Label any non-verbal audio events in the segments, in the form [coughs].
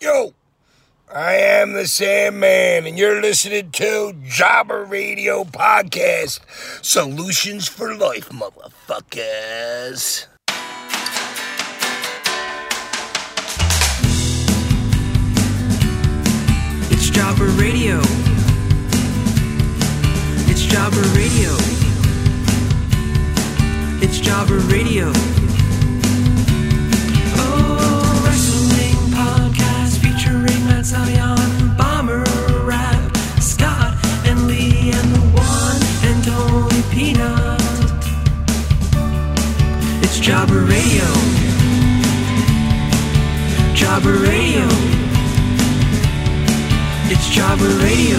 Yo, I am the Sandman, and you're listening to Jobber Radio Podcast Solutions for Life, motherfuckers. It's Jobber Radio. It's Jobber Radio. It's Jobber Radio. Oh, wrestling podcast featuring Matt Salion, Bomber Rap, Scott and Lee, and the one and only Peanut. It's Jobber Radio. Jobber Radio. It's Jobber Radio.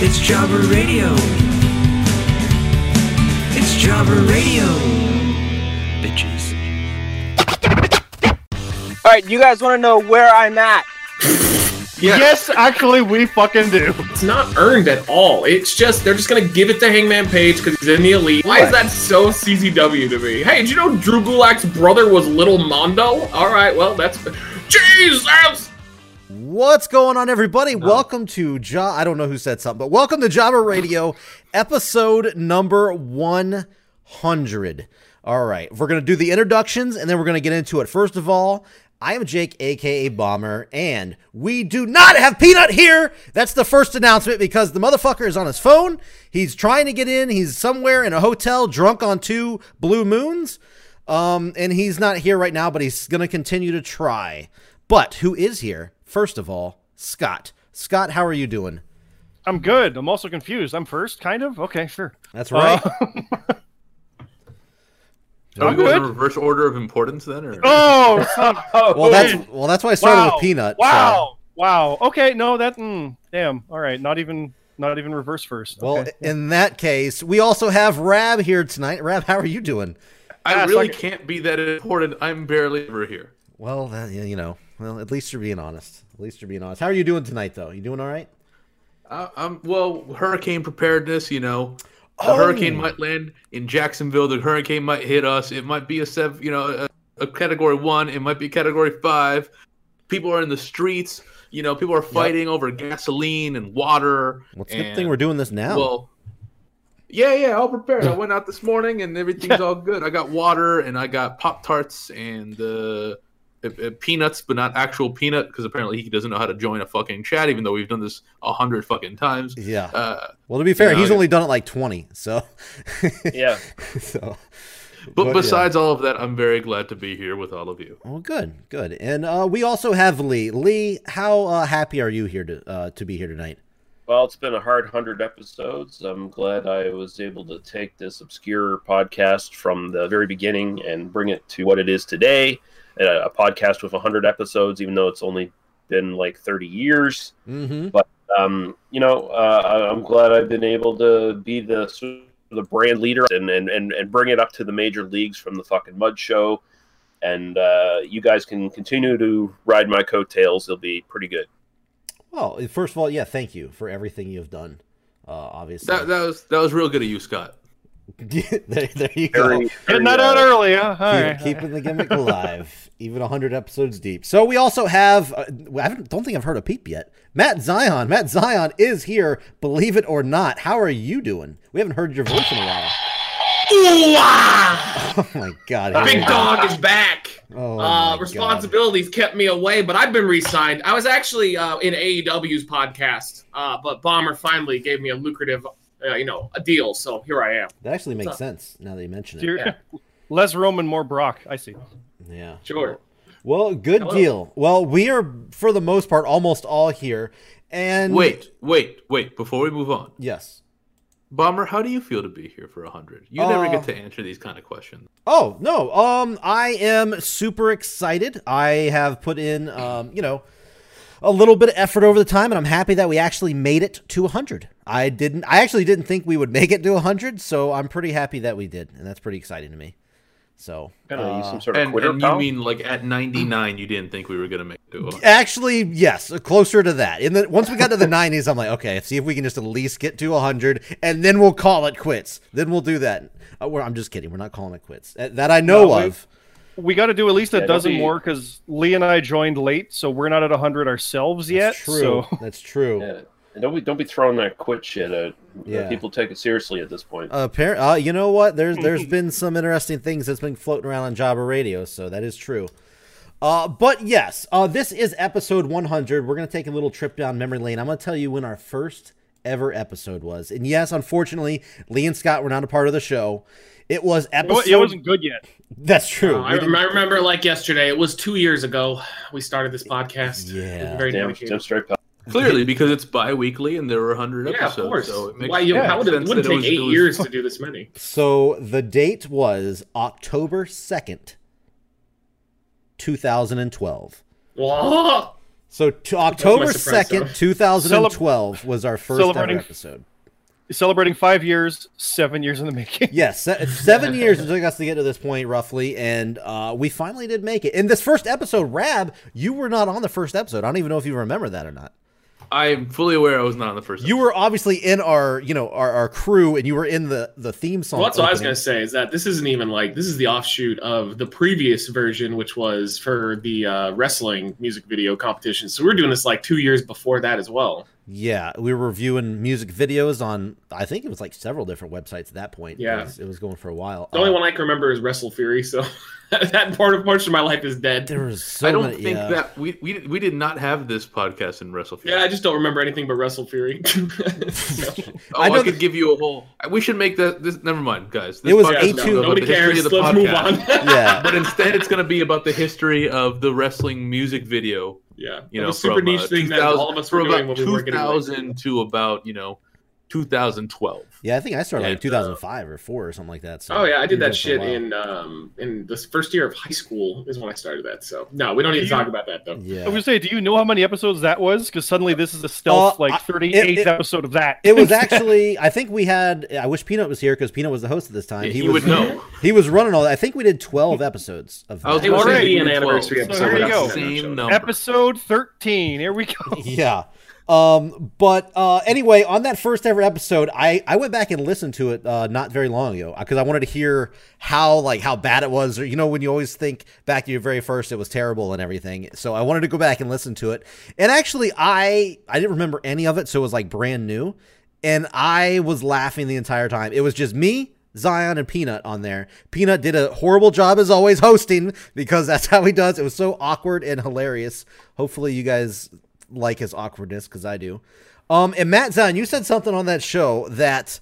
It's Jobber Radio. It's Jobber Radio. Bitches. All right, you guys want to know where I'm at? Yes, actually, we fucking do. It's not earned at all. It's just they're just gonna give it to Hangman Page because he's in the elite. Why is that so CZW to me? Hey, did you know Drew Gulak's brother was Little Mondo? All right, well that's Jesus. What's going on, everybody? Welcome to Ja. I don't know who said something, but welcome to Java Radio, episode number 100. All right, we're going to do the introductions and then we're going to get into it. First of all, I am Jake, aka Bomber, and we do not have Peanut here. That's the first announcement because the motherfucker is on his phone. He's trying to get in. He's somewhere in a hotel, drunk on two blue moons. Um, and he's not here right now, but he's going to continue to try. But who is here? First of all, Scott. Scott, how are you doing? I'm good. I'm also confused. I'm first, kind of. Okay, sure. That's [laughs] [laughs] right. Are we I'm going in good. reverse order of importance then? Or? Oh, son- [laughs] well, that's well, that's why I started wow. with Peanut. so- Wow, wow. Okay, no, that. Mm, damn. All right, not even, not even reverse first. Well, okay. in that case, we also have Rab here tonight. Rab, how are you doing? I that's really like- can't be that important. I'm barely ever here. Well, that, you know, well, at least you're being honest. At least you're being honest. How are you doing tonight, though? You doing all right? I, I'm well. Hurricane preparedness, you know. Oh. The hurricane might land in Jacksonville. The hurricane might hit us. It might be a seven, you know, a, a category one. It might be category five. People are in the streets. You know, people are fighting over gasoline and water. What's it's a good and- thing we're doing this now? Well, yeah, yeah, all prepared. I went out this morning and everything's all good. I got water and I got Pop Tarts and uh, uh, uh, peanuts, but not actual peanut because apparently he doesn't know how to join a fucking chat, even though we've done this a hundred fucking times. yeah. Uh, well, to be fair, you know, he's yeah. only done it like 20, so. [laughs] Yeah. so. but yeah. besides all of that, I'm very glad to be here with all of you. Well, good, good. And uh, we also have Lee. Lee, how uh, happy are you here to uh, to be here tonight? Well, it's been a hard hundred episodes. I'm glad I was able to take this obscure podcast from the very beginning and bring it to what it is today. A, a podcast with hundred episodes, even though it's only been like thirty years. Mm-hmm. Um, you know, uh, I- I'm glad I've been able to be the sort of the brand leader and, and and and bring it up to the major leagues from the fucking mud show. And uh, you guys can continue to ride my coattails. They'll be pretty good. Well, first of all, yeah, thank you for everything you've done. Uh, obviously, That, that was that was real good of you, Scott. [laughs] there, there you go. Very- getting that very, out uh, early. Huh? All Keep- right. keeping the gimmick alive, even 100 episodes deep. So we also have, uh, I haven't, don't think I've heard a peep yet. Matt Zion. Matt Zion is here, believe it or not. How are you doing? We haven't heard your voice in a while. [laughs] Oh my God. here we Big go. Dog is back. Oh my uh, God. responsibilities kept me away, but I've been re-signed. I was actually uh, in AEW's podcast, uh, but Bomber finally gave me a lucrative, uh, you know, a deal. So here I am. That actually makes up? sense now that you mention [laughs] it. You're- [laughs] Less Roman, more Brock. I see. Yeah. Sure. Well, good Hello. deal. Well, we are, for the most part, almost all here. And. Wait, wait, wait! Before we move on, Yes. Bomber, how do you feel to be here for a hundred? You never Uh, get to answer these kind of questions. Oh no, um, I am super excited. I have put in, um, you know, a little bit of effort over the time, and I'm happy that we actually made it to 100. I didn't, I actually didn't think we would make it to 100, so I'm pretty happy that we did, and that's pretty exciting to me. So, Gonna use some sort of Uh, And, quitter and you pal? mean like at ninety nine, you didn't think we were gonna make it to 100? actually, yes, closer to that. And then once we got to the [laughs] 90s, I'm like, okay, see if we can just at least get to 100, and then we'll call it quits. Then we'll do that. Uh, we're, I'm just kidding. We're not calling it quits. Uh, That I know No, we- of. we got to do at least a Yeah, don't dozen be- more because Lee and I joined late, so we're not at hundred ourselves yet. That's true. So That's true. [laughs] Yeah. And don't be don't be throwing that quit shit at Yeah. people take it seriously at this point. Oh, Apparent, uh, you know what? There's there's been some interesting things that's been floating around on Java Radio, so that is true. Uh, but yes, uh, this is episode 100. We're gonna take a little trip down memory lane. I'm gonna tell you when our first ever episode was, and yes, unfortunately, Lee and Scott were not a part of the show. It was It wa- [laughs] episode. it wasn't good yet. [laughs] that's true. I, We didn't- rem- I remember like yesterday. It was two years ago we started this podcast. Yeah. Very Damn, dedicated. damn straight. pal. Clearly, because it's bi-weekly and there were 100 Yeah, episodes. of course. So it makes Why you? yeah, how would it, it sense wouldn't that take was- eight it was- years to do this many? So the date was October 2nd, 2012. Whoa! So t- October surprise, 2nd, Sarah. 2012 was our first ever Celebrating- episode. Celebrating five years, seven years in the making. Yes, [laughs] se- seven years it took us to get to this point, roughly, and uh, we finally did make it. In this first episode, Rab, you were not on the first episode. I don't even know if you remember that or not. [laughs] I'm fully aware I was not on the first. You were obviously in our, you know, our, our crew, and you were in the the theme song. Well, that's what I was opening. gonna say is that this isn't even like this is the offshoot of the previous version, which was for the uh, wrestling music video competition. So we're doing this like two years before that as well. Yeah, we were reviewing music videos on. I think it was like several different websites at that point. Yeah. it was, it was going for a while. The only Oh. Uh, one I can remember is Wrestle Fury. So [laughs] that part of much of my life is dead. There was so I don't many- think yeah. that we, we we did not have this podcast in WrestleFear. Yeah, I just don't remember anything but Wrestle Fury. [laughs] oh, I I, know could that- give you a whole. We should make that. This never mind, guys. This It was podcast A2. is about Nobody the history cares. of Let's the move podcast. on. [laughs] [laughs] Yeah, But instead, it's going to be about the history of the wrestling music video. yeah, You Of know, a super from, niche uh, thing that 2000 all of us were from doing about when we were getting laid. 2000 to about you know 2012. yeah. I think I started Yeah, like uh, 2005 or four or something like that. So Oh yeah, I we did were that doing it shit for a while. in um in the first year of high school is when I started that. So no, we don't need to talk about that though. Yeah, I was gonna say, do you know how many episodes that was? Because suddenly this is a stealth Uh, I- like it- thirty it- eighth episode of that. It [laughs] was actually, I think we had. I wish Peanut was here because Peanut was the host at this time. Yeah, Uh, he you was, would know. He was running all. I think we did twelve episodes of. I was that. gonna It say should be an 2012. anniversary episode. So there you go. Same number. episode thirteen. Here we go. yeah. Um, but uh, anyway, on that first ever episode, I, I went back and listened to it uh, not very long ago because I wanted to hear how like how bad it was, or you know when you always think back to your very first, it was terrible and everything. So I wanted to go back and listen to it, and actually I I didn't remember any of it, so it was like brand new, and I was laughing the entire time. It was just me. Zion and Peanut on there. Peanut did a horrible job as always hosting because that's how he does. It was so awkward and hilarious. Hopefully, you guys like his awkwardness because I do. Um, and Matt Zion, you said something on that show that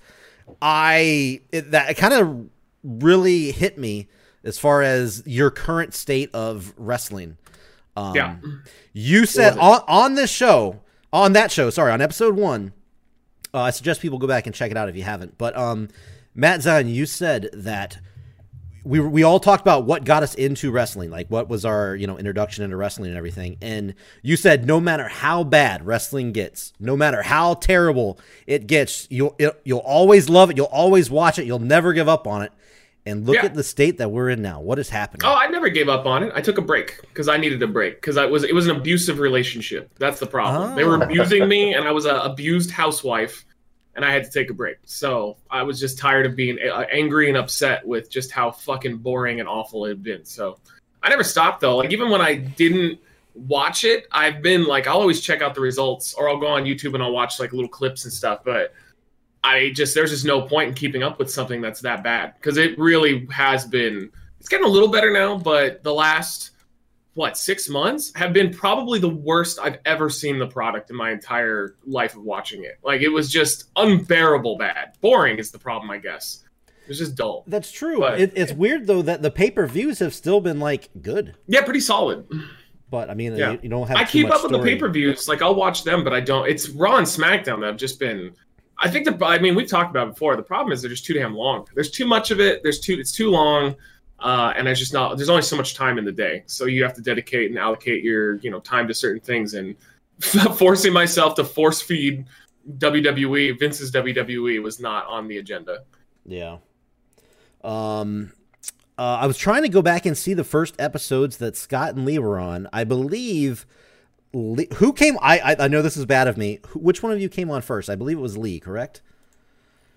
I it, that kind of really hit me as far as your current state of wrestling. Um, Yeah. you said on, on this show, on that show, sorry, on episode one. Uh, I suggest people go back and check it out if you haven't. But um, Matt Zion, you said that we we all talked about what got us into wrestling, like what was our you know introduction into wrestling and everything. And you said no matter how bad wrestling gets, no matter how terrible it gets, you'll it, you'll always love it, you'll always watch it, you'll never give up on it. And look Yeah. at the state that we're in now. What is happening? Oh, I never gave up on it. I took a break because I needed a break because I was it was an abusive relationship. That's the problem. They were Oh. abusing me, and I was an abused housewife, and I had to take a break. So I was just tired of being uh, angry and upset with just how fucking boring and awful it had been. So I never stopped though. Like even when I didn't watch it, I've been like I'll always check out the results, or I'll go on YouTube and I'll watch like little clips and stuff. But I just there's just no point in keeping up with something that's that bad because it really has been. It's getting a little better now, but the last what six months have been probably the worst I've ever seen the product in my entire life of watching it. Like it was just unbearable bad. Boring is the problem, I guess. It was just dull. That's true. But- it, it's weird though that the pay per views have still been like good, Yeah, pretty solid. but I mean Yeah. you, you don't have. I too keep much up with the story. pay per views. Like I'll watch them, but I don't. It's Raw and SmackDown that have just been. I think the. I mean, we've talked about it before. The problem is they're just too damn long. There's too much of it. There's too. It's too long, uh, and it's just not. There's only so much time in the day, so you have to dedicate and allocate your you know time to certain things. And [laughs] forcing myself to force feed WWE Vince's WWE was not on the agenda. Yeah. Um, uh, I was trying to go back and see the first episodes that Scott and Lee were on. I believe Lee, who came. I, I I know this is bad of me. Who, which one of you came on first? I believe it was Lee, correct?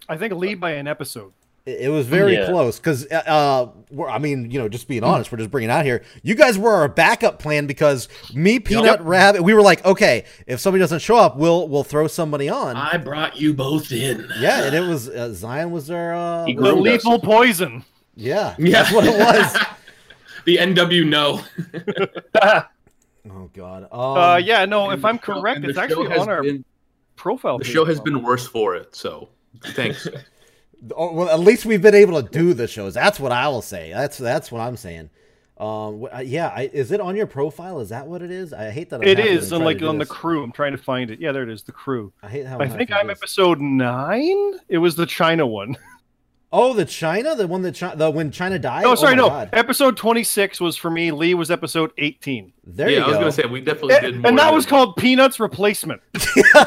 I think lead by an episode. It it was very Yeah. close because, uh, we're, I mean, you know, just being honest, we're just bringing it out here. You guys were our backup plan because me, Peanut, Rabbit, we were like, okay, if somebody doesn't show up, we'll we'll throw somebody on. I brought you both in. yeah, and it was uh, Zion was there. Uh, He The groomed us. lethal poison. yeah, Yeah. that's what [laughs] it was. [laughs] The NW no. oh God. uh, Um, yeah, no, And if I'm the show- correct, and it's the show actually has on our been- profile. the page show has now. been worse for it. So [laughs] thanks. Oh, well, at least we've been able to do the shows. That's what I will say. That's that's what I'm saying. Um, wh- I- yeah, I, is it on your profile? Is that what it is? I hate that. I'm It having to is, try and to like do on the this. crew. I'm trying to find it. Yeah, there it is. The crew. Oh, I hate how I having think to do I'm this. episode nine. It was the China one. Oh, the China, the one that China, the when China died. No, Oh sorry, my no. God. Episode 26 was for me. Lee was episode 18. There yeah, you I was go. gonna say we definitely did. And, More that than- was called Peanuts Replacement. [laughs]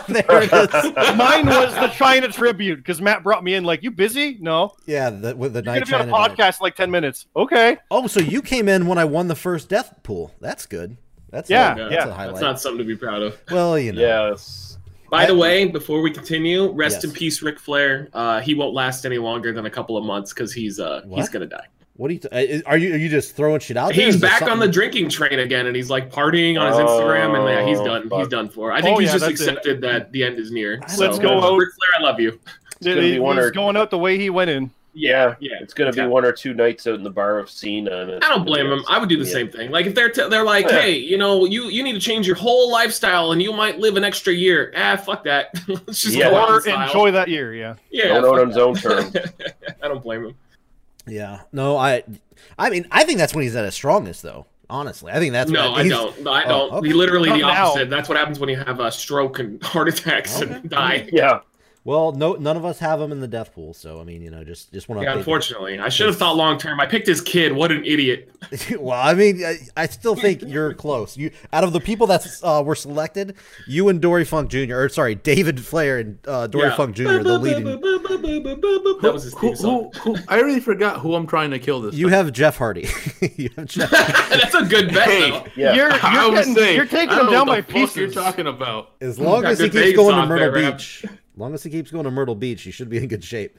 there [laughs] it is. Mine was the China tribute because Matt brought me in like, you busy? No. Yeah, the, with the You're night going to be on China. a died. podcast in like 10 minutes. Okay. Oh, so you came in when I won the first death pool. That's good. That's a- Yeah, that's yeah. a highlight. That's not something to be proud of. well, you know. Yes. By the way, before we continue, rest Yes. in peace, Ric Flair. Uh, he won't last any longer than a couple of months because he's uh, he's What? gonna die. What are you? T- are you? Are you just throwing shit out? there? He's Is there back on the something- drinking train again, and he's like partying on his Instagram, and yeah, he's Oh, done. He's fuck. done for. I think Oh, he's yeah, just that's it. accepted that the end is near. I So, Let's go Ric out. Flair, I love you. gonna He- be one he's or- going out the way he went in. Yeah. Yeah, It's gonna Yeah. be one or two nights out in the bar of Cena. And I don't blame him. I would do the Yeah. same thing. Like if they're t- they're like, Yeah. hey, you know, you you need to change your whole lifestyle, and you might live an extra year. Ah, fuck that. [laughs] Let's just Yeah. go out in Or style. enjoy that year. Yeah. Yeah, Don't own on fuck his [laughs] own [laughs] terms. that. I don't blame him. Yeah. No, I. I mean, I think that's when he's at his strongest, though. Honestly, I think that's No, when I he's- don't. No, I Oh, don't. okay. Literally the Not now. opposite. That's what happens when you have a stroke and [laughs] heart attacks Okay. and die. Yeah. Well, no, none of us have him in the death pool, so I mean, you know, just just want Yeah, to. unfortunately, I should have thought long term. I picked his kid. What an idiot! [laughs] well, I mean, I, I still think you're close. You out of the people that uh, were selected, you and Dory Funk Jr. or sorry, David Flair and uh, Dory Yeah. Funk Jr. the leading. [laughs] That was his Who, theme song. who, who, I already forgot who I'm trying to kill this. You have Jeff Hardy. [laughs] you have Jeff. [laughs] That's a good bet. Hey, though. Yeah. [laughs] You're, I you're, was getting, saying, you're taking I him don't down know by what the fuck pieces. You're talking about. [laughs] As long got as he good keeps veins going to on Myrtle there, Rap. Beach, as long as he keeps going to Myrtle Beach, he should be in good shape.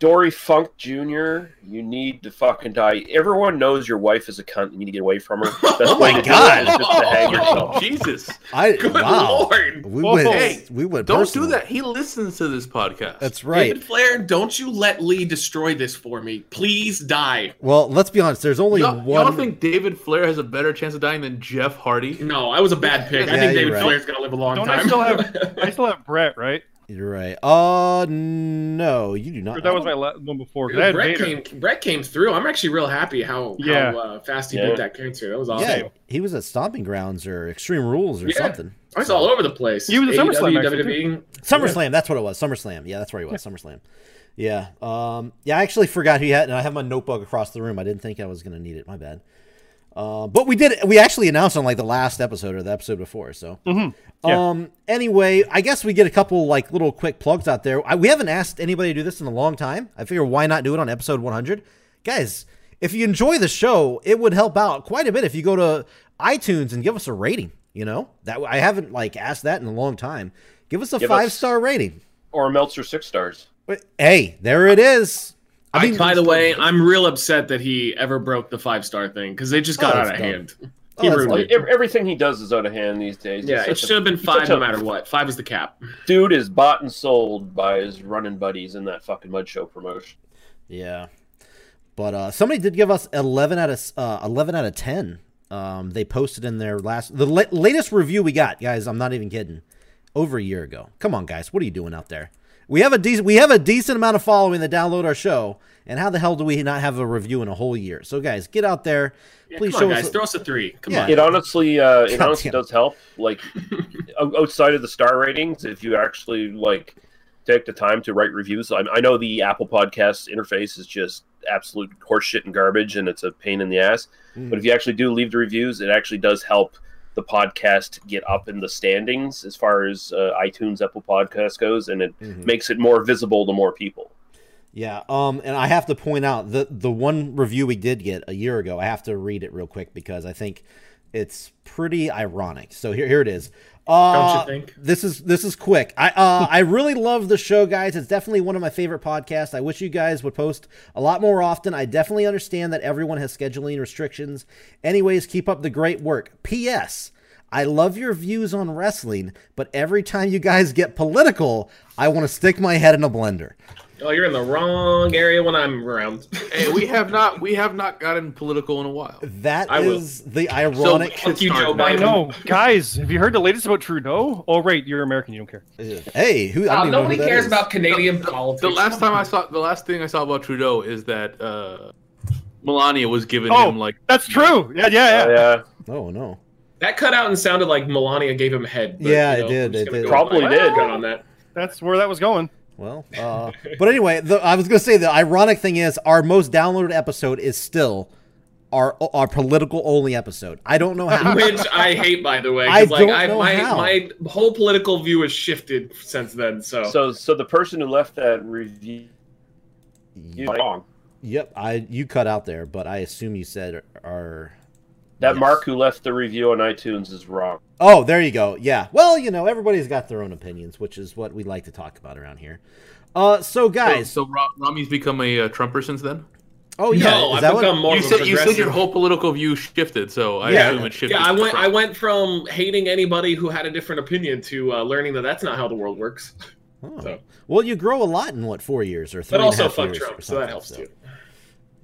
Dory Funk Jr., you need to fucking die. Everyone knows your wife is a cunt. and You need to get away [laughs] from her. Best oh my God. just to Oh, hang yourself. Oh, [laughs] Jesus, I Good wow, lord. we Whoa. went, Hey, we went. don't personal. do that. He listens to this podcast. That's right. David Flair, don't you let Lee destroy this for me. Please die. Well, let's be honest. There's only y'all, one. y'all think David Flair has a better chance of dying than Jeff [laughs] Hardy? No, I was a bad pick. Yeah, I think you're David right. Flair's gonna live a long Don't time. I still [laughs] have I still have Brett, right? You're right. Uh, no, you do Or not. that was my la- one before. 'cause I Dude, had Brett Vader. came. Brett came through. I'm actually real happy how, Yeah. how uh, fast he Yeah. beat that cancer. That was awesome. Yeah, he was at Stomping Grounds or Extreme Rules or Yeah. something. I was all over the place. E He was at AEW, SummerSlam, actually, WWE. SummerSlam, that's what it was. SummerSlam. Yeah, that's where he was. SummerSlam. Yeah. Um. Yeah, I actually forgot who he had, and I have my notebook across the room. I didn't think I was gonna need it. My bad. Uh, but we did. We actually announced on like the last episode or the episode before. So. Yeah. Um. Anyway, I guess we get a couple like little quick plugs out there. I, we haven't asked anybody to do this in a long time. I figure why not do it on episode 100, guys. If you enjoy the show, it would help out quite a bit if you go to iTunes and give us a rating. You know that I haven't like asked that in a long time. Give us a Give us- five star rating. Or Meltzer six stars. Wait, Hey, there it is. I by the way, I'm real upset that he ever broke the five star thing because they just got Oh, out of that's hand. Oh, He that's ruined dumb. Like, it. ev- everything he does is out of hand these days. He's Yeah, it such a- should have been he's five such a- no matter what. Five is the cap. Dude is bought and sold by his running buddies in that fucking mud show promotion. Yeah, but uh, somebody did give us eleven out of uh, eleven out of ten. Um, they posted in their last the la- latest review we got, guys. I'm not even kidding. Over a year ago. Come on, guys. What are you doing out there? We have a decent we have a decent amount of following that download our show, and how the hell do we not have a review in a whole year? So, guys, get out there. Yeah, Please come show on, us. guys. Throw us a three. Come Yeah. on. It honestly, uh, it God honestly damn. does help. [laughs] Like o- outside of the star ratings, if you actually like take the time to write reviews, I, I know the Apple Podcast interface is just absolute horseshit and garbage, and it's a pain in the ass. Mm. But if you actually do leave the reviews, it actually does help the podcast get up in the standings as far as uh, iTunes, Apple Podcast goes, and it Mhm. makes it more visible to more people. Yeah, um, and I have to point out the the one review we did get a year ago. I have to read it real quick because I think It's pretty ironic. So here, here it is. Uh, Don't you think? This is this is quick. I uh, [laughs] I really love the show, guys. It's definitely one of my favorite podcasts. I wish you guys would post a lot more often. I definitely understand that everyone has scheduling restrictions. Anyways, keep up the great work. P.S. I love your views on wrestling, but every time you guys get political, I want to stick my head in a blender. Oh, you're in the wrong area when I'm around. Hey, we have not we have not gotten political in a while. That I will. is the ironic. Fuck you, Joe I Biden. know, guys. Have you heard the latest about Trudeau? Oh, right, you're American. You don't care. uh, hey, who? I don't Oh, even know who nobody that cares is. about Canadian politics. The last time I saw the last thing I saw about Trudeau is that uh, Melania was giving Oh, him like that's true. Yeah, yeah, Oh, yeah. yeah, Oh no. that cut out and sounded like Melania gave him head. but, Yeah, you it know, did, I'm just it gonna did. go Probably with my did. gut [laughs] on that. That's where that was going. [laughs] Well, uh, but anyway, the, I was gonna say the ironic thing is our most downloaded episode is still our our political only episode. I don't Uh, know how. Which I hate, by the way. 'cause, I like, don't know my, how. my whole political view has shifted since then. So, So, so the person who left that review you wrong. yep, I you cut out there, but I assume you said our. That Yes. Mark who left the review on iTunes is wrong. Oh, there you go. Yeah. Well, you know, everybody's got their own opinions, which is what we like to talk about around here. Uh, so so, guys, so Ra- Rami's become a uh, Trumper since then. oh yeah, no, is I've that become what? more You of a said you said progressive. your whole political view shifted, so I Yeah. assume it shifted. Yeah, I to went. Trump. I went from hating anybody who had a different opinion to uh, learning that that's not how the world works. Oh. So. Well, you grow a lot in what four years or three But and a also half fuck years Trump, or so that something, helps too. Mm-hmm.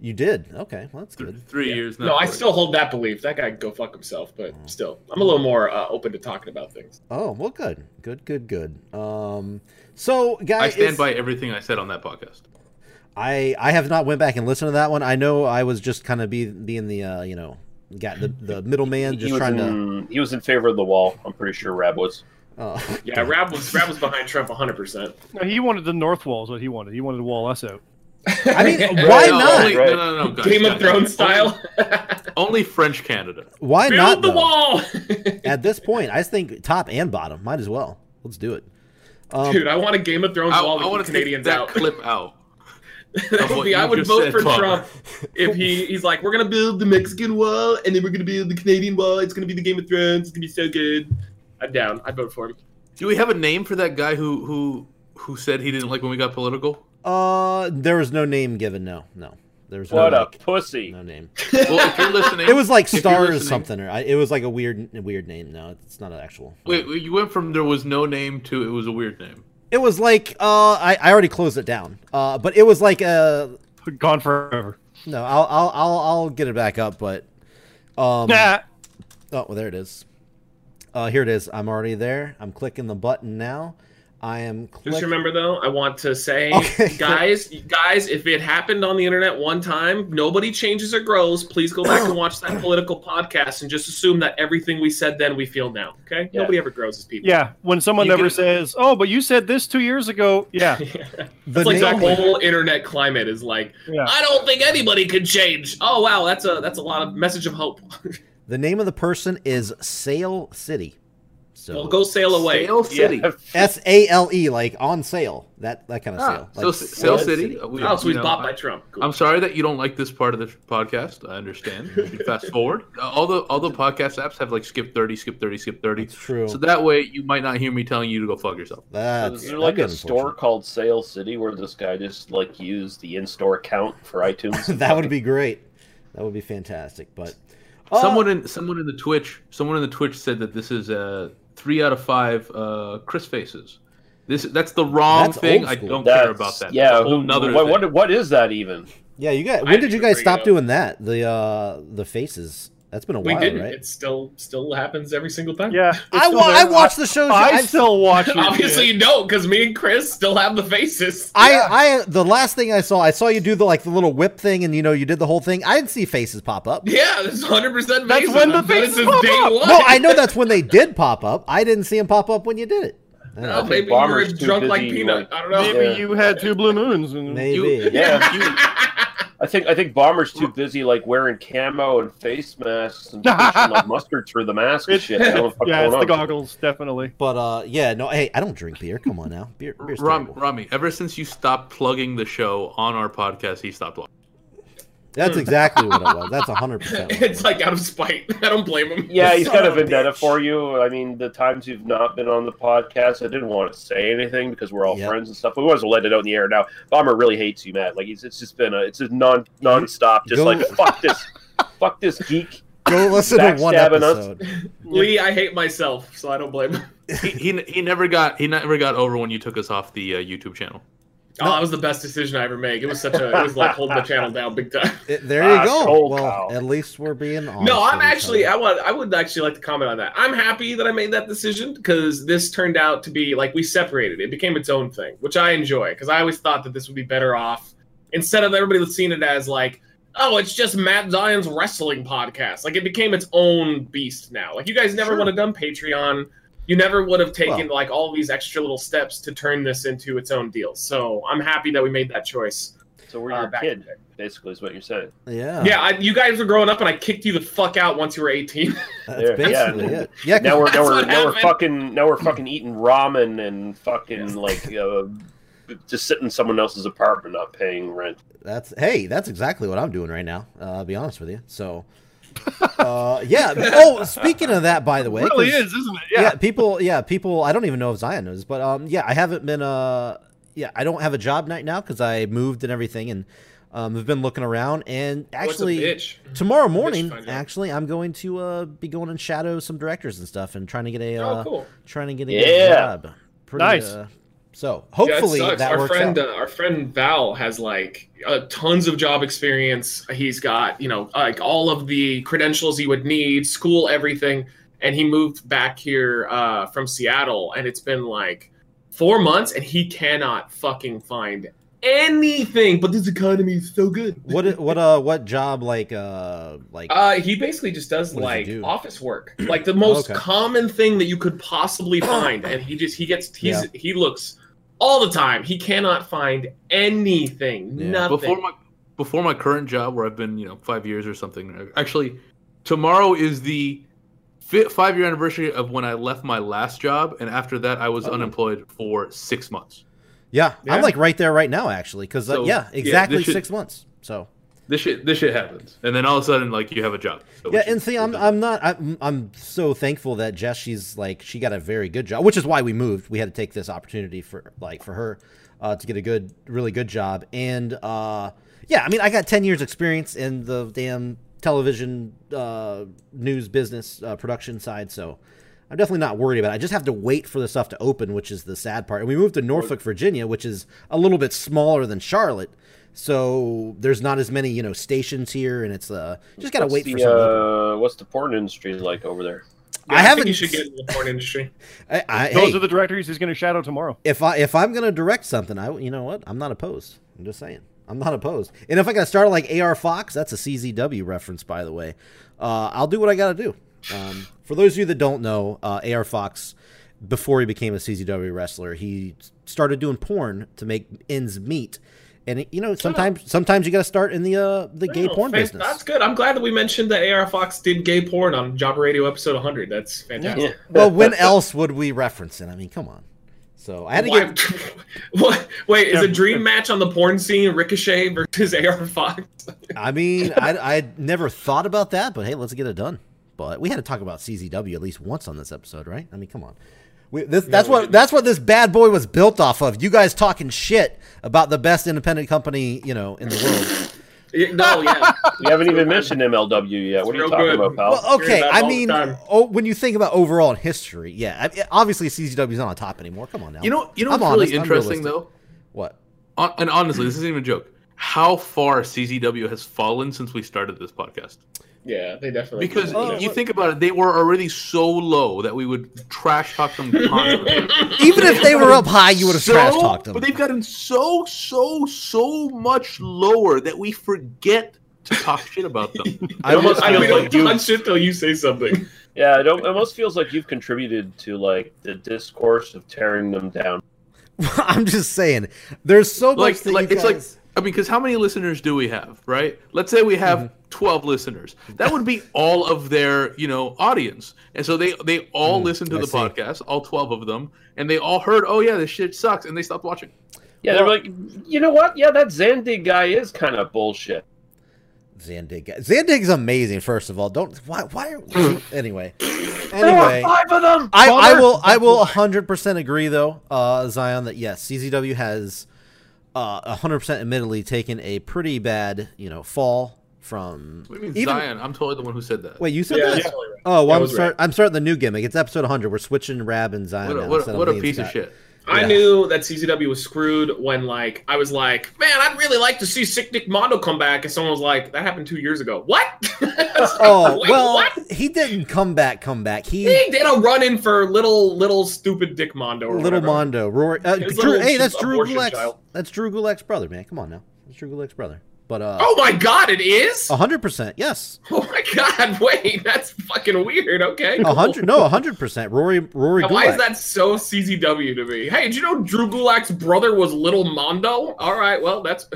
You did. Okay, well that's good. three years. No, Mm. I four. still hold that belief. That guy can go fuck himself. But still, I'm a little more uh, open to talking about things. Oh, well, good, good, good, good. Um, so guys, I stand it's- by everything I said on that podcast. I I have not went back and listened to that one. I know I was just kind of be being the uh, you know got the [laughs] the middleman he just was trying to. in, he was in favor of the wall. I'm pretty sure Rab was. [laughs] Oh, Yeah, Rab was Rab was behind Trump 100. percent No, he wanted the North Wall. Is what he wanted. He wanted to wall us out. I mean, why no, not? Only, Right. No, no, no, guys, Game guys. of Thrones style. Only French Canada. Why not? [laughs] Build the though? wall, At this point, I think top and bottom might as well. Let's do it. [laughs] dude. I want a Game of Thrones I, wall I that want keeps to take Canadians that out. clip out. of That would what be- I you would just vote said, for Bob. Trump if he he's like, we're gonna build the Mexican wall and then we're gonna build the Canadian wall. It's gonna be the Game of Thrones. It's gonna be so good. I'm down. I vote for him. Do we have a name for that guy who who who said he didn't like when we got [laughs] political? Uh, there was no name given. No, no, there was What no, a like, pussy! no name. Well, if you're listening, It was like if you're stars or listening- something, or I, it was like a weird weird name. No, it's not an actual. Wait, wait, you went from there was no name to it was a weird name. It was like uh, I, I already closed it down. Uh, but it was like uh, Gone forever. no, I'll I'll I'll, I'll get it back up. But um, Nah. oh, well, there it is. Uh, here it is. I'm already there. I'm clicking the button now. I am. Just Click- remember though, I want to say, Okay. guys, guys, if it happened on the internet one time, nobody changes or grows. Please go back and watch that political podcast and just assume that everything we said then we feel now. Okay, Yeah. nobody ever grows as people. Yeah. When someone You ever get- says, "Oh, but you said this two years ago," yeah, the It's like name- the whole internet climate is like, yeah. I don't think anybody could change. Oh wow, that's a that's a lot of message of hope. The name of the person is Sale City. well, So go sail away. Sale City. Yeah. S A L E, like on sale. That that kind of Ah, sale. so Like, S- Sale Sale City. City. uh, we- Oh, so you he's know, bought I- by Trump. Cool. I'm sorry that you don't like this part of the podcast. I understand. We should Fast forward. Uh, All the all the podcast apps have like skip thirty, skip thirty, skip thirty. That's true. So that way you might not hear me telling you to go fuck yourself. that's Is there like that'd a be store unfortunate. called Sale City where this guy just like used the in-store account for iTunes? [laughs] that would be great. That would be fantastic. But uh, Someone in someone in the Twitch someone in the Twitch said that this is uh, three out of five uh, Chris faces. This that's the wrong That's thing. old I school. don't That's- care about that. Yeah, That's a who- whole nother what, thing. what what is that even? yeah, you guys. I When did you didn't guys bring stop it up. doing that? The uh the faces. That's been a we while, didn't. right? It still still happens every single time. Yeah. I It's still wa- I there. watched the shows. I, I've- still watch. it. Obviously you don't, because me and Chris still have the faces. I, I the last thing I saw, I saw you do the like the little whip thing, and you know you did the whole thing. I didn't see faces pop up. Yeah, there's 100 percent That's when the faces pop up. No, I know that's when they did pop up. I didn't see them pop up when you did it. I don't know. Oh, think maybe you were Bomber's too drunk like busy, peanut. like- I don't know. [laughs] Maybe Yeah. you had two blue moons. And [laughs] Maybe. You- [laughs] Yeah. You- I think I think Bomber's too busy like wearing camo and face masks and pushing, like mustard through the mask and It's- shit. [laughs] I don't know what the fuck Yeah, it's going the on. goggles, definitely. But uh, yeah, no. Hey, I don't drink beer. Come on now, beer. Beer's Rami, terrible. Rami, ever since you stopped plugging the show on our podcast, he stopped. Watching. That's exactly what it was. That's [laughs] 100%. It's like out of spite. [laughs] I don't blame him. Yeah, he's Son got a of bitch. vendetta for you. I mean, the times you've not been on the podcast, I didn't want to say anything because we're all Yep. friends and stuff. But we might as well let it out in the air now. Bomber really hates you, Matt. Like he's, it's just been a, it's just non nonstop, just Go- like fuck this, fuck this geek. Go listen to one Backstabbing us. episode. Lee, I hate myself, so I don't blame him. he, [laughs] he he never got he never got over when you took us off the uh, YouTube channel. Oh, that was the best decision I ever made. It was such a, it was like [laughs] holding the channel down big time. It- there you Ah, go. cold Well, cow. at least we're being honest. No, I'm with each actually, other. I want, I would actually like to comment on that. I'm happy that I made that decision because this turned out to be like we separated. It became its own thing, which I enjoy because I always thought that this would be better off instead of everybody seeing it as like, oh, it's just Matt Zion's wrestling podcast. Like it became its own beast now. Like you guys never would have done Patreon. You never would have taken like all these extra little steps to turn this into its own deal. So I'm happy that we made that choice. So we're uh, your back in kid, the day. basically, is what you're saying. Yeah. Yeah, I, you guys were growing up, and I kicked you the fuck out once you were [laughs] 18. That's There, yeah. basically [laughs] it. Yeah, 'cause Now we're now That's we're what now we're happened. fucking now we're fucking eating ramen and fucking like uh, just sitting in someone else's apartment, not paying rent. That's hey, that's exactly what I'm doing right now. Uh, I'll be honest with you. So, uh, yeah. Oh, speaking of that, by the way, It really 'cause- is, isn't it? Yeah. Yeah. people. Yeah, people. I don't even know if Zion knows, but um, yeah, I haven't been. Uh, yeah, I don't have a job right now because I moved and everything, and um, have been looking around. And actually, What's a bitch? tomorrow morning, find out. actually, I'm going to uh be going and shadow some directors and stuff, and trying to get a uh, oh, cool. trying to get a Yeah. good job. Pretty, Nice. Uh, so Yeah, it hopefully sucks. that our works friend, out. Uh, our friend Val has like uh, tons of job experience. He's got you know like all of the credentials he would need, school, everything, and he moved back here uh, from Seattle, and it's been like four months, and he cannot fucking find anything. But this economy is so good. What [laughs] i- what uh what job like uh like Uh, he basically just does What does he like do? office work, like the most Okay. common thing that you could possibly find, and he just he gets he's he looks all the time. He cannot find anything, Yeah. nothing. Before my before my current job, where I've been, you know, five years or something. Actually, tomorrow is the fi five year anniversary of when I left my last job, and after that, I Oh. was unemployed for six months. yeah, yeah. I'm like right there right now actually because uh, So, yeah yeah, this exactly should- six months so This shit, this shit happens, and then all of a sudden, like you have a job. [laughs] So yeah which and is- see I'm which is- I'm not I'm, I'm so thankful that Jess she's like she got a very good job which is why we moved we had to take this opportunity for like for her uh, to get a good really good job and uh yeah I mean I got ten years experience in the damn television uh, news business uh, production side so. I'm definitely not worried about it. I just have to wait for the stuff to open, which is the sad part. And we moved to Norfolk, Virginia, which is a little bit smaller than Charlotte. So there's not as many, you know, stations here, and it's uh just gotta What's wait the, for something. to open. uh, What's the porn industry like over there? I Yeah, think haven't. You should get into the porn industry. I, I, Those hey, are the directories he's going to shadow tomorrow. if I if I'm gonna direct something, I you know what? I'm not opposed. I'm just saying, I'm not opposed. And if I gotta start like AR Fox, that's a CZW reference, by the way. Uh, I'll do what I gotta do. Um, for those of you that don't know, uh, AR Fox, before he became a CZW wrestler, he started doing porn to make ends meet. And you know, sometimes sometimes you gotta start in the uh, the [laughs] gay No, porn fan- business. That's good. I'm glad that we mentioned that AR Fox did gay porn on Job Radio episode 100. That's fantastic. well, when else would we reference it? I mean, come on. So I had to Why- get [laughs] what? Wait, is Yeah. a dream match on the porn scene Ricochet versus AR Fox? [laughs] I mean, I, I never thought about that, but hey, let's get it done. But we had to talk about CZW at least once on this episode, right? I mean, come on. We, this, that's what that's what this bad boy was built off of. You guys talking shit about the best independent company, you know, in the world. [laughs] Yeah, No, yeah. [laughs] You haven't even mentioned MLW yet. What are you real talking good. about, pal? well, okay, about it I all the mean, time. oh, when you think about overall in history, yeah, I, obviously CZW's not on top anymore. Come on now. you know, you know I'm what's honest, really I'm interesting realistic. though, what? On, and honestly, this isn't even a joke. How far CZW has fallen since we started this podcast? Yeah, they definitely. Because Yeah. oh, you think about it, they were already so low that we would trash talk them constantly. Even if they were up high, you would have trash talked them. But they've gotten so, so, so much lower that we forget to talk shit about [laughs] them. I almost I feels mean, like like you- you shit till you say something. Yeah, it al- almost feels like you've contributed to like the discourse of tearing them down. [laughs] I'm just saying, there's so much like, that like you it's like, guys- I mean, because how many listeners do we have, right? Let's say we have Mm-hmm. 12 listeners. That would be all of their, you know, audience. And so they they all listen to Mm, I the see. podcast, all 12 of them, and they all heard, oh yeah, this shit sucks, and they stopped watching. Yeah, they're like, you know what? Yeah, that Zandig guy is kind of bullshit. Zandig. Zandig's amazing. First of all, don't why why [laughs] anyway. Anyway, five of them. I, I will I will 100% agree though, uh, Zion, that yes, CZW has uh, 100% admittedly taken a pretty bad you know fall from. What do you mean, even- Zion? I'm totally the one who said that. Wait, you said Yeah, that? yeah. Oh, well, I I'm, was start, right. I'm starting the new gimmick. It's episode 100. We're switching Rab and Zion. What a, now what, instead a, what Lee a and piece of Scott. shit. I Yeah. knew that CCW was screwed when, like, I was like, man, I'd really like to see Sick Nick Mondo come back. And someone was like, that happened two years ago. What? [laughs] [laughs] Oh Wait, well, what? he didn't come back. Come back. He He did a run in for little, little stupid Dick Mondo. Or Little whatever. Mondo, Rory. Uh, His Drew, little hey, that's Drew abortion Gulak's. child. That's Drew Gulak's brother, man. Come on now, that's Drew Gulak's brother. But uh, Oh my God, it is? a hundred percent, yes, [laughs] Oh my God, wait, that's fucking weird. Okay. a cool. hundred, no, a hundred percent. Rory, Rory Now, Why is Gulak. that so CZW to me? Hey, did you know Drew Gulak's brother was Little Mondo? All right, well, that's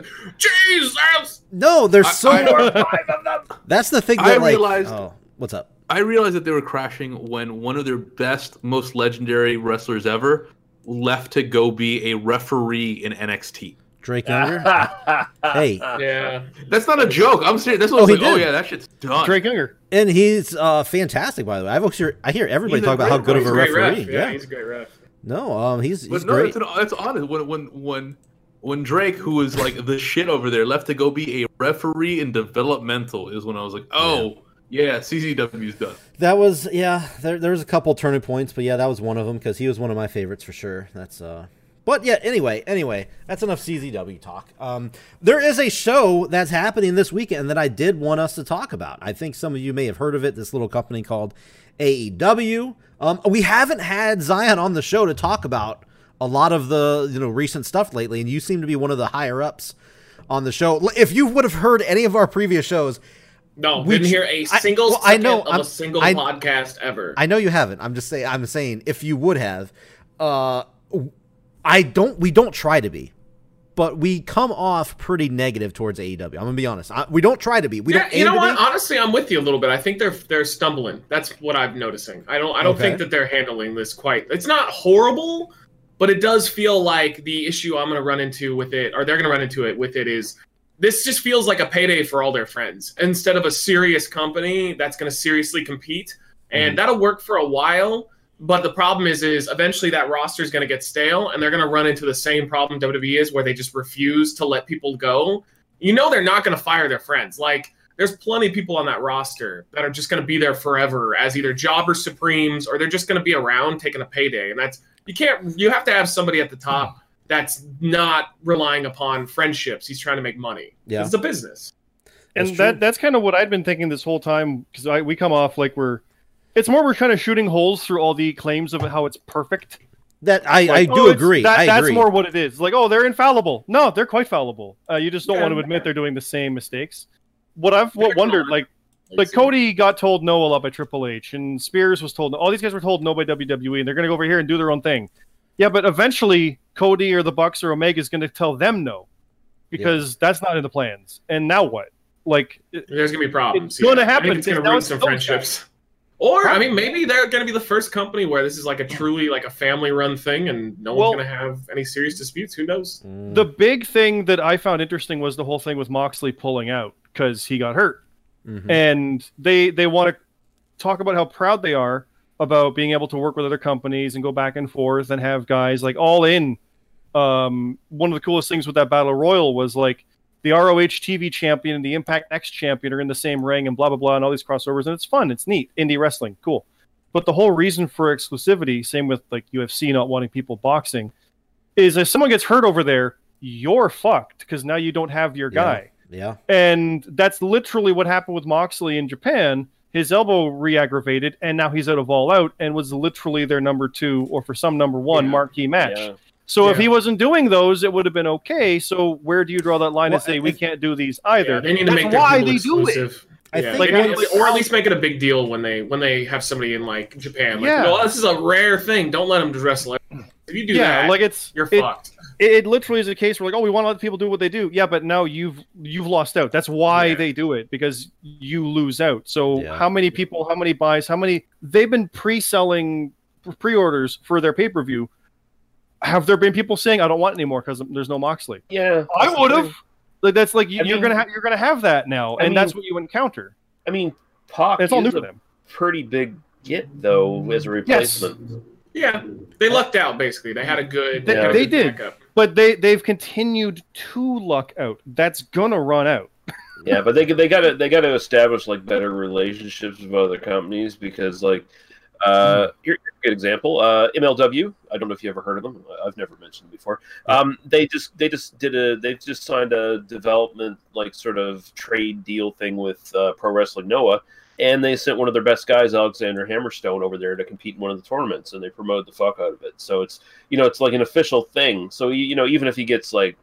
Jesus. No, there's I- so. I- that's the thing that I like. realized- oh, what's up? [laughs] I realized that they were crashing when one of their best, most legendary wrestlers ever left to go be a referee in NXT. Drake [laughs] Younger. hey, Yeah, That's not a joke. I'm serious. That's what I was Oh, he like, oh did. yeah, that shit's done. Drake Younger. and he's uh fantastic, by the way. I've always hear I hear everybody He's a talk about how great- good of He's a a great referee. ref. Yeah. he's a great ref. no, um, he's he's But no, great. that's, an, that's honest. When when when when Drake, who was like the shit over there, left to go be a referee in developmental, is when I was like, oh yeah, CCW's done. That was yeah. There, there was a couple turning points, but yeah, that was one of them because he was one of my favorites for sure. That's uh. But yeah, anyway, anyway, that's enough CZW talk. Um, there is a show that's happening this weekend that I did want us to talk about. I think some of you may have heard of it. This little company called AEW. Um, we haven't had Zion on the show to talk about a lot of the you know recent stuff lately, and you seem to be one of the higher ups on the show. L- If you would have heard any of our previous shows, No, We didn't j- hear a I- single well, I second know, of I'm- a single I- podcast ever. I know you haven't. I'm just saying. I'm saying if you would have, uh, I don't. We don't try to be, but we come off pretty negative towards AEW. I'm gonna be honest. I, we don't try to be. We yeah, don't. you aim know to what? be. Honestly, I'm with you a little bit. I think they're they're stumbling. That's what I'm noticing. I don't I don't Okay. think that they're handling this quite. It's not horrible, but it does feel like the issue I'm going to run into with it, or they're going to run into it with it, is this just feels like a payday for all their friends instead of a serious company that's going to seriously compete, Mm-hmm. and that'll work for a while. But the problem is, is eventually that roster is going to get stale, and they're going to run into the same problem WWE is, where they just refuse to let people go. You know they're not going to fire their friends. Like there's plenty of people on that roster that are just going to be there forever as either jobber supremes or they're just going to be around taking a payday, and that's you can't. You have to have somebody at the top that's not relying upon friendships. He's trying to make money. Yeah. it's a business. And That's true. that that's kind of what I've been thinking this whole time because I we come off like we're. It's more we're kind of shooting holes through all the claims of how it's perfect. That I, I Like, do oh, it's- agree. That, I that's agree. more what it is. Like, oh, they're infallible. No, they're quite fallible. Uh, you just don't Yeah. want to admit they're doing the same mistakes. What I've They're what wondered, not. like, like Cody got told no a lot by Triple H, and Spears was told all these guys were told no by WWE, and they're going to go over here and do their own thing. Yeah, but eventually Cody or the Bucks or Omega is going to tell them no because that's not in the plans. And now what? Like, it- There's gonna be problems. It's gonna I think happen, It's gonna because now ruin it's some those friendships. Or I mean, maybe they're gonna be the first company where this is like a truly like a family-run thing, and no Well- one's gonna have any serious disputes. Who knows? Mm. the big thing that I found interesting was the whole thing with Moxley pulling out because he got hurt. Mhm. and they they want to talk about how proud they are about being able to work with other companies and go back and forth and have guys like all in. Um, one of the coolest things with that battle royal was like the ROH TV champion and the Impact Next champion are in the same ring and blah blah blah and all these crossovers and it's fun, it's neat, indie wrestling, cool. But the whole reason for exclusivity, same with like UFC not wanting people boxing, is if someone gets hurt over there, you're fucked because now you don't have your Yeah. guy. yeah. And that's literally what happened with Moxley in Japan. His elbow re-aggravated, and now he's out of All Out, and was literally their number two, or for some number one Yeah. marquee match. Yeah. So if Yeah. he wasn't doing those, it would have been okay. So where do you draw that line Well, and say we it's- can't do these either? Yeah, they need to That's make their why people they do it. exclusive. I yeah, think like, one or- of the- or at least make it a big deal when they when they have somebody in like Japan. Like, Yeah. no, this is a rare thing. Don't let them just wrestle. If you do yeah, that, like it's you're it, fucked. it, it literally is a case where like, oh, we want to let people do what they do. Yeah, but now you've you've lost out. That's why Yeah. they do it because you lose out. So Yeah. how many people? How many buys? How many? They've been pre-selling pre-orders for their pay-per-view. Have there been people saying, "I don't want anymore because there's no Moxley"? Yeah, I would have. Like that's like you, I you're mean- gonna have you're gonna have that now, I and that's mean- what you encounter. I mean, Pac It's all new is to a them. pretty big get though as a replacement. Yeah, they lucked out basically. They had a good. They- had a they good did. backup. But they they've continued to luck out. That's gonna run out. Yeah, but they they got to they got to establish like better relationships with other companies because like uh here's a good example uh MLW I don't know if you ever heard of them I've never mentioned them before um they just they just did a they've just signed a development like sort of trade deal thing with uh, Pro Wrestling Noah and they sent one of their best guys Alexander Hammerstone over there to compete in one of the tournaments and they promoted the fuck out of it so it's you know it's like an official thing so you, you know even if he gets like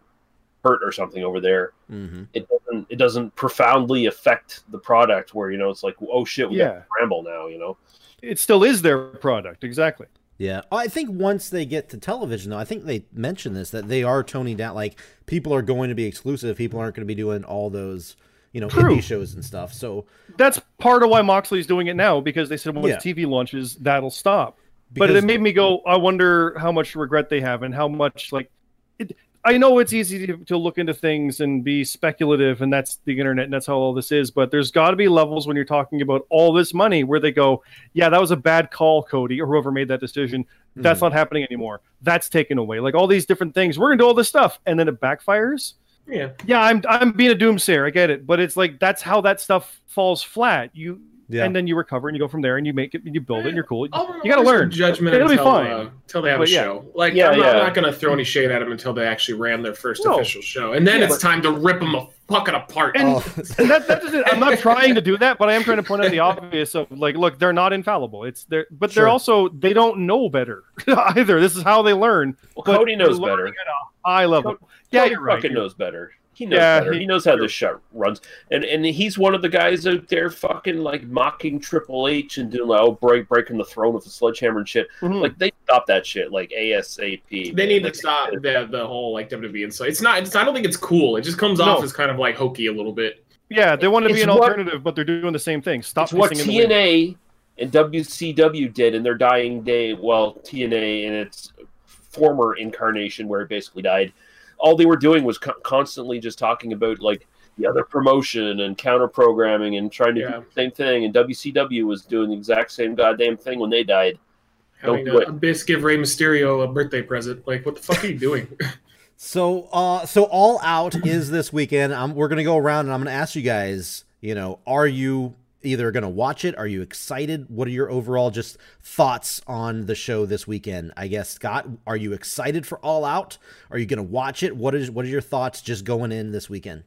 hurt or something over there Mm-hmm. it doesn't it doesn't profoundly affect the product where you know it's like oh shit we Yeah. got scramble now you know It still is their product, exactly. Yeah, Oh, I think once they get to television, though, I think they mentioned this that they are toning down. Like people are going to be exclusive. People aren't going to be doing all those, you know, True. indie shows and stuff. So, That's part of why Moxley's doing it now because they said once Yeah. TV launches, that'll stop. but because- it made me go, I wonder how much regret they have and how much like. It, I know it's easy to, to look into things and be speculative, and that's the internet, and that's how all this is. But there's got to be levels when you're talking about all this money where they go, "Yeah, that was a bad call, Cody, or whoever made that decision. Mm. That's not happening anymore. That's taken away. Like all these different things. We're gonna do all this stuff, and then it backfires." Yeah. yeah, I'm I'm being a doomsayer. I get it, but it's like that's how that stuff falls flat. You Yeah. and then you recover and you go from there and you make it and you build it and you're cool. Oh. I'll You gotta release learn. the Judgment It'll be until, fine. uh, until they have But a yeah. show. Like, Yeah, I'm, not, I'm yeah. not gonna throw any shade at them until they actually ran their first No. official show, and then Yeah, it's but- time to rip them a fucking Mm-hmm. apart. And- Oh, [laughs] And that, that doesn't, I'm not trying to do that, but I am trying to point out the obvious of like, look, they're not infallible. It's they're, but Sure. they're also they don't know better [laughs] either. This is how they learn. well, But cody knows they're better learning At a high level. yeah, Cody you're right. fucking You're- knows better he knows Yeah, better he- he, knows how this shot runs and and he's one of the guys out there fucking like mocking triple h and doing like oh break breaking the throne with a sledgehammer and shit Mhm. like they stop that shit like asap they man. need to Like, stop the the whole like WWE and so it's not. It's, I don't think it's cool. It just comes off No. as kind of like hokey a little bit. yeah, they want to be It's an what- alternative, but they're doing the same thing. Stop it's what pissing in the wind. tna and wcw did in their dying day well tna in its former incarnation where it basically died all they were doing was co- constantly just talking about like the other promotion and counter programming and trying to Yeah. do the same thing. And WCW was doing the exact same goddamn thing when they died. Having Don't a, a bisque give Rey Mysterio a birthday present. Like, what the fuck are you doing? [laughs] So, uh, so all out is this weekend. i we're gonna go around and I'm gonna ask you guys. You know, are you either gonna watch it? Are you excited? What are your overall just thoughts on the show this weekend? I guess Scott, are you excited for All Out? Are you gonna watch it? What is what are your thoughts just going in this weekend?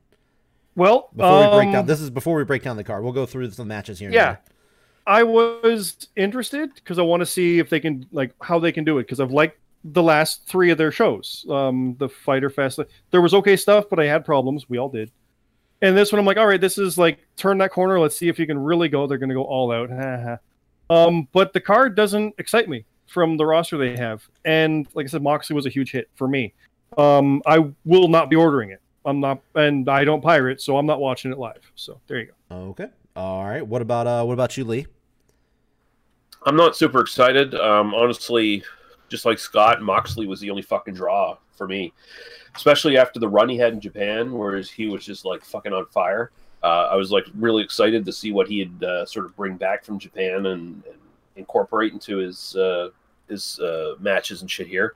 Well, Before we break um, down, this is before we break down the card. We'll go through the matches here. in a yeah minute. i was interested because i want to see if they can like how they can do it because i've liked the last three of their shows um the fighter fest there was okay stuff but i had problems we all did and this one i'm like all right this is like turn that corner let's see if you can really go they're going to go all out um but the card doesn't excite me from the roster they have and like i said moxley was a huge hit for me um i will not be ordering it i'm not and i don't pirate so i'm not watching it live so there you go Okay. All right. What about uh? What about you, Lee? I'm not super excited. Um, honestly, just like Scott, Moxley was the only fucking draw for me, especially after the run he had in Japan, whereas he was just like fucking on fire. Uh, I was like really excited to see what he'd uh, sort of bring back from Japan and, and incorporate into his uh, his uh, matches and shit here.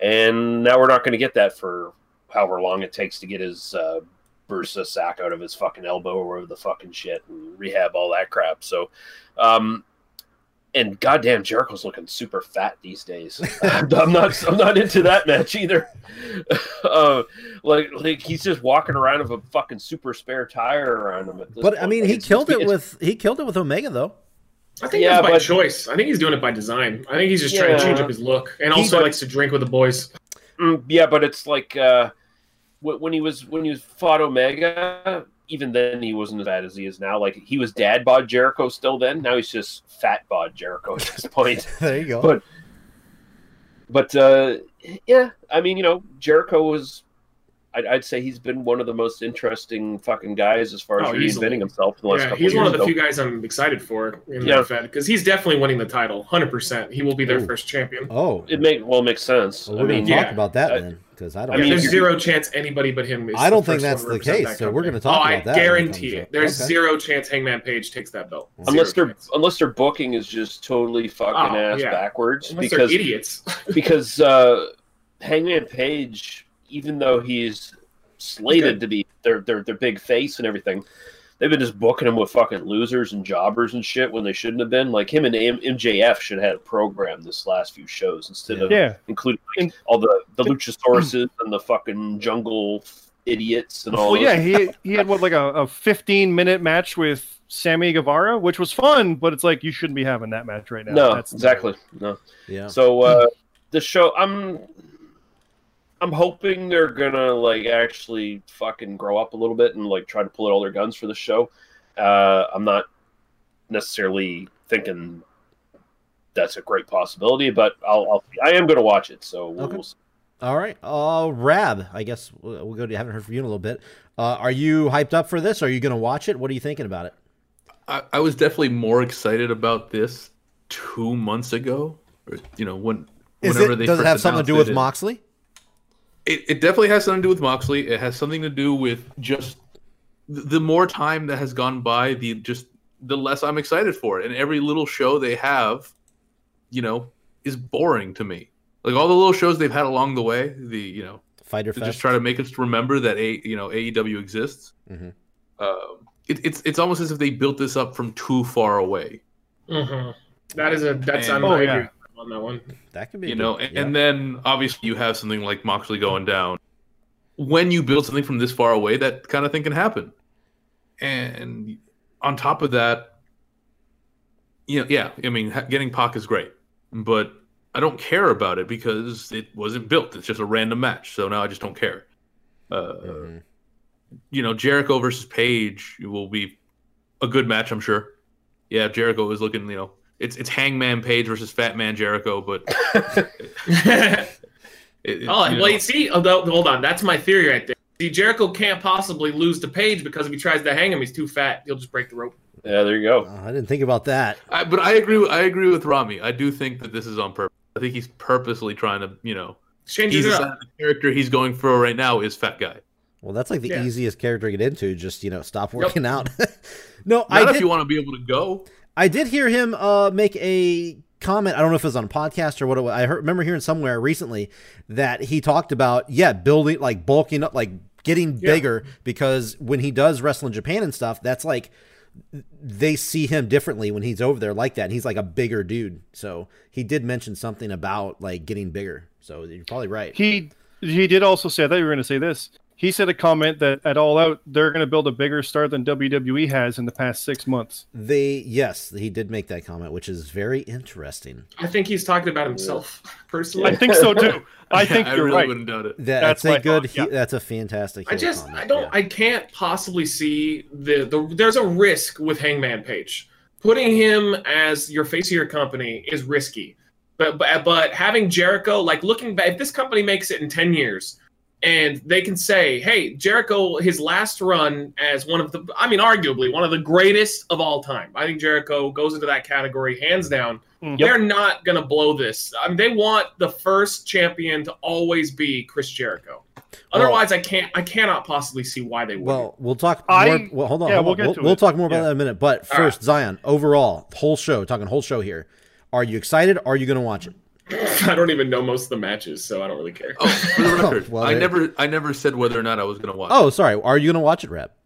And now we're not going to get that for however long it takes to get his uh, bursa sack out of his fucking elbow or whatever the fucking shit and rehab all that crap. So, um, and goddamn, Jericho's looking super fat these [laughs] days. I'm not, I'm not into that match either. [laughs] uh, like, like he's just walking around with a fucking super spare tire around him. At this But I point. mean, Like, he it's- killed it it's- with he killed it with Omega though. [laughs] I think Yeah, that's by but- choice. I think he's doing it by design. I think he's just trying to Yeah. change up his look, and also but- likes to drink with the boys. Mm, yeah, but it's like uh, wh- when he was when he was fought Omega. Even then, he wasn't as bad as he is now. Like he was dad bod Jericho still then. Now he's just fat bod Jericho at this [laughs] point. There you go. But- But uh, yeah, I mean, you know, Jericho was I'd, I'd say he's been one of the most interesting fucking guys as far as Oh, reinventing easily. himself. In the last Yeah, couple he's one of years. the few guys I'm excited for in Yeah. the Fed because he's definitely winning the title, hundred percent. He will be their Ooh. first champion. Oh, It make well it makes sense. well, I we're mean, gonna talk yeah, about that Uh, I- then, because I don't. I mean, mean, there's you- zero chance anybody but him. Is I don't the think first that's one to the represent case, that so we're company. gonna talk oh, about that when I it guarantee comes it. up. There's Okay. zero chance Hangman Page takes that belt. unless Zero they're chance. unless their booking is just totally fucking Oh, ass yeah. backwards unless because they're idiots. [laughs] because uh, Hangman Page, even though he's slated to be their, their their big face and everything, they've been just booking him with fucking losers and jobbers and shit when they shouldn't have been. Like him and M- MJF should have had a program this last few shows instead of Yeah. including like, And- all the the luchasauruses and the fucking jungle idiots and all. Well, yeah, those- he he had what like a, a 15 minute match with Sammy Guevara, which was fun, but it's like you shouldn't be having that match right now. no, That's- exactly, no. Yeah. So uh, the show, I'm, I'm hoping they're gonna like actually fucking grow up a little bit and like try to pull out all their guns for the show. Uh, I'm not necessarily thinking that's a great possibility, but I'll, I'll I am gonna watch it. So we'll, Okay. we'll see. All right. Uh, Rab, I guess we'll we'll go to. Haven't heard from you in a little bit. Uh, are you hyped up for this? Are you going to watch it? What are you thinking about it? I, I was definitely more excited about this two months ago, or you know when Is whenever it they does it first have something to do announced with it. Moxley? It, it definitely has something to do with Moxley. It has something to do with just th- the more time that has gone by, the just the less I'm excited for it. And every little show they have, you know, is boring to me. Like all the little shows they've had along the way, the you know Fighter to Fest. just try to make us remember that a you know AEW exists. Mhm. Um, it, it's it's almost as if they built this up from too far away, Mhm. That is a that's I'm Oh, I agree yeah. on that one. that could be. a you good- know. And, yeah. and then obviously you have something like Moxley going down. When you build something from this far away, that kind of thing can happen. And on top of that, you know, yeah, I mean, ha- getting Pac is great, but I don't care about it because it wasn't built. It's just a random match, so now I just don't care. Uh, Mhm. you know, Jericho versus Page will be a good match, I'm sure. Yeah, Jericho is looking, you know, it's it's Hangman Page versus Fat Man Jericho, but [laughs] it, it- oh, you well, know, you see, although, hold on, that's my theory right there. See, Jericho can't possibly lose to Page because if he tries to hang him, he's too fat. He'll just break the rope. Yeah, there you go. Oh, I didn't think about that. I, but I agree. With, I agree with Rami. I do think that this is on purpose. I think he's purposely trying to, you know, Changes he's it decided up. the character he's going for right now is fat guy. Well, that's like the Yeah. easiest character to get into. Just you know, stop working out. [laughs] no, Not I if did. you want to be able to go. I did hear him uh, make a comment. I don't know if it was on a podcast or what. It was. I heard, remember hearing somewhere recently that he talked about yeah, building like bulking up, like getting bigger because when he does wrestle in Japan and stuff, that's like they see him differently when he's over there like that. And he's like a bigger dude. So he did mention something about like getting bigger. So you're probably right. He he did also say I thought you were going to say this. He said a comment that at All Out they're going to build a bigger star than WWE has in the past six months. They yes, he did make that comment, which is very interesting. I think he's talking about himself personally. I think so too. I [laughs] think I you're really right. wouldn't doubt it. That, That's that's, my a good. thought, yeah. he- that's a fantastic. I heel just comment, I don't yeah. I can't possibly see the the there's a risk with Hangman Page. Putting him as your face of your company is risky. But but, but having Jericho like looking back if this company makes it in 10 years and they can say, "Hey, Jericho his last run as one of the I mean arguably one of the greatest of all time." I think Jericho goes into that category hands down. Mhm. They're not going to blow this. I mean they want the first champion to always be Chris Jericho. Otherwise, I can't. I cannot possibly see why they would. Well, we'll talk more. I- well, hold on. yeah, hold we'll on. get we'll, to we'll it. talk more about Yeah. that in a minute. But All first, Zion, overall, whole show, talking whole show here. Are you excited? Are you going to watch it? [laughs] I don't even know most of the matches, so I don't really care. Oh, for [laughs] the record, Well, I it- never, I never said whether or not I was going to watch. Oh, sorry. Are you going to watch it, Rep?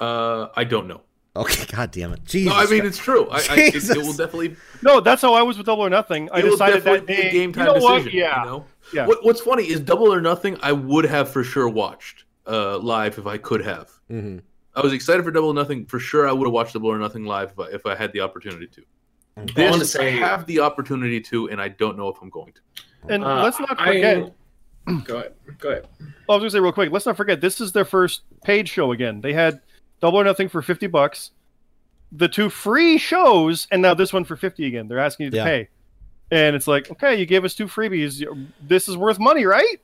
uh, I don't know. Okay, [laughs] god damn it. Jesus. No, I mean Christ. it's true. I, I, it, Jesus. it will definitely No, that's how I was with Double or Nothing. I it was decided that definitely day. a game time you know decision. what? Yeah, You know? Yeah. What, what's funny is Double or Nothing. I would have for sure watched uh, live if I could have. Mhm. I was excited for Double or Nothing. For sure, I would have watched Double or Nothing live if I, if I had the opportunity to. I wanna This I say- have the opportunity to, and I don't know if I'm going to. and Uh, let's not I- forget. go ahead. Go ahead. I was gonna say real quick. Let's not forget this is their first paid show again. They had Double or Nothing for fifty bucks, the two free shows, and now this one for fifty again. They're asking you to Yeah. pay, and it's like, okay, you gave us two freebies. This is worth money, right?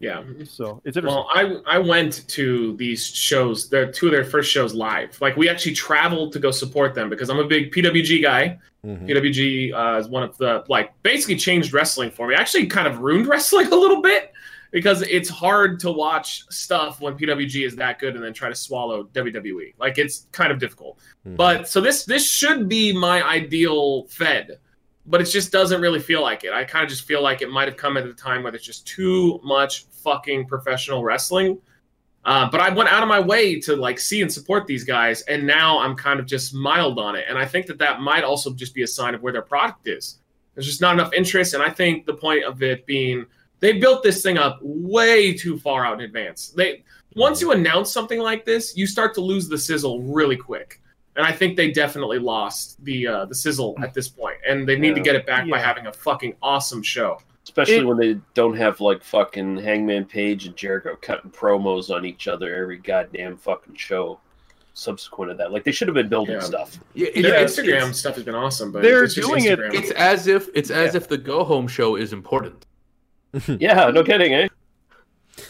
Yeah. So it's interesting. Well, I I went to these shows. Their two of their first shows live. Like we actually traveled to go support them because I'm a big PWG guy. Mhm. PWG uh, is one of the like basically changed wrestling for me. Actually, kind of ruined [laughs] wrestling a little bit because it's hard to watch stuff when PWG is that good and then try to swallow WWE. Like it's kind of difficult. But so this this should be my ideal Fed, but it just doesn't really feel like it. I kind of just feel like it might have come at a time where there's just too much fucking professional wrestling. Uh, but I went out of my way to like see and support these guys, and now I'm kind of just mild on it. And I think that that might also just be a sign of where their product is. There's just not enough interest, and I think the point of it being they built this thing up way too far out in advance. They once you announce something like this, you start to lose the sizzle really quick, and I think they definitely lost the uh, the sizzle at this point, and they need to Yeah. get it back by Yeah. having a fucking awesome show. Especially It- when they don't have like fucking Hangman Page and Jericho cutting promos on each other every goddamn fucking show subsequent to that. Like they should have been building Yeah. [laughs] stuff. Yeah, it- Their it's- Instagram It's, stuff has been awesome, but They're it's just doing it- Instagram. it's as if it's as if the go home show is important. Yeah, no kidding, eh?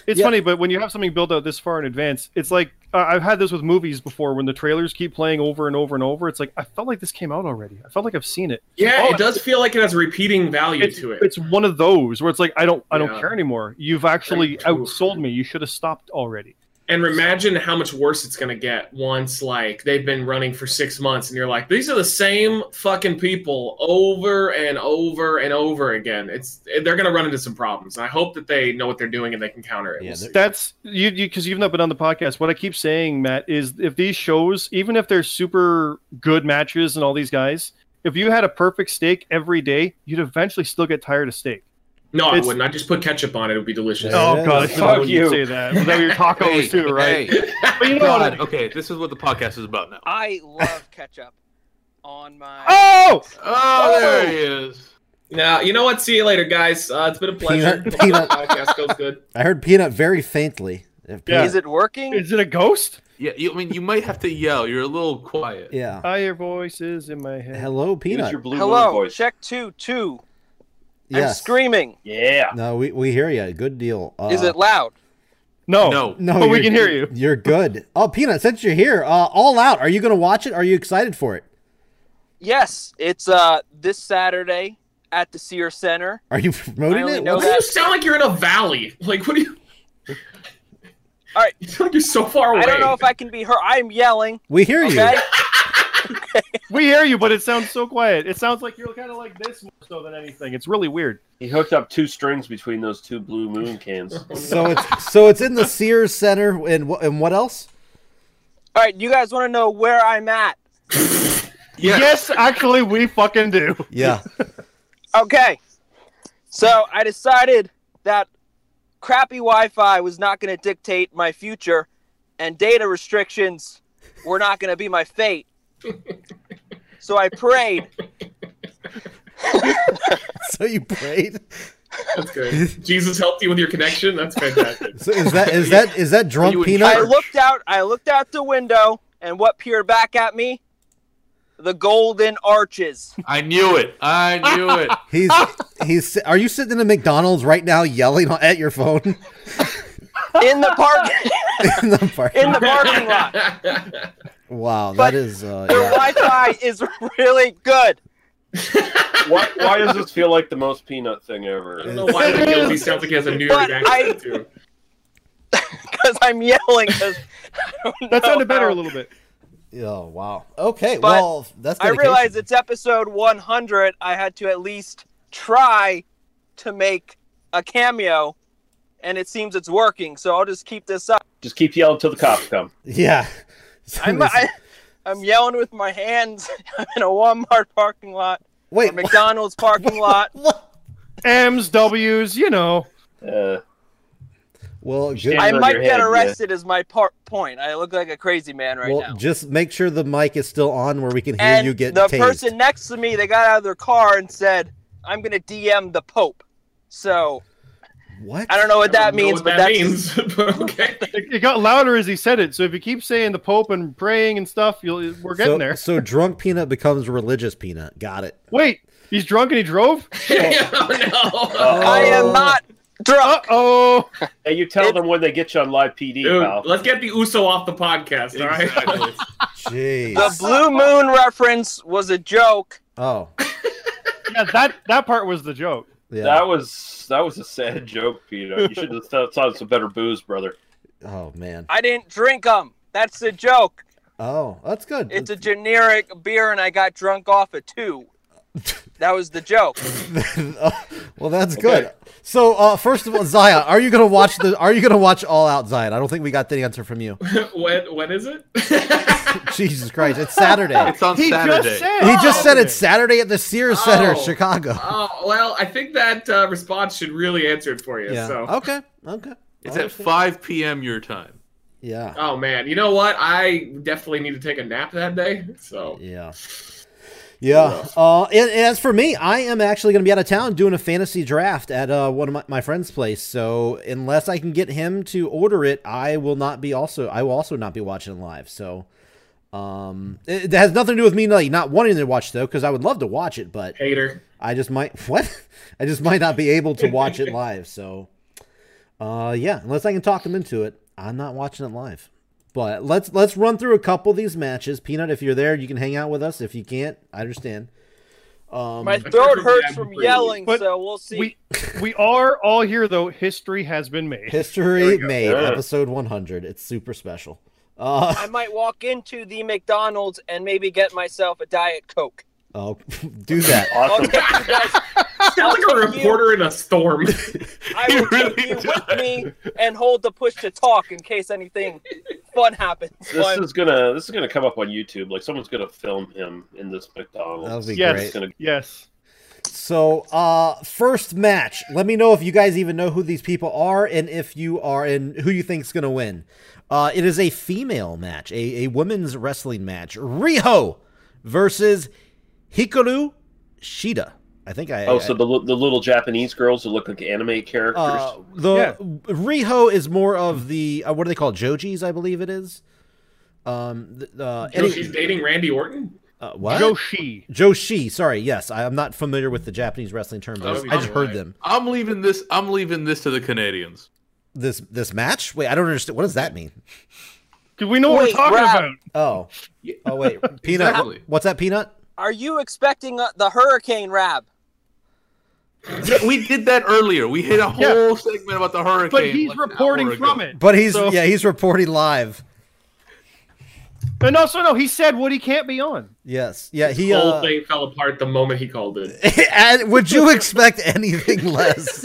It's Yeah. funny, but when you have something built out this far in advance, it's like uh, I've had this with movies before when the trailers keep playing over and over and over. It's like I felt like this came out already. I felt like I've seen it. Yeah, Oh, it does feel like it has repeating value It's, to it. it's one of those where it's like I don't I don't Yeah. care anymore. You've actually Like, oof. outsold me. You should have stopped already. and imagine how much worse it's going to get once like they've been running for 6 months and you're like these are the same fucking people over and over and over again. It's they're going to run into some problems. And I hope that they know what they're doing and they can counter it. Yeah, We'll see. That's you because you, have not been on the podcast. What I keep saying, Matt, is if these shows, even if they're super good matches and all these guys, if you had a perfect steak every day, you'd eventually still get tired of steak. no, I it's- wouldn't. I'd just put ketchup on it. It would be delicious. Yeah. Oh god, I Fuck thought you you. say that. Without your tacos Hey, too, right? hey, [laughs] But you know what I God, okay, this is what the podcast is about now. I love ketchup on my. Oh! Oh, there he is. Now, you know what? See you later, guys. Uh, it's been a pleasure. Peanut- [laughs] peanut. Podcast goes good. I heard peanut very faintly. If Yeah. Is it working? Is it a ghost? Yeah, you, I mean, you might have to yell. You're a little quiet. yeah. I hear voices in my head. Hello, Use peanut. your blue moon Hello, voice. check two two. I'm yes. screaming. Yeah. No, we, we hear you. Good deal. Uh, Is it loud? No, No. No, but we you're- can hear you. You're good. Oh, peanut, since you're here, uh, all out. Are you going to watch it? Are you excited for it? Yes, it's uh this Saturday at the Sears Center. Are you [laughs] promoting I only it? know What's- Why do you that- sound like you're in a valley? Like, what do you? All right. [laughs] you sound like you're so far away. I don't know if I can be heard. I'm yelling. We hear you. Okay. We hear you, but it sounds so quiet. It sounds like you're kind of like this more so than anything. It's really weird. He hooked up two strings between those two blue moon cans. So it's so it's in the Sears Center and wh- and what else? All right, you guys want to know where I'm at? Yeah. Yes, actually, we fucking do. Yeah. Okay. So I decided that crappy Wi Fi was not going to dictate my future, and data restrictions were not going to be my fate. so I prayed. [laughs] so you prayed. That's good. Jesus helped you with your connection. That's fantastic. So is that is that is that drunk you in peanut? I Church. looked out. I looked out the window, and what peered back at me? The golden arches. I knew it. I knew [laughs] it. He's Ah! he's. Are you sitting in a McDonald's right now, yelling at your phone [laughs] in the park. [laughs] in the park? in the parking lot. Wow, But- that is. Uh, [laughs] Your yeah. Wi-Fi is really good. [laughs] why, why does this feel like the most peanut thing ever? I don't know why the guilty sounds like he has a New York But I- accent [laughs] too. because I'm yelling. Cause I don't That know sounded better a how- little bit. Oh wow. Okay. But well, that's. I dedication. eh? realize it's episode 100. I had to at least try to make a cameo, and it seems it's working. So I'll just keep this up. Just keep yelling till the cops come. Yeah. [laughs] I'm, I, I'm yelling with my hands. [laughs] I'm in a Walmart parking lot, a Wait. What, McDonald's [laughs] parking lot. what? M's, W's, you know. Uh, Well, good. Hands I on might your get head, yeah. arrested. Is my part point? I look like a crazy man right well, now. just make sure the mic is still on where we can hear and you get the tased. person next to me they got out of their car and said i'm gonna dm the pope so what? i don't know what I don't that know means what but that that's means. [laughs] but [laughs] okay. It, it got louder as he said it. So if you keep saying the Pope and praying and stuff, you'll we're getting so, there. So drunk peanut becomes religious peanut. Got it. [laughs] Wait, he's drunk and he drove. oh no. i am not drunk. Oh, Hey, you tell them when they get you on live PD, Dude, pal. let's get the Uso off the podcast, all right? Exactly. Jeez. Oh. The Blue Moon reference was a joke. Oh, yeah, that that part was the joke. yeah. That was that was a sad joke, Peter. You should have thought thought of some better booze, brother. Oh man. I didn't drink them. That's the joke. Oh, that's good. [laughs] It's a generic beer, and I got drunk off of two. That was the joke. well, that's good. So, uh, first of all, Zion, are you gonna watch the? Are you gonna watch All Out, Zion? I don't think we got the answer from you. [laughs] when when is it? [laughs] Jesus Christ, [laughs] it's Saturday. It's on [laughs] He Saturday. just said. He just said it's Saturday at the Sears Center, Oh. Chicago. oh well, I think that uh, response should really answer it for you. Yeah. Oh. So, Okay. Okay. It's at Okay. 5 p.m. your time. Yeah. oh man, you know what? I definitely need to take a nap that day. So, Yeah. Yeah. Uh, and, and as for me, I am actually going to be out of town doing a fantasy draft at uh, one of my, my friend's place. So unless I can get him to order it, I will not be also. I will also not be watching live. So um, it, it has nothing to do with me like not wanting to watch though, because I would love to watch it, but hater. I just might [laughs] what? I just might not be able to watch it live. So uh, yeah, unless I can talk them into it, I'm not watching it live. But let's let's run through a couple of these matches. Peanut, if you're there, you can hang out with us. If you can't, I understand. Um, My throat hurts from yelling, But so we'll see. We we are all here though. History has been made. history made Yeah. episode 100. It's super special. Uh, [laughs] I might walk into the McDonald's and maybe get myself a Diet [laughs] Coke. I'll oh, [laughs] do that. I'll Awesome. take you guys. Sounds like a Fuck you. reporter in a [laughs] storm. I will take you with me and hold the push to talk in case anything fun happens. This But is gonna this is gonna come up on YouTube. Like someone's gonna film him in this McDonald's. That'll be Yes. great. It's gonna- Yes. So, uh, first match. Let me know if you guys even know who these people are and if you are and who you think's gonna win. Uh, it is a female match, a, a women's wrestling match. Riho versus Hikaru Shida. I think I. Oh, so the li- the little Japanese girls that look like anime characters. uh, the Yeah. Riho is more of the uh, what do they call Joji's? I believe it is. Um, th- uh, You know, any- she's dating Randy Orton. uh, what? Joshi. Joshi. Sorry, yes, I, am not familiar with the Japanese wrestling terms. I Oh, just, I I'm just heard right. them. I'm leaving this. I'm leaving this to the Canadians. this this match? Wait, I don't understand. What does that mean? Do we know what Wait, we're talking Rob. about? Oh, oh wait, peanut. Exactly. What's that peanut? are you expecting uh, the hurricane rab? Yeah, [laughs] we did that earlier. We hit a whole segment about the hurricane. But he's like an hour reporting ago. from it. But he's So- yeah, he's reporting live. And also, no, he said what he can't be on. Yes, yeah, he. The whole Uh, thing fell apart the moment he called it. [laughs] and would you expect anything less?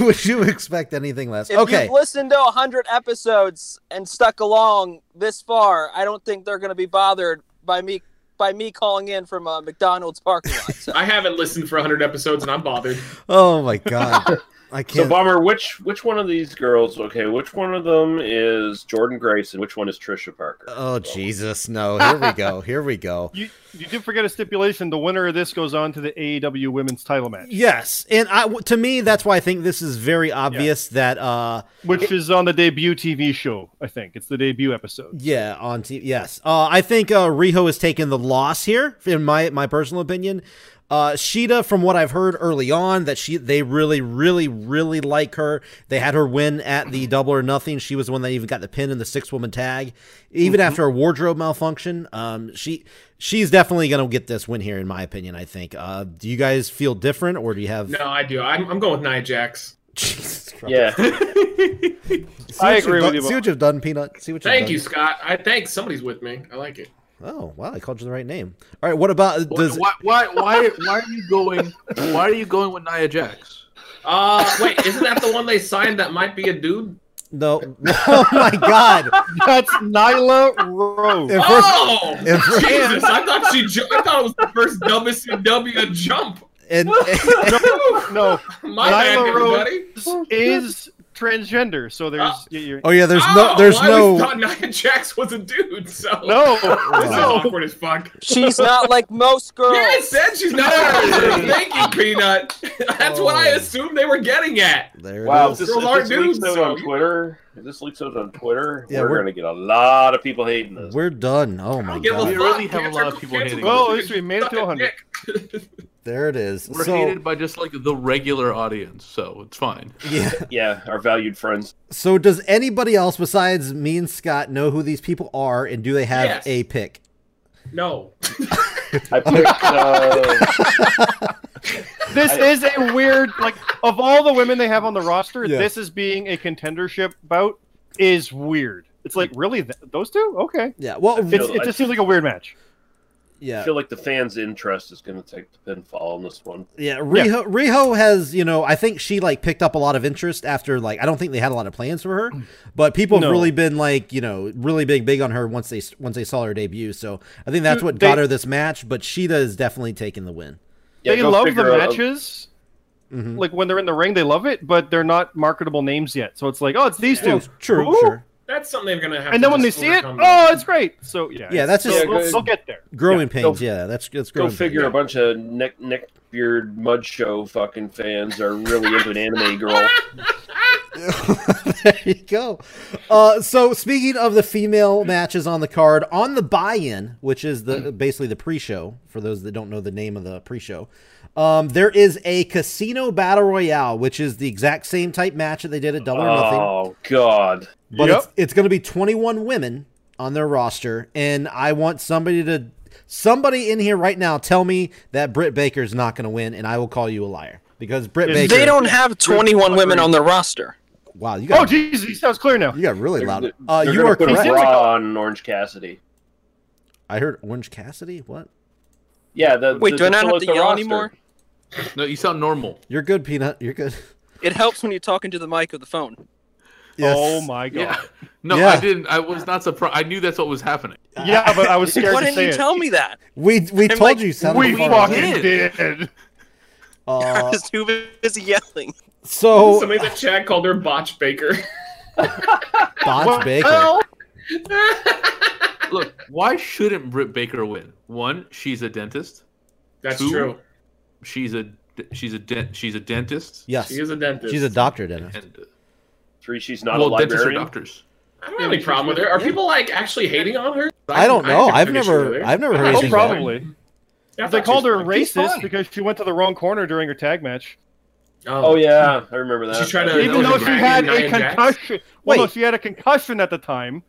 would you expect anything less? If Okay, you've listened to 100 episodes and stuck along this far, I don't think they're going to be bothered by me by me calling in from a McDonald's parking lot. So I haven't listened for 100 episodes and I'm bothered. Oh my god, I so can't. Bomber, which which one of these girls? Okay, which one of them is Jordan Grace and which one is Trisha Parker? oh Jesus, no! Here we go. Here [laughs] we go. You you did forget a stipulation. The winner of this goes on to the AEW Women's Title match, Yes, and I to me that's why I think this is very obvious that uh which is on the debut TV show. I think it's the debut episode. Yeah, on TV. Yes, uh, I think uh, Riho has taken the loss here, in my my personal opinion. Uh, Shida, from what I've heard early on, that she they really, really, really like her. They had her win at the Double or Nothing. She was the one that even got the pin in the six woman tag, even after a wardrobe malfunction. Um, she she's definitely gonna get this win here, in my opinion. I think. Uh, do you guys feel different, or do you have? No, I do. I'm, I'm going with Nia Jax. [laughs] Jesus Christ. Yeah, See I what you've agree with done- you, See what you've done, Peanut. See what you've Thank done. you, Scott. I Thanks. Somebody's with me. I like it. Oh wow, I called you the right name. All right, what about does? Why, why, why, why are you going? Why are you going with Nia Jax? Uh, wait, isn't that the one they signed that might be a dude? No. [laughs] Oh my God. [laughs] That's Nyla Rose. And first, Oh, and, fir- [laughs] Jesus! I thought she. Ju- I thought it was the first WCW jump. and, no, My bad, Nyla everybody. Rose is transgender. So there's yeah, you're- oh yeah, there's Oh, no, there's I always no. thought Nia Jax was a dude. So no. this is no. awkward as fuck. [laughs] she's not like most girls. Yes, said she's not. Thank you, Peanut. [laughs] That's what I Oh. assumed they were getting at. There it [laughs] wow. If is. this, Girls if are this leaks dudes, out so on you- Twitter, if this leaks out on Twitter, Yeah, we're, we're- gonna get a lot of people hating this. We're done. Oh my Give a We God. really fuck. have a lot of Cancel- people cancel hating culture Well, at is least we made it to sucking 100. dick. [laughs] There it is. We're so, hated by just like the regular audience, so it's fine. [laughs] yeah. Yeah, our valued friends. So does anybody else besides me and Scott know who these people are, and do they have Yes. a pick? No. I [laughs] picked. Uh, This is a weird like of all the women they have on the roster, Yeah. this is being a contendership bout is weird. It's like really th- those two? Okay. Yeah. Well, I It's, feel- it just seems like a weird match. yeah. I feel like the fans' interest is going to take the pinfall on this one. Yeah, Riho Riho has, you know, I think she like picked up a lot of interest after like I don't think they had a lot of plans for her, but people have No. really been like, you know, really big big on her once they once they saw her debut. So I think that's Dude, what got they- her this match, but Sheeta is definitely taking the win. Yeah, they go love the figure out- matches. Mhm. Like when they're in the ring, they love it, but they're not marketable names yet. So it's like, oh, it's these two. Well, true, Ooh. sure. That's something they're gonna have. And to then when they just see it, overcome. oh, it's great. So yeah, Yeah, it's- that's just they'll, Yeah, go- they'll get there. Growing pains. go- yeah, that's that's Go growing. figure a pains. bunch of neck neck beard mud show fucking fans are really into an anime girl. [laughs] there you go. Uh, so speaking of the female matches on the card, on the buy-in, which is the Mm. basically the pre-show for those that don't know the name of the pre-show, um, there is a casino battle royale, which is the exact same type match that they did at Double [laughs] or Nothing, Oh god. but it's, it's going to be 21 women on their roster, and I want somebody to somebody in here right now tell me that Britt Baker's not going to win, and I will call you a liar because Britt They Baker. They don't have 21 women on their roster. wow, you Oh, got geez, he sounds clear now. you got really They're- loud. they're- Uh, they're you gonna are put a correct. bra on Orange Cassidy. I heard Orange Cassidy. What? Yeah, the Wait, the, do I the not fill have out to the yell roster. anymore? No, you sound normal. You're good, Peanut. You're good. It helps when you're talking to the mic of the phone. Oh my god. Yeah. No, Yeah. I didn't. I was not surprised. I knew that's what was happening. Yeah, but I was scared Why to didn't say you it. [laughs] tell me that? We we told like, you sounded we [laughs] funny. fucking did. I [laughs] Uh, was too busy yelling. [laughs] so Somebody in the chat called her Botch Baker. [laughs] Botch Baker. Well, Look, why shouldn't Britt Baker win? One, she's a dentist. That's Who? true. She's a she's a dent she's a dentist. Yes, She is a dentist. she's a doctor dentist. And Three, she's not well, a dentists are librarian. doctors. I don't have any problem with her. Are people like actually hating on her? I don't know. can I've figure never- she was I've never heard I oh, thought she anything was about fine. probably. I thought They she called was her fine. She's racist fine. because she went to the wrong corner during her tag match. Oh yeah, I remember that. She tried to- Even that though was she a Dragon had a Nia Jax? concussion. Well, no, Wait. she had a concussion at the time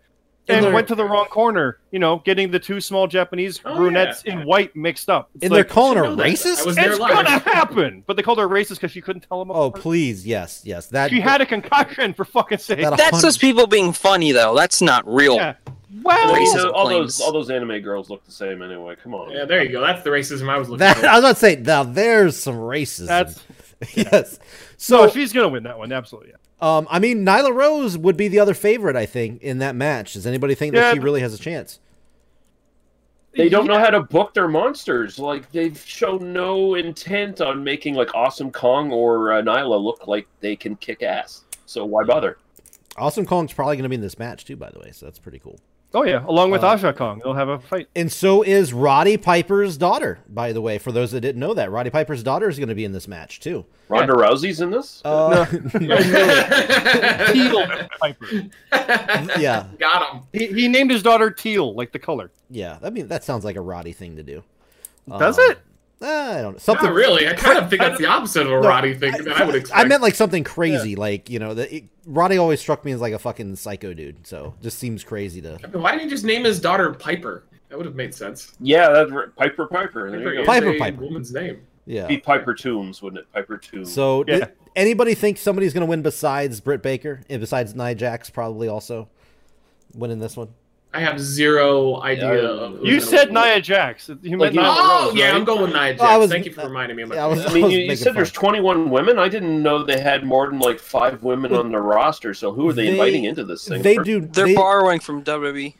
In and their- went to the wrong corner, you know, getting the two small Japanese Oh, brunettes yeah. in white mixed up. It's And like, they're calling I her know that. I racist. was there it's live. gonna happen. But they called her racist because she couldn't tell them Oh apart. please, yes, yes. That she had a concussion for fucking sake. that That's 100 just people being funny, though. That's not real. Yeah. Well, Well, you Racism know, all claims. those all those anime girls look the same anyway. Come on. Yeah, [laughs] [laughs] there you go. That's the racism I was [laughs] looking That, for. I was about to say now. There's some racism. that's [laughs] yes. so So she's gonna win that one. Absolutely. Yeah. um, I mean, Nyla Rose would be the other favorite. I think in that match. Does anybody think Yeah, that she but- really has a chance? They don't know how to book their monsters. Like they've shown no intent on making like Awesome Kong or uh, Nyla look like they can kick ass. So why bother? Awesome Kong's probably going to be in this match too. By the way, so that's pretty cool. Oh yeah, along with Uh, Asha Kong, they'll have a fight. And so is Roddy Piper's daughter. By the way, for those that didn't know that, Roddy Piper's daughter is going to be in this match too. Ronda Rousey's in this. Uh, Teal Piper. yeah, Got him. He, he named his daughter Teal, like the color. yeah. I mean, that sounds like a Roddy thing to do. Does Um, it? I don't know. Something Not really. I kind of think that's the opposite of a Roddy thing that I would expect. I meant like something crazy, like you know, the, it, Roddy always struck me as like a fucking psycho dude. So just seems crazy to Why didn't he just name his daughter Piper? That would have made sense. yeah, that Piper Piper. There Piper you is go. Piper, a Piper. woman's name. yeah. Be Piper Tombs, wouldn't it? Piper Tombs. So Yeah. did anybody think somebody's going to win besides Britt Baker and besides Nia Jax probably also winning this one? I have zero idea. Yeah, I- of who's You gonna said win. Nia Jax. You meant you- Nia Oh Rose, yeah, right? I'm going with Nia Jax. Well, I was- uh, Thank you for reminding me about Yeah, I was, that. [laughs] I mean, was you, you making said fun. there's 21 women. I didn't know they had more than like five women on the roster. So who are they, They- inviting into this thing? They do. They're they- borrowing from WWE.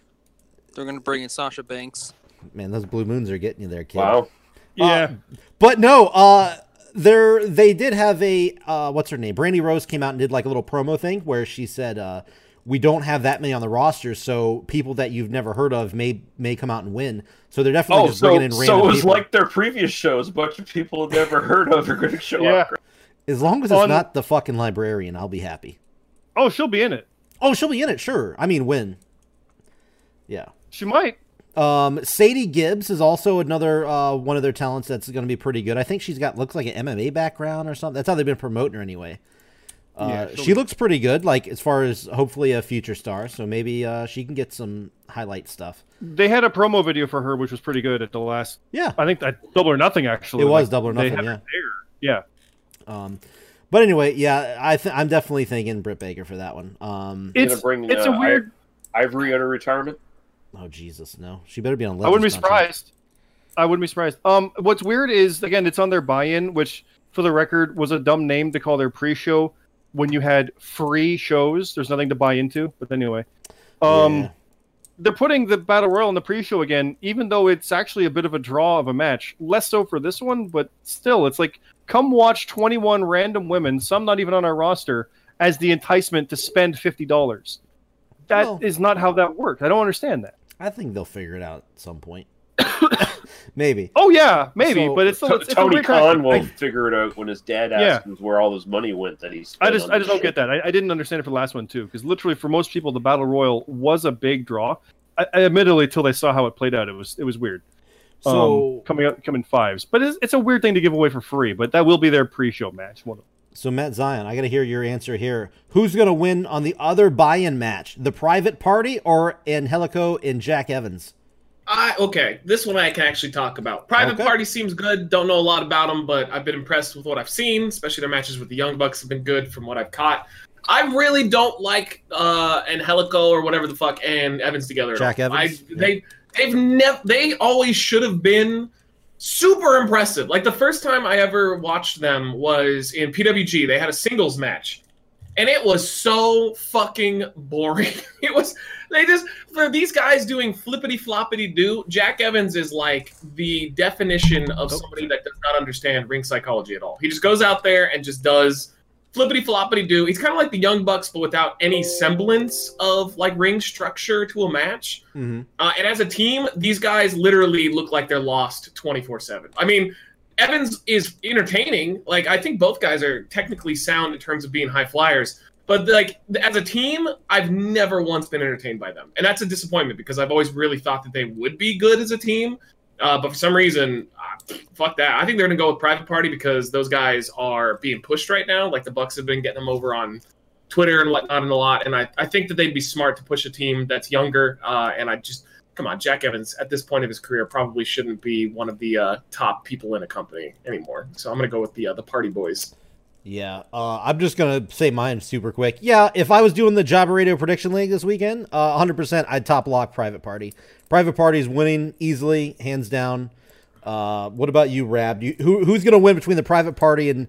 They're going to bring in Sasha Banks. man, those blue moons are getting you there, kid. Wow. Yeah. But no, uh there they did have a uh what's her name? Brandy Rose came out and did like a little promo thing where she said uh we don't have that many on the roster, so people that you've never heard of may may come out and win. So they're definitely Oh, just so, bringing in random so it was people. like their previous shows. A bunch of people have [laughs] never heard of are going to show Yeah. up. as long as it's on- not the fucking librarian, I'll be happy. Oh, she'll be in it. Oh, she'll be in it, sure. I mean, win. Yeah. She might. Um, Sadie Gibbs is also another uh, one of their talents that's going to be pretty good. I think she's got looks like an MMA background or something. That's how they've been promoting her anyway. Uh, Yeah, she'll she be- looks pretty good, like as far as hopefully a future star. So maybe uh, she can get some highlight stuff. They had a promo video for her, which was pretty good at the last. Yeah. I think that Double or Nothing actually. It was Like, Double or they Nothing, had her yeah. there. Yeah. Um, but anyway, yeah, I th- I'm definitely thinking Britt Baker for that one. Um, It's- gonna bring it's uh, a weird- I- Ivory under retirement. oh Jesus, no, she better be on. I wouldn't be Lesnar's contract. surprised. I wouldn't be surprised. Um, what's weird is again, it's on their buy-in, which for the record was a dumb name to call their pre-show when you had free shows. There's nothing to buy into, but anyway, um, Yeah. they're putting the battle royal in the pre-show again, even though it's actually a bit of a draw of a match. Less so for this one, but still, it's like come watch 21 random women, some not even on our roster, as the enticement to spend fifty dollars. That is Well- not how that works. I don't understand that. I think they'll figure it out at some [coughs] point. Maybe. Oh yeah, maybe, So, but it's, still, To- it's, it's a Tony weird concept. Khan will figure it out when his dad asks Yeah. him where all his money went that he spent. I just on I this just don't get shit. that. I, I didn't understand it for the last one too, because literally for most people the battle royal was a big draw. I, I admittedly, till they saw how it played out, it was it was weird. Um, So coming up coming fives, but it's, it's a weird thing to give away for free. But that will be their pre-show match. One of so Matt Zion, I got to hear your answer here. Who's going to win on the other buy-in match, the Private Party or Angelico and Jack Evans? I okay. This one I can actually talk about. Private Okay. Party seems good. Don't know a lot about them, but I've been impressed with what I've seen. Especially their matches with the Young Bucks have been good from what I've caught. I really don't like uh Angelico or whatever the fuck and Evans together. at Jack all. Evans? I, They they've never they always should have been super impressive. Like the first time I ever watched them was in PWG. They had a singles match. And it was so fucking boring. [laughs] It was they just for these guys doing flippity floppity do. Jack Evans is like the definition of somebody that does not understand ring psychology at all. He just goes out there and just does flippity floppity do. He's kind of like the Young Bucks, but without any semblance of like ring structure to a match. Mm-hmm. Uh, and as a team, these guys literally look like they're lost 24 7. I mean, Evans is entertaining. Like, I think both guys are technically sound in terms of being high flyers. But, like, as a team, I've never once been entertained by them. And that's a disappointment because I've always really thought that they would be good as a team. Uh, but for some reason, ah, fuck that. I think they're going to go with Private Party because those guys are being pushed right now. Like, the Bucks have been getting them over on Twitter and whatnot and a lot. And I, I think that they'd be smart to push a team that's younger. Uh, and I just, come on, Jack Evans at this point of his career probably shouldn't be one of the uh, top people in a company anymore. So I'm going to go with the uh, the Party Boys. Yeah, uh, I'm just gonna say mine super quick. Yeah, if I was doing the Jobber Radio Prediction League this weekend, uh, 100%, I'd top lock Private Party. Private Party's winning easily, hands down. Uh, what about you, Rab? You, who, who's gonna win between the Private Party and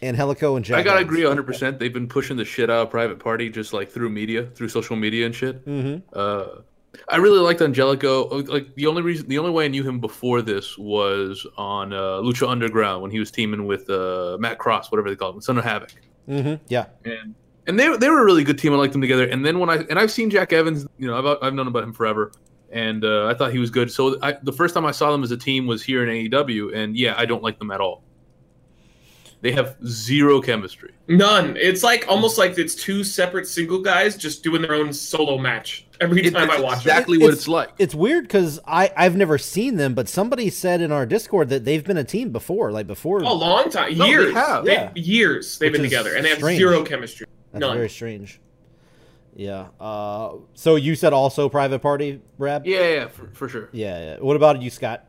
and Helico and Jack? I gotta Evans? agree 100%. They've been pushing the shit out of Private Party just like through media, through social media and shit. Mm-hmm. Uh, I really liked Angelico. Oh, Like the only reason, the only way I knew him before this was on uh, Lucha Underground when he was teaming with uh, Matt Cross, whatever they call him, Son of Havoc. Mm-hmm. Yeah. and and they they were a really good team. I liked them together. And then when I and I've seen Jack Evans, you know, I've I've known about him forever, and uh, I thought he was good. So I, the first time I saw them as a team was here in AEW, and yeah, I don't like them at all. They have zero chemistry. None. It's like almost like it's two separate single guys just doing their own solo match every It- time that's I watch it. exactly It- what it's- it's, like. It's weird because I I've never seen them, but somebody said in our Discord that they've been a team before, like before. Oh, A Oh, long time, No, they years, have. They've- Yeah. years they've Which been is together, and they have strange. zero chemistry. That's none. very strange. Yeah. Uh, so you said also Private Party, Rab? Yeah, yeah, for, for sure. Yeah. yeah. What about you, Scott?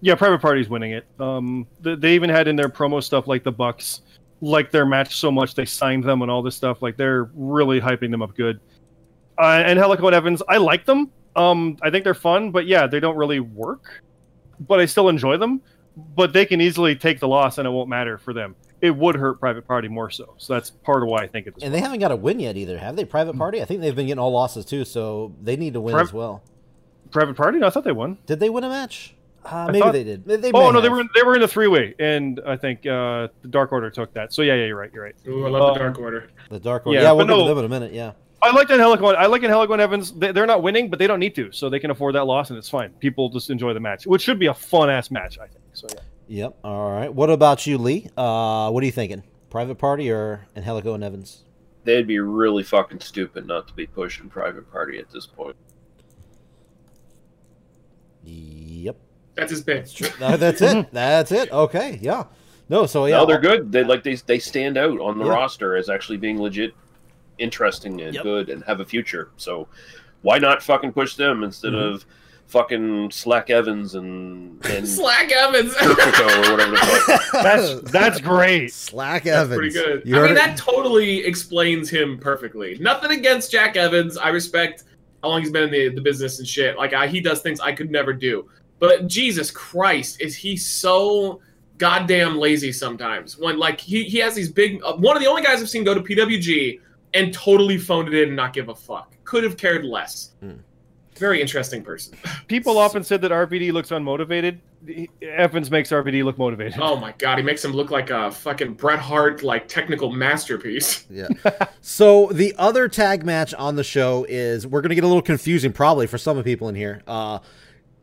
Yeah, Private Party's winning it. Um, th- they even had in their promo stuff like the Bucks, like their match so much they signed them and all this stuff. Like they're really hyping them up good. Uh, and Helico and Evans, I like them. Um, I think they're fun, but yeah, they don't really work. But I still enjoy them. But they can easily take the loss, and it won't matter for them. It would hurt Private Party more so. So that's Hmm. part of why I think it is. And they haven't got a win yet either, have they? Private Party? I think they've been getting all losses too, so they need to win Pri- as well. Private Party? I thought they won. Did they win a match? Uh, I maybe thought- they did. They, they oh may no, they have. were in, they were in the three way, and I think uh, the Dark Order took that. So yeah, yeah, you're right, you're right. Ooh, I love Uh, the Dark Order. the Dark Order. Yeah, Yeah, we'll but get to no- them in a minute. Yeah, I like that Helico. I like in Helico and Evans. They, they're not winning, but they don't need to, so they can afford that loss, and it's fine. People just enjoy the match, which should be a fun ass match, I think. So [laughs] yeah. yep. All right. What about you, Lee? Uh, what are you thinking? Private Party or Angelico and Evans? They'd be really fucking stupid not to be pushing Private Party at this point. Yep. That's his pick. [laughs] No, that's it. That's it. Okay. Yeah. No. So yeah. [laughs] No, they're good. They like they they stand out on the Yeah. roster as actually being legit, interesting and good and have a future. So why not fucking push them instead Mm-hmm. of fucking Slack Evans and and [laughs] Slack Evans. Kirkiko or whatever the [laughs] fuck. That's that's great. [laughs] Slack That's Evans. pretty good. You I heard mean, it? that totally explains him perfectly. Nothing against Jack Evans. I respect how long he's been in the, the business and shit. Like, I, he does things I could never do. But Jesus Christ, is he so goddamn lazy sometimes? When, like, he, he has these big. Uh, one of the only guys I've seen go to PWG and totally phoned it in and not give a fuck. Could have cared less. Hmm. Very interesting person. People often said that RVD looks unmotivated. He- Evans makes RVD look motivated. Oh my god, he makes him look like a fucking Bret Hart, like, technical masterpiece. [laughs] Yeah. so the other tag match on the show is we're gonna get a little confusing probably for some of people in here. Uh,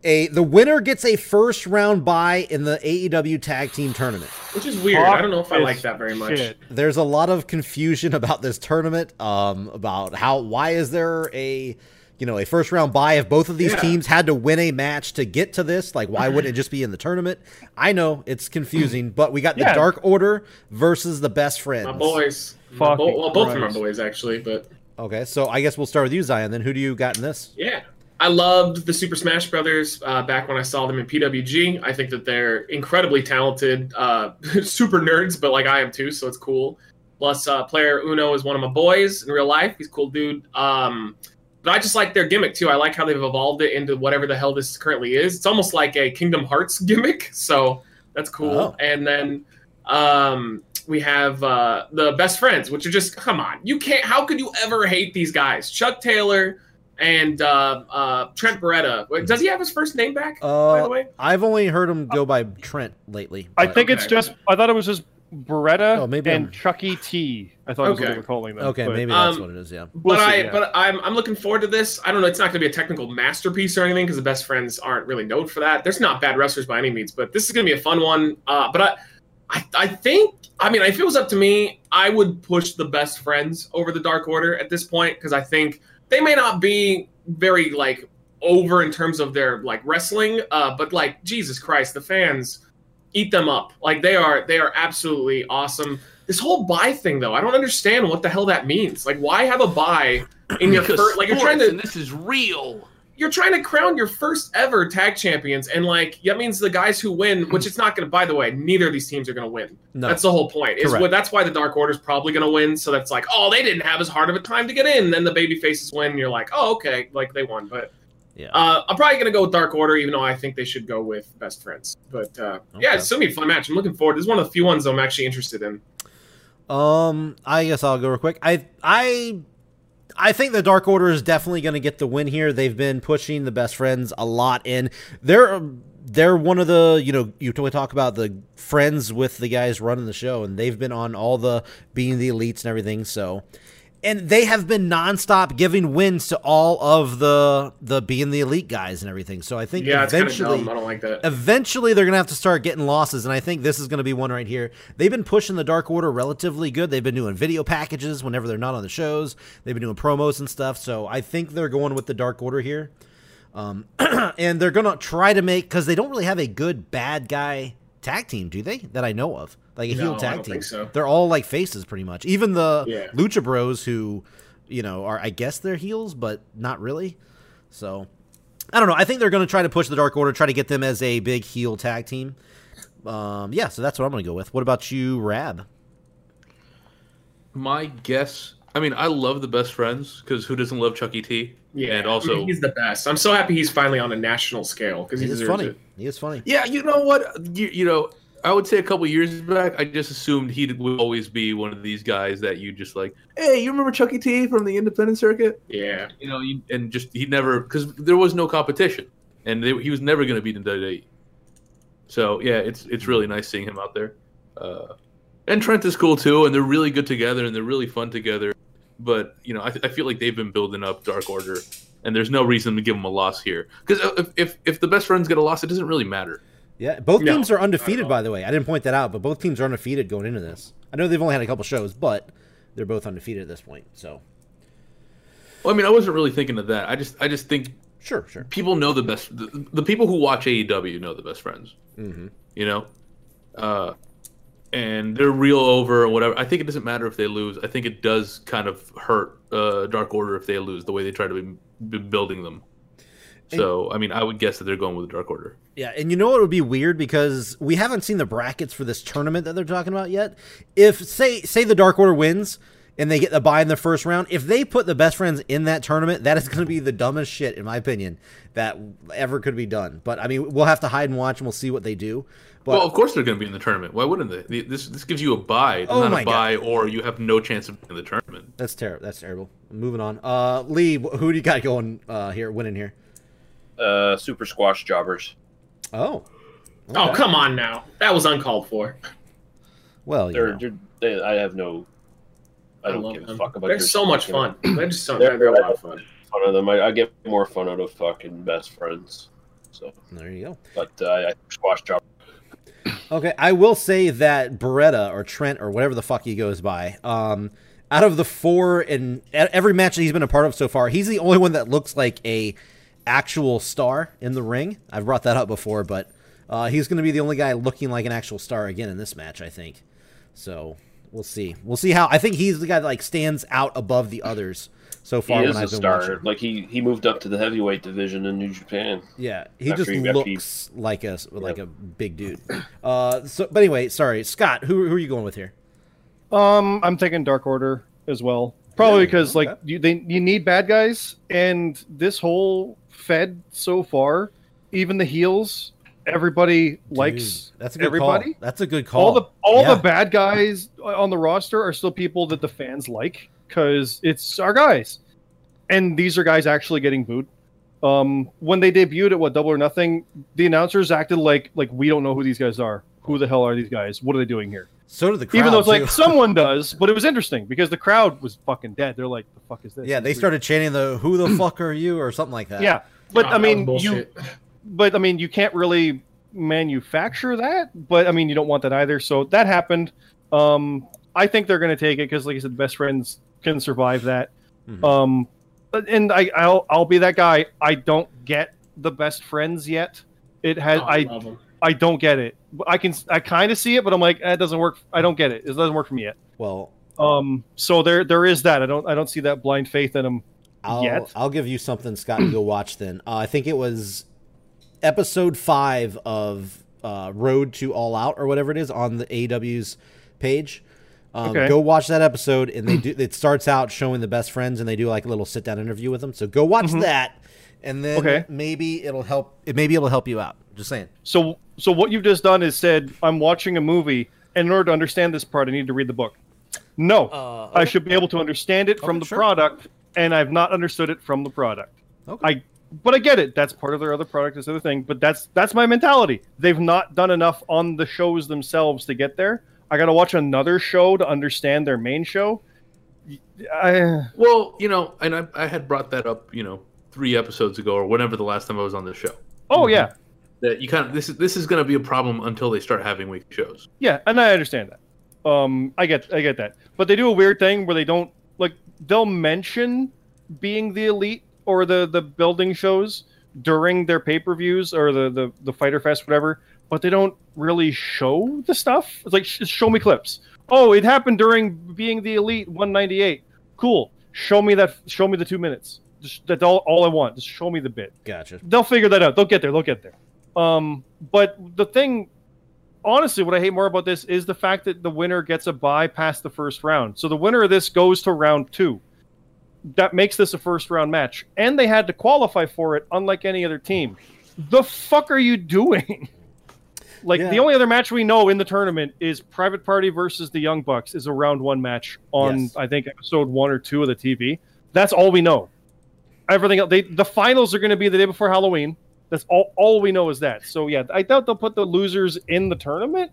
a the winner gets a first round bye in the AEW tag team tournament. Which is weird. I don't know if I like that very much. Shit. There's a lot of confusion [laughs] about this tournament. Um, about how why is there a you know a first round bye if both of these Yeah. teams had to win a match to get to this? Like why wouldn't it just be in the tournament? I know it's confusing, but we got the Yeah. Dark Order versus the Best Friends. My boys. My Fucking bo- well, both of my Christ. boys, actually. But Okay, so I guess we'll start with you, Zion. Then who do you got in this? yeah, I loved the Super Smash Brothers uh, back when I saw them in PWG. I think that they're incredibly talented, uh, [laughs] super nerds, but like I am too, so it's cool. Plus, uh, player Uno is one of my boys in real life. He's a cool dude. Um, but I just like their gimmick too. I like how they've evolved it into whatever the hell this currently is. It's almost like a Kingdom Hearts gimmick, [laughs] so that's cool. Oh. And then um, we have uh, the best friends, which are just come on, you can't. How could you ever hate these guys? Chuck Taylor and uh, uh, Trent Beretta. Wait, Does he have his first name back? by the Uh, way, I've only heard him go by Trent lately. I but- think it's Okay. just. I thought it was just Beretta Oh, maybe and I'm- Chucky T. I thought was what Okay. they were calling them. Okay, but- maybe that's um, what it is. Yeah. We'll but see, I yeah. but I'm I'm looking forward to this. I don't know. It's not going to be a technical masterpiece or anything because the best friends aren't really known for that. There's not bad wrestlers by any means, but this is going to be a fun one. Uh, but I, I I think I mean if it was up to me, I would push the best friends over the Dark Order at this point because I think they may not be very like over in terms of their like wrestling, uh, but like Jesus Christ, the fans eat them up. Like they are they are absolutely awesome. This whole buy thing though, I don't understand what the hell that means. Like why have a buy in your Because first like you're trying sports, to and this is real. you're trying to crown your first ever tag champions, and like that means the guys who [clears throat] win, which it's not going to. By the way, neither of these teams are going to win. No. That's the whole point. Is Correct. what, that's why the Dark Order's probably going to win. So that's like, oh, they didn't have as hard of a time to get in. Then the baby faces win. And you're like, oh, okay, like they won. But Yeah. uh, I'm probably going to go with Dark Order, even though I think they should go with Best Friends. But uh, yeah, Okay. it's going to be a fun match. I'm looking forward. This is one of the few ones I'm actually interested in. Um, I guess I'll go real quick. I I I think the Dark Order is definitely going to get the win here. They've been pushing the best friends a lot in. They're they're one of the you know you totally talk about the friends with the guys running the show, and they've been on all the being the elites and everything. So. And they have been nonstop giving wins to all of the the being the elite guys and everything. So I think Yeah, it's kind of eventually dumb. I don't like that. eventually they're gonna have to start getting losses and i think this is gonna be one right here they've been pushing the dark order relatively good they've been doing video packages whenever they're not on the shows they've been doing promos and stuff so i think they're going with the dark order here um, [clears throat] and they're gonna try to make because they don't really have a good bad guy tag team do they that i know of like a No, heel I tag don't team think so. they're all like faces pretty much even the Yeah. lucha bros who you know are i guess they're heels but not really so I don't know. I think they're going to try to push the Dark Order, try to get them as a big heel tag team. Um, yeah, so that's what I'm going to go with. What about you, Rab? My guess. I mean, I love the best friends because who doesn't love Chucky T? Yeah, and also he's the best. I'm so happy he's finally on a national scale because He he's is funny. He is funny. Yeah, you know what? You, you know, I would say a couple years back, I just assumed he would always be one of these guys that you just like, hey, you remember Chucky T from the independent circuit? Yeah, You know, you, and just he never because there was no competition, and they, he was never going to beat in WWE. So yeah, it's it's really nice seeing him out there. Uh, and Trent is cool too, and they're really good together, and they're really fun together. But you know, I, I feel like they've been building up Dark Order, and there's no reason to give them a loss here because if, if if the best friends get a loss, it doesn't really matter. Yeah, both No, teams are undefeated, all. by the way. I didn't point that out, but both teams are undefeated going into this. I know they've only had a couple shows, but they're both undefeated at this point. So Well, I mean, I wasn't really thinking of that. I just, I just think Sure, sure. people know the best. The, the people who watch AEW know the best friends. Mm-hmm. You know, uh, and they're real over or whatever. I think it doesn't matter if they lose. I think it does kind of hurt uh, Dark Order if they lose the way they try to be, be building them. So I mean, I would guess that they're going with the Dark Order. Yeah, and you know what would be weird because we haven't seen the brackets for this tournament that they're talking about yet. If say say the Dark Order wins and they get the bye in the first round, if they put the best friends in that tournament, that is going to be the dumbest shit in my opinion that ever could be done. But I mean, we'll have to hide and watch and we'll see what they do. But well, of course they're going to be in the tournament. Why wouldn't they? The- This this gives you a buy, Oh not my a buy, or you have no chance of being in the tournament. that's terrible. That's terrible. Moving on. Uh Lee, wh- who do you got going uh here winning here? Uh, super squash jobbers. Oh. Oh, Okay. come on now. That was uncalled for. Well, you They're, know. they're they, I have no. I I don't love give them. a fuck about. They're your so much fun. fucking They're just so They're- they're a lot of fun. Fun of them. I, I get more fun out of fucking best friends. So, there you go. but uh, I squash jobbers. Okay, I will say that Beretta or Trent or whatever the fuck he goes by, um, out of the four in e- every match that he's been a part of so far, he's the only one that looks like a actual star in the ring. I've brought that up before, but uh, he's going to be the only guy looking like an actual star again in this match, I think. So we'll see. We'll see how. I think he's the guy that like stands out above the others so He far. is when a I've been star. watching. Like he he moved up to the heavyweight division in New Japan. Yeah, he After just you got looks like a like a big dude. Uh, so but anyway, sorry, Scott. Who who are you going with here? Um, I'm taking Dark Order as well, probably because okay. like you, they you need bad guys, and this whole Fed so far, even the heels, everybody likes Dude, that's a good everybody. Call. That's a good call. All the all Yeah. the bad guys on the roster are still people that the fans like because it's our guys, and these are guys actually getting booed. Um, when they debuted at what Double or Nothing, the announcers acted like like we don't know who these guys are. Who the hell are these guys? What are they doing here? so did the crowd. even though it's too. like [laughs] someone does, but it was interesting because the crowd was fucking dead. They're like, "The fuck is [laughs] this?" yeah, they It's weird. started chanting the "Who [clears throat] the fuck are you?" or something like that. Yeah, but Oh, I that was mean, you, bullshit. but I mean, you can't really manufacture that. But I mean, you don't want that either. So that happened. Um, I think they're going to take it because, like I said, best friends can survive that. Mhm. Um, but, and I, I'll I'll be that guy. I don't get the best friends yet. It has Oh, I love 'em. I don't get it. I can I kind of see it, but I'm like, eh, it doesn't work. I don't get it. It doesn't work for me yet. Well, Um, so there there is that. I don't I don't see that blind faith in him. I'll Yet. I'll give you something, [clears throat] Scott, to go watch. Then uh, I think it was episode five of uh, Road to All Out or whatever it is on the AW's page. Um, Okay. Go watch that episode, [clears throat] and they do. It starts out showing the best friends, and they do like a little sit down interview with them. So go watch that, and then Mm-hmm. Okay. maybe it'll help. It maybe it'll help you out. Just saying. So so what you've just done is said I'm watching a movie, and in order to understand this part, I need to read the book. No, I should be able to understand it from Uh, Okay, the sure. product, and I've not understood it from the product. Okay. I but I get it. That's part of their other product, this other thing. But that's that's my mentality. They've not done enough on the shows themselves to get there. I got to watch another show to understand their main show. Y- I, Well, you know, and I, I had brought that up, you know, three episodes ago or whenever the last time I was on this show. oh yeah, That you kind of this is this is going to be a problem until they start having weekly shows. Yeah, and I understand that. Um, I get, I get that. But they do a weird thing where they don't like they'll mention being the elite or the the building shows during their pay per views or the, the the fighter fest whatever, but they don't really show the stuff. It's like sh- show me clips. Oh, it happened during being the elite 198. Cool. Show me that. Show me the two minutes. Just, that's all, all I want. Just show me the bit Gotcha. they'll figure that out. They'll get there. They'll get there. Um, but the thing, honestly, what I hate more about this is the fact that the winner gets a bye past the first round. So the winner of this goes to round two. That makes this a first round match, and they had to qualify for it, unlike any other team. The fuck are you doing? Like Yeah. the only other match we know in the tournament is Private Party versus the Young Bucks is a round one match on Yes. I think episode one or two of the TV. That's all we know everything else. They the finals are going to be the day before Halloween. That's all. All we know is that. So yeah, I doubt they'll put the losers in the tournament.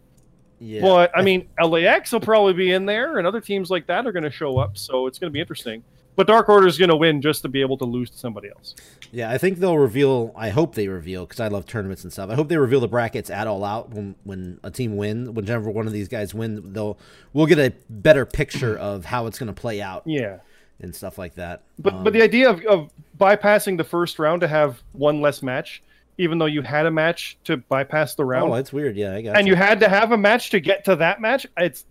Yeah. But I mean, LAX will probably be in there, and other teams like that are going to show up. So it's going to be interesting. But Dark Order is going to win just to be able to lose to somebody else. Yeah, I think they'll reveal. I hope they reveal because I love tournaments and stuff. I hope they reveal the brackets at all out when when a team [clears throat] win, whichever one of these guys win, they'll we'll get a better picture of how it's going to play out. Yeah. and stuff like that. But Um, but the idea of, of bypassing the first round to have one less match, even though you had a match to bypass the round, oh, it's weird. Yeah, I got and you had to have a match to get to that match. It's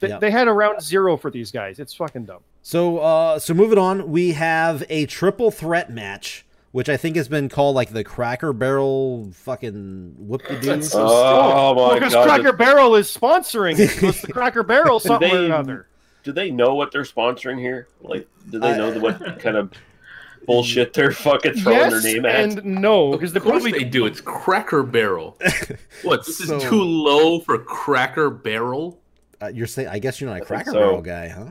they, Yeah. they had a round zero for these guys. It's fucking dumb. So uh so moving on, we have a triple threat match, which I think has been called like the Cracker Barrel fucking whoop [laughs] de That's doo. so Uh, Oh, my because god! Cracker Barrel is sponsoring it. It's the Cracker Barrel something or They- another. do they know what they're sponsoring here? Like, do they I- know what kind of bullshit they're fucking throwing Yes their name at? and no, because they Of course probably they do. It's Cracker Barrel. what? This So- is too low for Cracker Barrel. Uh, you're saying I guess you're not a I think Cracker so. Barrel guy, huh?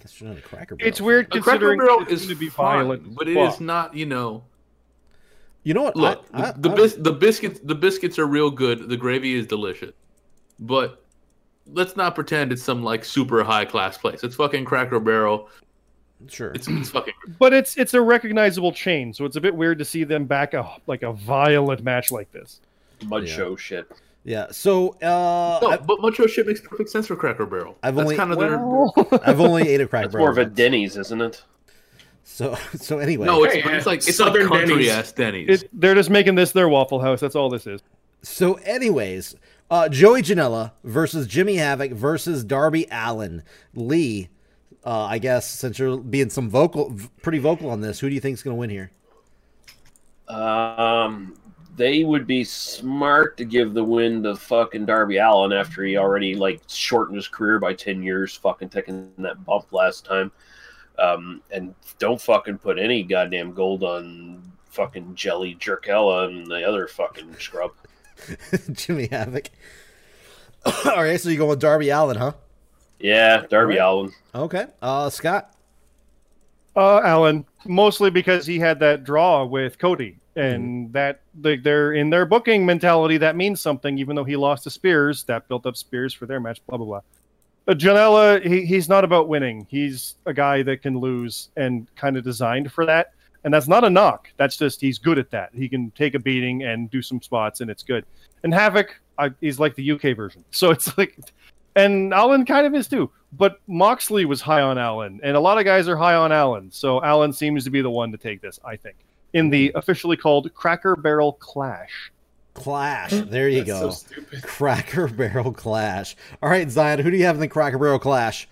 guess you're not a Cracker Barrel. it's weird A Cracker considering Barrel it's is gonna be fine, violent, as but it fuck. is not. You know, You know what? I- look I- the the, I- bis- the biscuits the biscuits are real good. The gravy is delicious, but let's not pretend it's some like super high class place. It's fucking Cracker Barrel. sure. It's, it's fucking But it's it's a recognizable chain, so it's a bit weird to see them back a like a violent match like this. Mud Yeah. show shit. Yeah. So uh no, I've, Oh, but Mucho shit makes perfect sense for Cracker Barrel. I've That's only- kind of Well, I've only [laughs] ate a Cracker That's Barrel. more of a once. Denny's, isn't it? So [laughs] so anyway. their no. It's, Hey, but it's like it's Southern like country Denny's. ass Denny's. it, they're just making this their Waffle House. That's all this is. So, anyways, uh, Joey Janela versus Jimmy Havoc versus Darby Allen. Lee, uh, I guess since you're being some vocal, v- pretty vocal on this, who do you think's going to win here? [laughs] Um, they would be smart to give the win to fucking Darby Allen after he already like shortened his career by ten years, fucking taking that bump last time. Um, and don't fucking put any goddamn gold on fucking Jelly Jerkella and the other fucking scrub. Jimmy Havoc. [coughs] All right, so you going with Darby Allen, huh? Yeah, Darby Allen. Okay, uh, Scott. Uh, Allen, mostly because he had that draw with Cody, and that like they're in their booking mentality that means something. Even though he lost to Spears, that built up Spears for their match. Blah blah blah. Uh, Janela, he, he's not about winning. He's a guy that can lose and kind of designed for that. And that's not a knock. That's just he's good at that. He can take a beating and do some spots, and it's good. And Havoc, I, he's like the UK version. So it's like, and Allen kind of is too. But Moxley was high on Allen, and a lot of guys are high on Allen. So Allen seems to be the one to take this, I think, in the officially called Cracker Barrel Clash. Clash. There you That's go. So stupid. Cracker [laughs] Barrel Clash. All right, Zion. Who do you have in the Cracker Barrel Clash?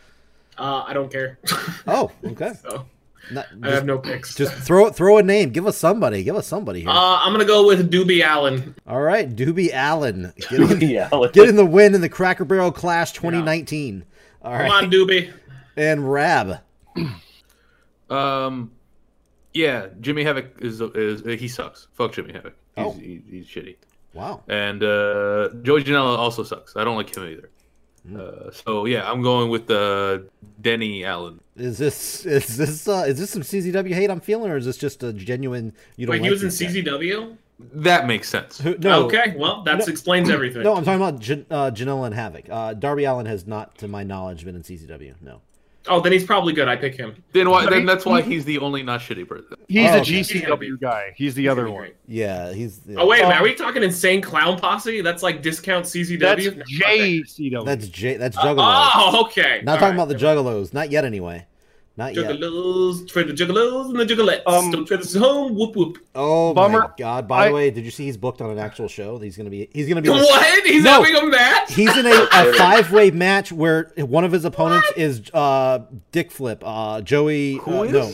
Uh, I don't care. [laughs] Oh, okay. so Not- I just, have no picks. just throw throw a name. Give us somebody. Give us somebody here. Uh, I'm gonna go with Doobie Allen. All right, Doobie [laughs] Allen. Get in- [laughs] Yeah, Allen. getting the win in the Cracker Barrel Clash 2019. All Come right, on, Doobie. and Rab. Um, yeah, Jimmy Havoc is is he sucks. Fuck Jimmy Havoc. He's, Oh. he, he's shitty. Wow. And uh, Joey Janela also sucks. I don't like him either. Hmm. Uh, so yeah, I'm going with uh, Denny Allen. Is this is this uh, is this some CZW hate I'm feeling, or is this just a genuine you don't Wait, like he was in these guys? CZW. That makes sense. Who- No, Okay, well that No. explains everything. no, I'm talking about Jan- uh, Janela and Havoc. Uh, Darby Allen has not, to my knowledge, been in CZW. No. Oh, then he's probably good. I pick him. Then why? But Then he- that's why he's the only not shitty person. He's Oh, a okay. GCW guy. He's the other one. Yeah, he's. Oh wait a minute, are we talking insane clown posse? That's like discount CZW. That's No, okay. JCW. That's J. That's Uh, Juggalo. oh, okay. not All talking right. about the Juggalos. Not yet, anyway. Not yet. Juggalos for the juggalos and the juggalettes. Um, Don't tread us home. Whoop whoop. Oh my Bummer. God! By I- the way, did you see he's booked on an actual show? He's gonna be. He's gonna be. [laughs] What? He's No. having [laughs] a match? He's in a, a five way match where one of his opponents is uh, Dick Flip, uh, Joey. Who uh, is? No,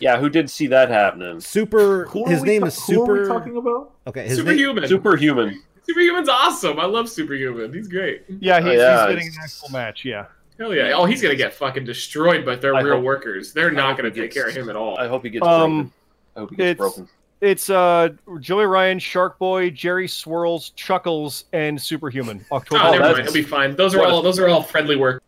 Yeah, who did see that happening? Super. Who are his we name ta- is Who are we Super. talking about? Okay, his name. Superhuman. Superhuman. Superhuman's awesome. I love Superhuman. He's great. yeah, he's, Oh, yeah, he's getting an it's- actual match. Yeah. Hell yeah. Oh, he's gonna get fucking destroyed, but they're I real hope- workers. They're not hope gonna he take gets- care of him at I all. hope he gets Um, broken. I hope he gets it's- broken. It's uh Joey Ryan, Shark Boy, Jerry Swirls, Chuckles, and Superhuman. October. Oh, Oh, never that's- mind. He'll be fine. Those are what a- all. Those are all friendly work.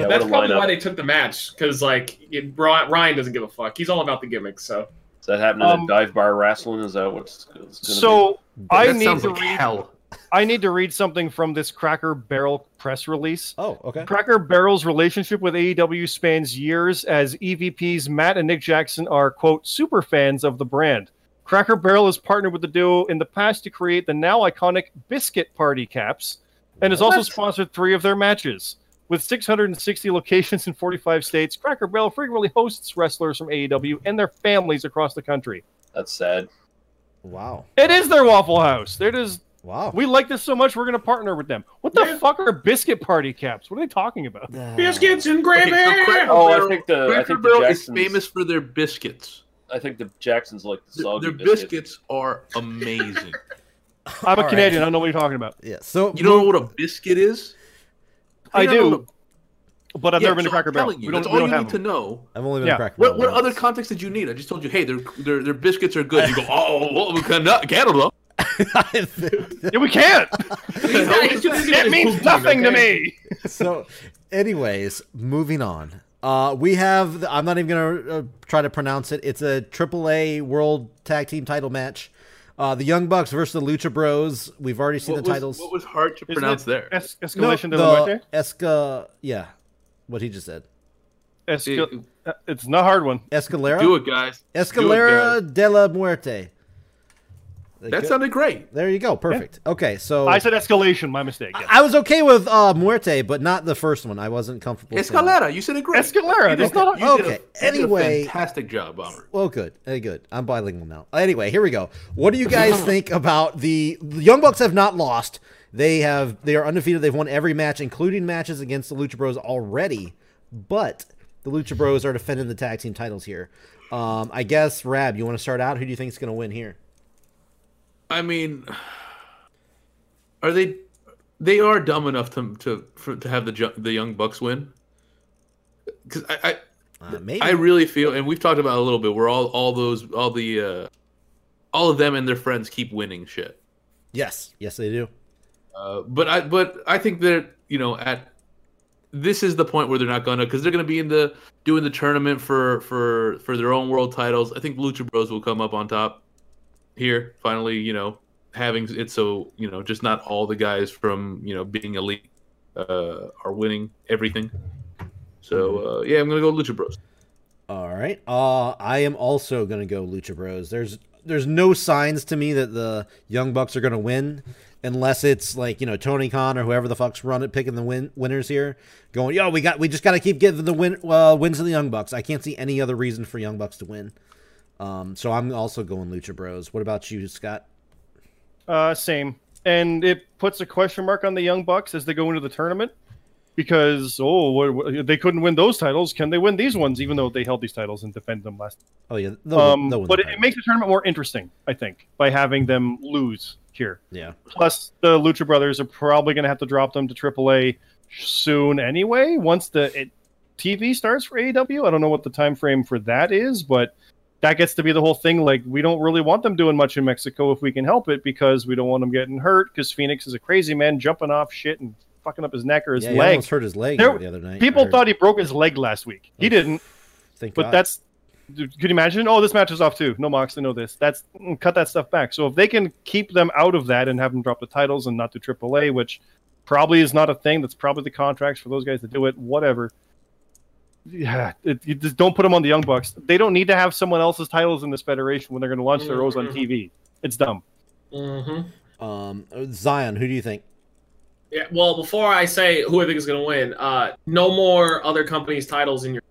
Yeah, That's what a probably lineup. why they took the match because like it, Bri- Ryan doesn't give a fuck. He's all about the gimmicks. So Is that happening Um, at dive bar wrestling? Is that what's, it's gonna be? so I that need sounds to like read. hell. I need to read something from this Cracker Barrel press release. Oh, okay. Cracker Barrel's relationship with AEW spans years as EVPs Matt and Nick Jackson are, quote, super fans of the brand. Cracker Barrel has partnered with the duo in the past to create the now iconic Biscuit Party caps and has also sponsored three of their matches. With 660 locations in 45 states, Cracker Barrel frequently hosts wrestlers from AEW and their families across the country. That's sad. Wow. It is their Waffle House. It is. Wow. We like this so much, we're going to partner with them. What the Yeah. fuck are biscuit party caps? What are they talking [laughs] about? Biscuits and gravy. Okay, so Cracker Oh, I Barrel- think the- I Cracker think the Barrel is Jacksons- famous for their biscuits. I think the Jacksons like the Th- soggy Their biscuits are amazing. I'm a right. Canadian. I don't know what you're talking about. Yeah. So you don't know what a biscuit is? I You don't know what do, a- but I've Yeah, never been so to Cracker I'm Barrel. telling We you, don't, that's we all don't you have need them. to know. I've only been Yeah. to Cracker What, what Barrel other [laughs] once. context did you need? I just told you, hey, their their, their biscuits are good. You go, oh, well, we cannot- Canada. Yeah, [laughs] we can't. it it means nothing to me. so, anyways, moving on. Uh, we have. I'm not even gonna uh, try to pronounce it. It's a AAA World Tag Team Title match. Uh, the Young Bucks versus the Lucha Bros. We've already seen What the was, titles. what was hard to Isn't pronounce it there? Es- escalation no, to the, the Esca. Yeah, what he just said. Esca- uh, It's not a hard one. Escalera. Do it, guys. Do it, Escalera guys. de la Muerte. There you That go. sounded great. there you go. Perfect. Okay, so I said escalation. My mistake. I- yeah. I was okay with uh, Muerte, but not the first one. I wasn't comfortable. saying that. Escalera, you said it great. Escalera, You that's did- not a- you did Okay, you did a anyway- fantastic job, Bomber. Well, good. Hey, good. I'm bilingual now. Anyway, here we go. What do you guys think about the, the Young Bucks have not lost. They have they are undefeated. They've won every match, including matches against the Lucha Bros already. But the Lucha Bros are defending the tag team titles here. Um, I guess Rab, you want to start out? Who do you think is going to win here? I mean, are they? They are dumb enough to to for, to have the Ju- the young Bucks win. Because I, I Uh, maybe. I really feel, and we've talked about it a little bit, where all all those all the uh, all of them and their friends keep winning shit. yes, yes, they do. Uh, but I but I think that you know at this is the point where they're not gonna because they're gonna be in the doing the tournament for for for their own world titles. I think Lucha Bros will come up on top here finally. You know having it so you know just not all the guys from you know being elite uh, are winning everything. So uh, yeah, I'm gonna go Lucha Bros. All right. Uh, I am also going to go Lucha Bros. There's there's no signs to me that the Young Bucks are going to win unless it's like, you know, Tony Khan or whoever the fuck's run it picking the win- winners here going, "Yo, we got we just got to keep giving the win uh, wins to the Young Bucks." I can't see any other reason for Young Bucks to win. Um, so I'm also going Lucha Bros. What about you, Scott? Uh, same. And it puts a question mark on the Young Bucks as they go into the tournament because, oh, what, what- they couldn't win those titles. Can they win these ones, even though they held these titles and defended them last? Oh yeah, they'll- Um, they'll win but the it, it title. makes the tournament more interesting, I think, by having them lose here. Yeah. Plus, the Lucha Brothers are probably going to have to drop them to AAA soon anyway. Once the it, TV starts for AEW, I don't know what the time frame for that is, but that gets to be the whole thing. Like, we don't really want them doing much in Mexico if we can help it, because we don't want them getting hurt. Because Phoenix is a crazy man, jumping off shit and fucking up his neck or his yeah, he leg. almost hurt his leg There- the other night. I People heard. thought he broke his leg last week. He Oh, didn't. Thank But God. that's could you imagine? Oh, this match is off too. No Mox, I know this. That's mm, cut that stuff back. So if they can keep them out of that and have them drop the titles and not do AAA, which probably is not a thing. That's probably the contracts for those guys to do it. Whatever. Yeah, it, you just don't put them on the Young Bucks. They don't need to have someone else's titles in this federation when they're going to launch their O's on TV. It's dumb. hmm um Zion, who do you think? Yeah, well, before I say who I think is going to win, uh, no more other companies' titles in your.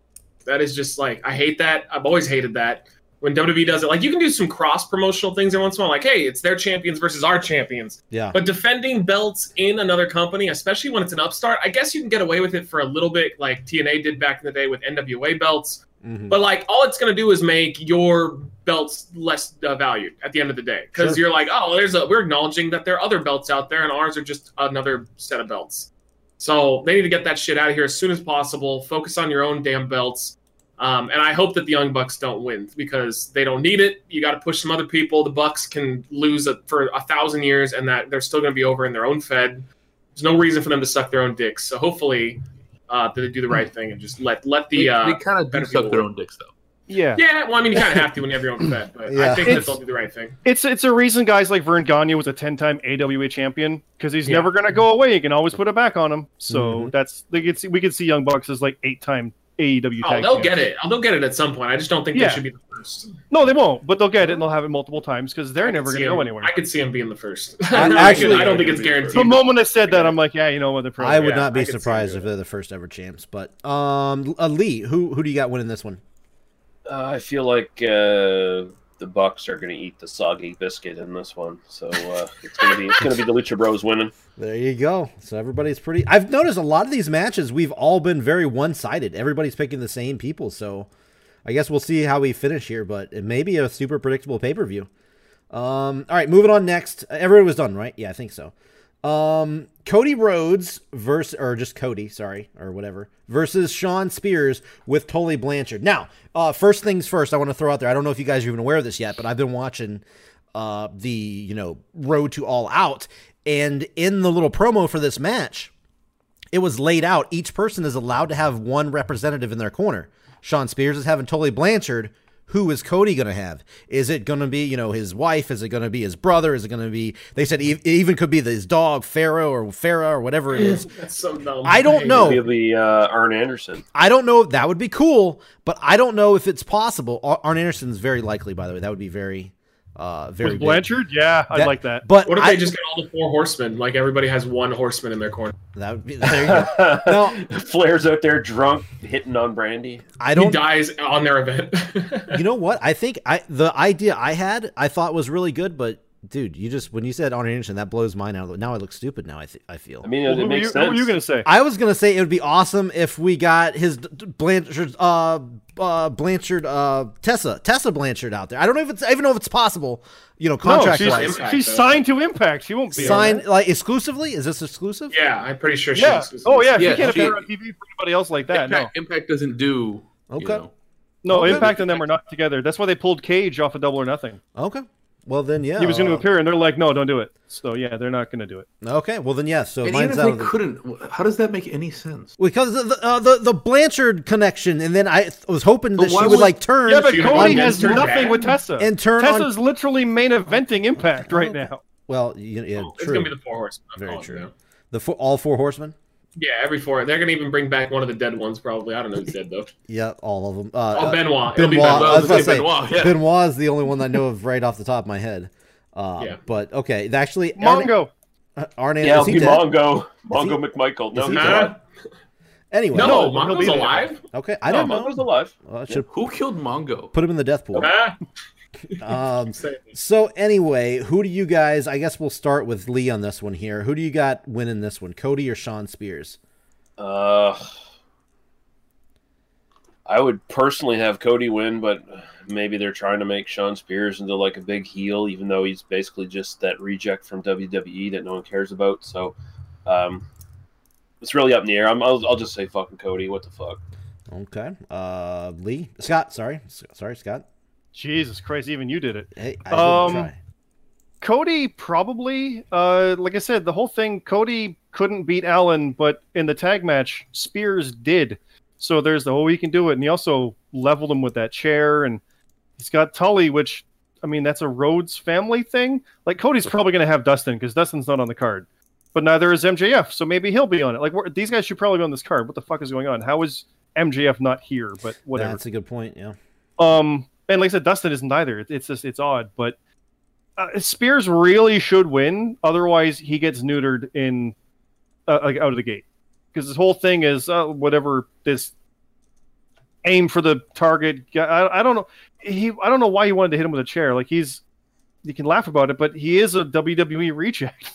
That is just like I hate that. I've always hated that when WWE does it. Like you can do some cross promotional things every once in a while. Like, hey, it's their champions versus our champions. Yeah. But defending belts in another company, especially when it's an upstart, I guess you can get away with it for a little bit, like TNA did back in the day with NWA belts. Mhm. But like, all it's gonna do is make your belts less uh, valued at the end of the day, because you're like, oh, there's a we're acknowledging that there are other belts out there, and ours are just another set of belts. So they need to get that shit out of here as soon as possible. Focus on your own damn belts, um, and I hope that the Young Bucks don't win because they don't need it. You got to push some other people. The Bucks can lose a, for a thousand years, and that they're still gonna be over in their own fed. There's no reason for them to suck their own dicks. So hopefully, uh, they do the right thing and just let let the They, uh, they kind of do better suck people their win. own dicks though. Yeah. yeah, well, I mean, you kind of have to when you have your own vet, but Yeah. I think that they'll do the right thing. It's it's a reason guys like Vern Gagne was a ten time AWA champion because he's Yeah. never gonna go away. You can always put it back on him. So Mhm. that's they could see we could see Young Bucks as like eight time AEW Oh, tag they'll teams. get it. They'll get it at some point. I just don't think Yeah. they should be the first. No, they won't, but they'll get it and they'll have it multiple times because they're I could never going see to go him- anywhere. I could see him being [laughs] the first. I- I, really actually- could. I don't think it's the guaranteed. moment I said that, I'm like, yeah, you know what? They're probably. I would Yeah, not be I could see surprised it. if they're the first ever champs. But um, uh, Lee, who who do you got winning this one? Uh, I feel like uh, the Bucks are going to eat the soggy biscuit in this one, so uh, it's going to be it's going to be the Lucha Bros winning. There you go. So everybody's pretty. I've noticed a lot of these matches. We've all been very one sided. Everybody's picking the same people. So I guess we'll see how we finish here. But it may be a super predictable pay per view. Um, all right, moving on next. Everyone was done, right? Yeah, I think so. Um, Cody Rhodes versus, or just Cody, sorry, or whatever, versus Sean Spears with Tully Blanchard. Now, uh, first things first, I want to throw out there. I don't know if you guys are even aware of this yet, but I've been watching uh, the you know Road to All Out, and in the little promo for this match, it was laid out. Each person is allowed to have one representative in their corner. Sean Spears is having Tully Blanchard. Who is Cody going to have? Is it going to be, you know, his wife? Is it going to be his brother? Is it going to be, they said e- it even could be his dog, Pharaoh or Farah or whatever it [clears throat] is. That's so dumb. I don't know. It'll be the uh, Arn Anderson. [laughs] I don't know. That would be cool, but I don't know if it's possible. Ar- Arn Anderson's very likely, by the way. That would be very, uh, very With big. Blanchard, yeah, I'd That- like that. But What if I, they just get all the four horsemen? Like everybody has one horseman in their corner. [laughs] that would be there you [laughs] go. No, Flair's out there drunk, hitting on Brandy. I He don't. dies on their [laughs] event. you know what? I think I the idea I had I thought was really good, but dude, you just when you said Arn Anderson, that blows mine out. of the- Now I look stupid. Now I th- I feel. I mean, Well, it, who, were you, makes who sense. were you going to say? I was gonna say it would be awesome if we got his d- d- Blanchard, uh, uh, Blanchard, uh, Tessa, Tessa Blanchard out there. I don't know if it's I even know if it's possible. You know, No, contract she's, wise, Impact, she's though. signed to Impact. She won't be on sign like exclusively. Is this exclusive? yeah, I'm pretty sure. she Yeah. was- Oh yeah. Yeah, she can't she- appear on TV for anybody else like that. No. Impact, Impact doesn't do. you Okay. know. Oh, No. Okay. Impact and them are not together. That's why they pulled Cage off of Double or Nothing. Okay. Well then, yeah. He was going to uh, appear, and they're like, no, don't do it. So yeah, they're not going to do it. Okay. Well then, yeah. So And even mine's if out. they Of the- couldn't, how does that make any sense? because of the, uh, the the Blanchard connection, and then I th- was hoping that But she why would, would- like turn. Yeah, but she Cody won has and turned nothing back. with Tessa. And turn on- Tessa's literally main eventing Impact right now. Well, you, yeah, Oh, It's true. gonna be the four horsemen. I'm Very calling it true. now. the four, all four horsemen. Yeah, every four. They're gonna even bring back one of the dead ones, probably. I don't know who's dead though. Yeah, all of them. Uh, Oh, uh, Benoit. It'll Benoit. I was be Benoit. about to It'll say, be Benoit, Benoit, yeah. is the only one I know of right off the top of my head. Uh, Yeah. But okay, actually, Mongo. Arn, Arn Yeah, is it'll he be dead? Mongo. Mongo McMichael. is No, he he's dead? not. Anyway, No, No, he'll be Mongo's there. alive. Okay, I No, don't know. Mongo's alive. Well, I should Who killed Mongo? put him in the death pool. Ah, [laughs] Um, say it. so anyway, who do you guys? I guess we'll start with Lee on this one here. Who do you got winning this one, Cody or Sean Spears? Uh, I would personally have Cody win, but maybe they're trying to make Sean Spears into like a big heel, even though he's basically just that reject from WWE that no one cares about. So, um, it's really up in the air. I'm, I'll, I'll just say fucking Cody. What the fuck? Okay, uh, Lee, Scott. Sorry, S- sorry, Scott. Jesus Christ, even you did it. Hey, I didn't Um, try. Cody probably, uh, like I said, the whole thing. Cody couldn't beat Allen, but in the tag match, Spears did. So there's the whole he can do it, and he also leveled him with that chair, and he's got Tully, which I mean that's a Rhodes family thing. Like Cody's probably going to have Dustin because Dustin's not on the card, but neither is MJF, so maybe he'll be on it. Like we're, these guys should probably be on this card. What the fuck is going on? How is MJF not here? But whatever. That's a good point. Yeah. Um, and like I said, Dustin is neither. It- It's just it's odd, but uh, Spears really should win. Otherwise, he gets neutered in uh, like out of the gate because this whole thing is uh, whatever this aim for the target. guy- I, I don't know. He I don't know why he wanted to hit him with a chair. Like he's you can laugh about it, but he is a E WWE reject.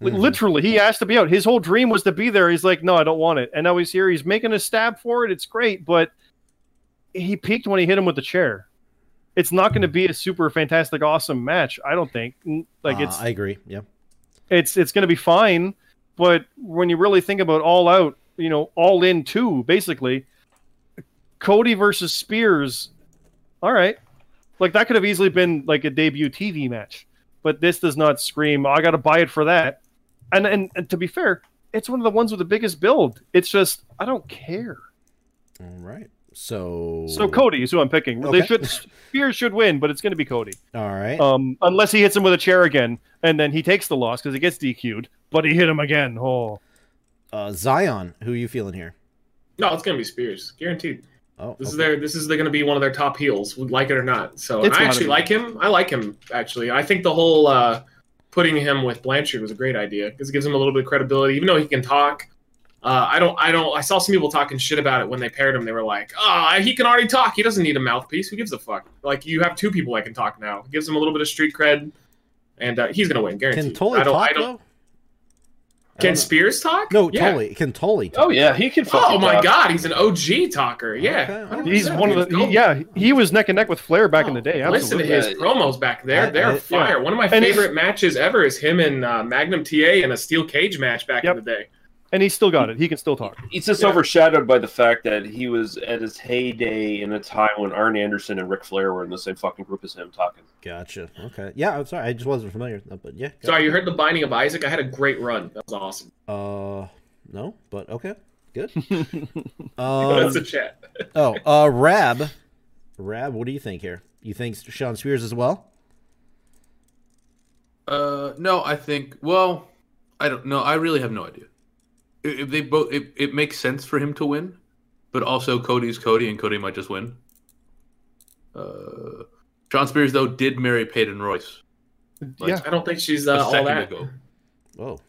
Like, Mhm. Literally, he asked to be out. His whole dream was to be there. He's like, no, I don't want it. And now he's here. He's making a stab for it. It's great, but he peaked when he hit him with the chair. It's not going to be a super fantastic, awesome match. I don't think. N- Like Uh, it's I agree. Yeah. it's it's going to be fine. But when you really think about all out, you know, all in two, basically, Cody versus Spears. All right, like that could have easily been like a debut TV match, but this does not scream. "Oh, I got to buy it for that. And, and and to be fair, it's one of the ones with the biggest build. It's just I don't care. All right. So So Cody is who I'm picking. Okay. They should Spears should win, but it's going to be Cody. All right. Um, unless he hits him with a chair again, and then he takes the loss because he gets DQ'd. But he hit him again. Oh, Uh, Zion, who you feeling here? No, it's gonna be Spears, guaranteed. Oh, This is okay. their this is going to be one of their top heels, would like it or not. So It's and I gotta actually be. like him. I like him actually. I think the whole uh, putting him with Blanchard was a great idea because it gives him a little bit of credibility, even though he can talk. Uh, I don't. I don't. I saw some people talking shit about it when they paired him. They were like, "Ah, he can already talk. He doesn't need a mouthpiece. Who gives a fuck? Like, you have two people that can talk now. It gives him a little bit of street cred, and uh, he's gonna win, guaranteed. Can Tully I don't, talk I don't, though? I Can don't know. Spears talk? No, Yeah. Tully. Can Tully talk? Oh yeah, he can. Oh Fucking my talk. god, he's an OG talker. Yeah, Okay, all right. He's one of the He's he, dope. yeah. He was neck and neck with Flair back in the day. Listen to Absolutely. his promos back there. I- They're I- fire. One of my And favorite matches ever is him and uh, Magnum TA in a steel cage match back Yep. in the day. And he's still got it. He can still talk. It's just Yeah. overshadowed by the fact that he was at his heyday in a time when Arn Anderson and Ric Flair were in the same fucking group as him talking. Gotcha. Okay. Yeah, I'm sorry. I just wasn't familiar, with that, but yeah. got- Sorry, you heard the binding of Isaac? I had a great run. That was awesome. [laughs] Uh, no, but okay, good. That's a um, chat. oh, uh, Rab, Rab, what do you think here? You think Sean Spears as well? Uh, no, I think. Well, I don't know. I really have no idea. If if they both, it, it makes sense for him to win, but also Cody's Cody, and Cody might just win. Uh, John Spears though did marry Peyton Royce yeah, I don't think she's a uh, all second that. ago. Whoa.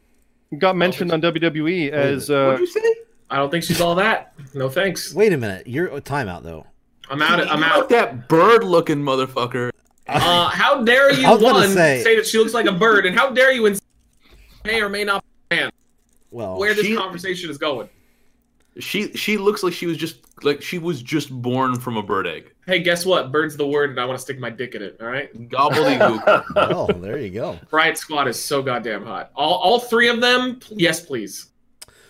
got mentioned on WWE as uh, What'd you say? I don't think she's all that. No thanks. Wait a minute. You're oh, timeout though. I'm out. [laughs] I'm Fuck out. that bird-looking motherfucker. Uh, how dare I you was gonna one say- say... that she looks like a bird, and how dare you ins- may or may not Well, where this she- conversation is going. She she looks like she was just like she was just born from a bird egg. Hey, guess what? Bird's the word, and I want to stick my dick in it. All right. Gobbledygook. well, there you go. Riot Squad is so goddamn hot. All, all three of them, pl- yes, please.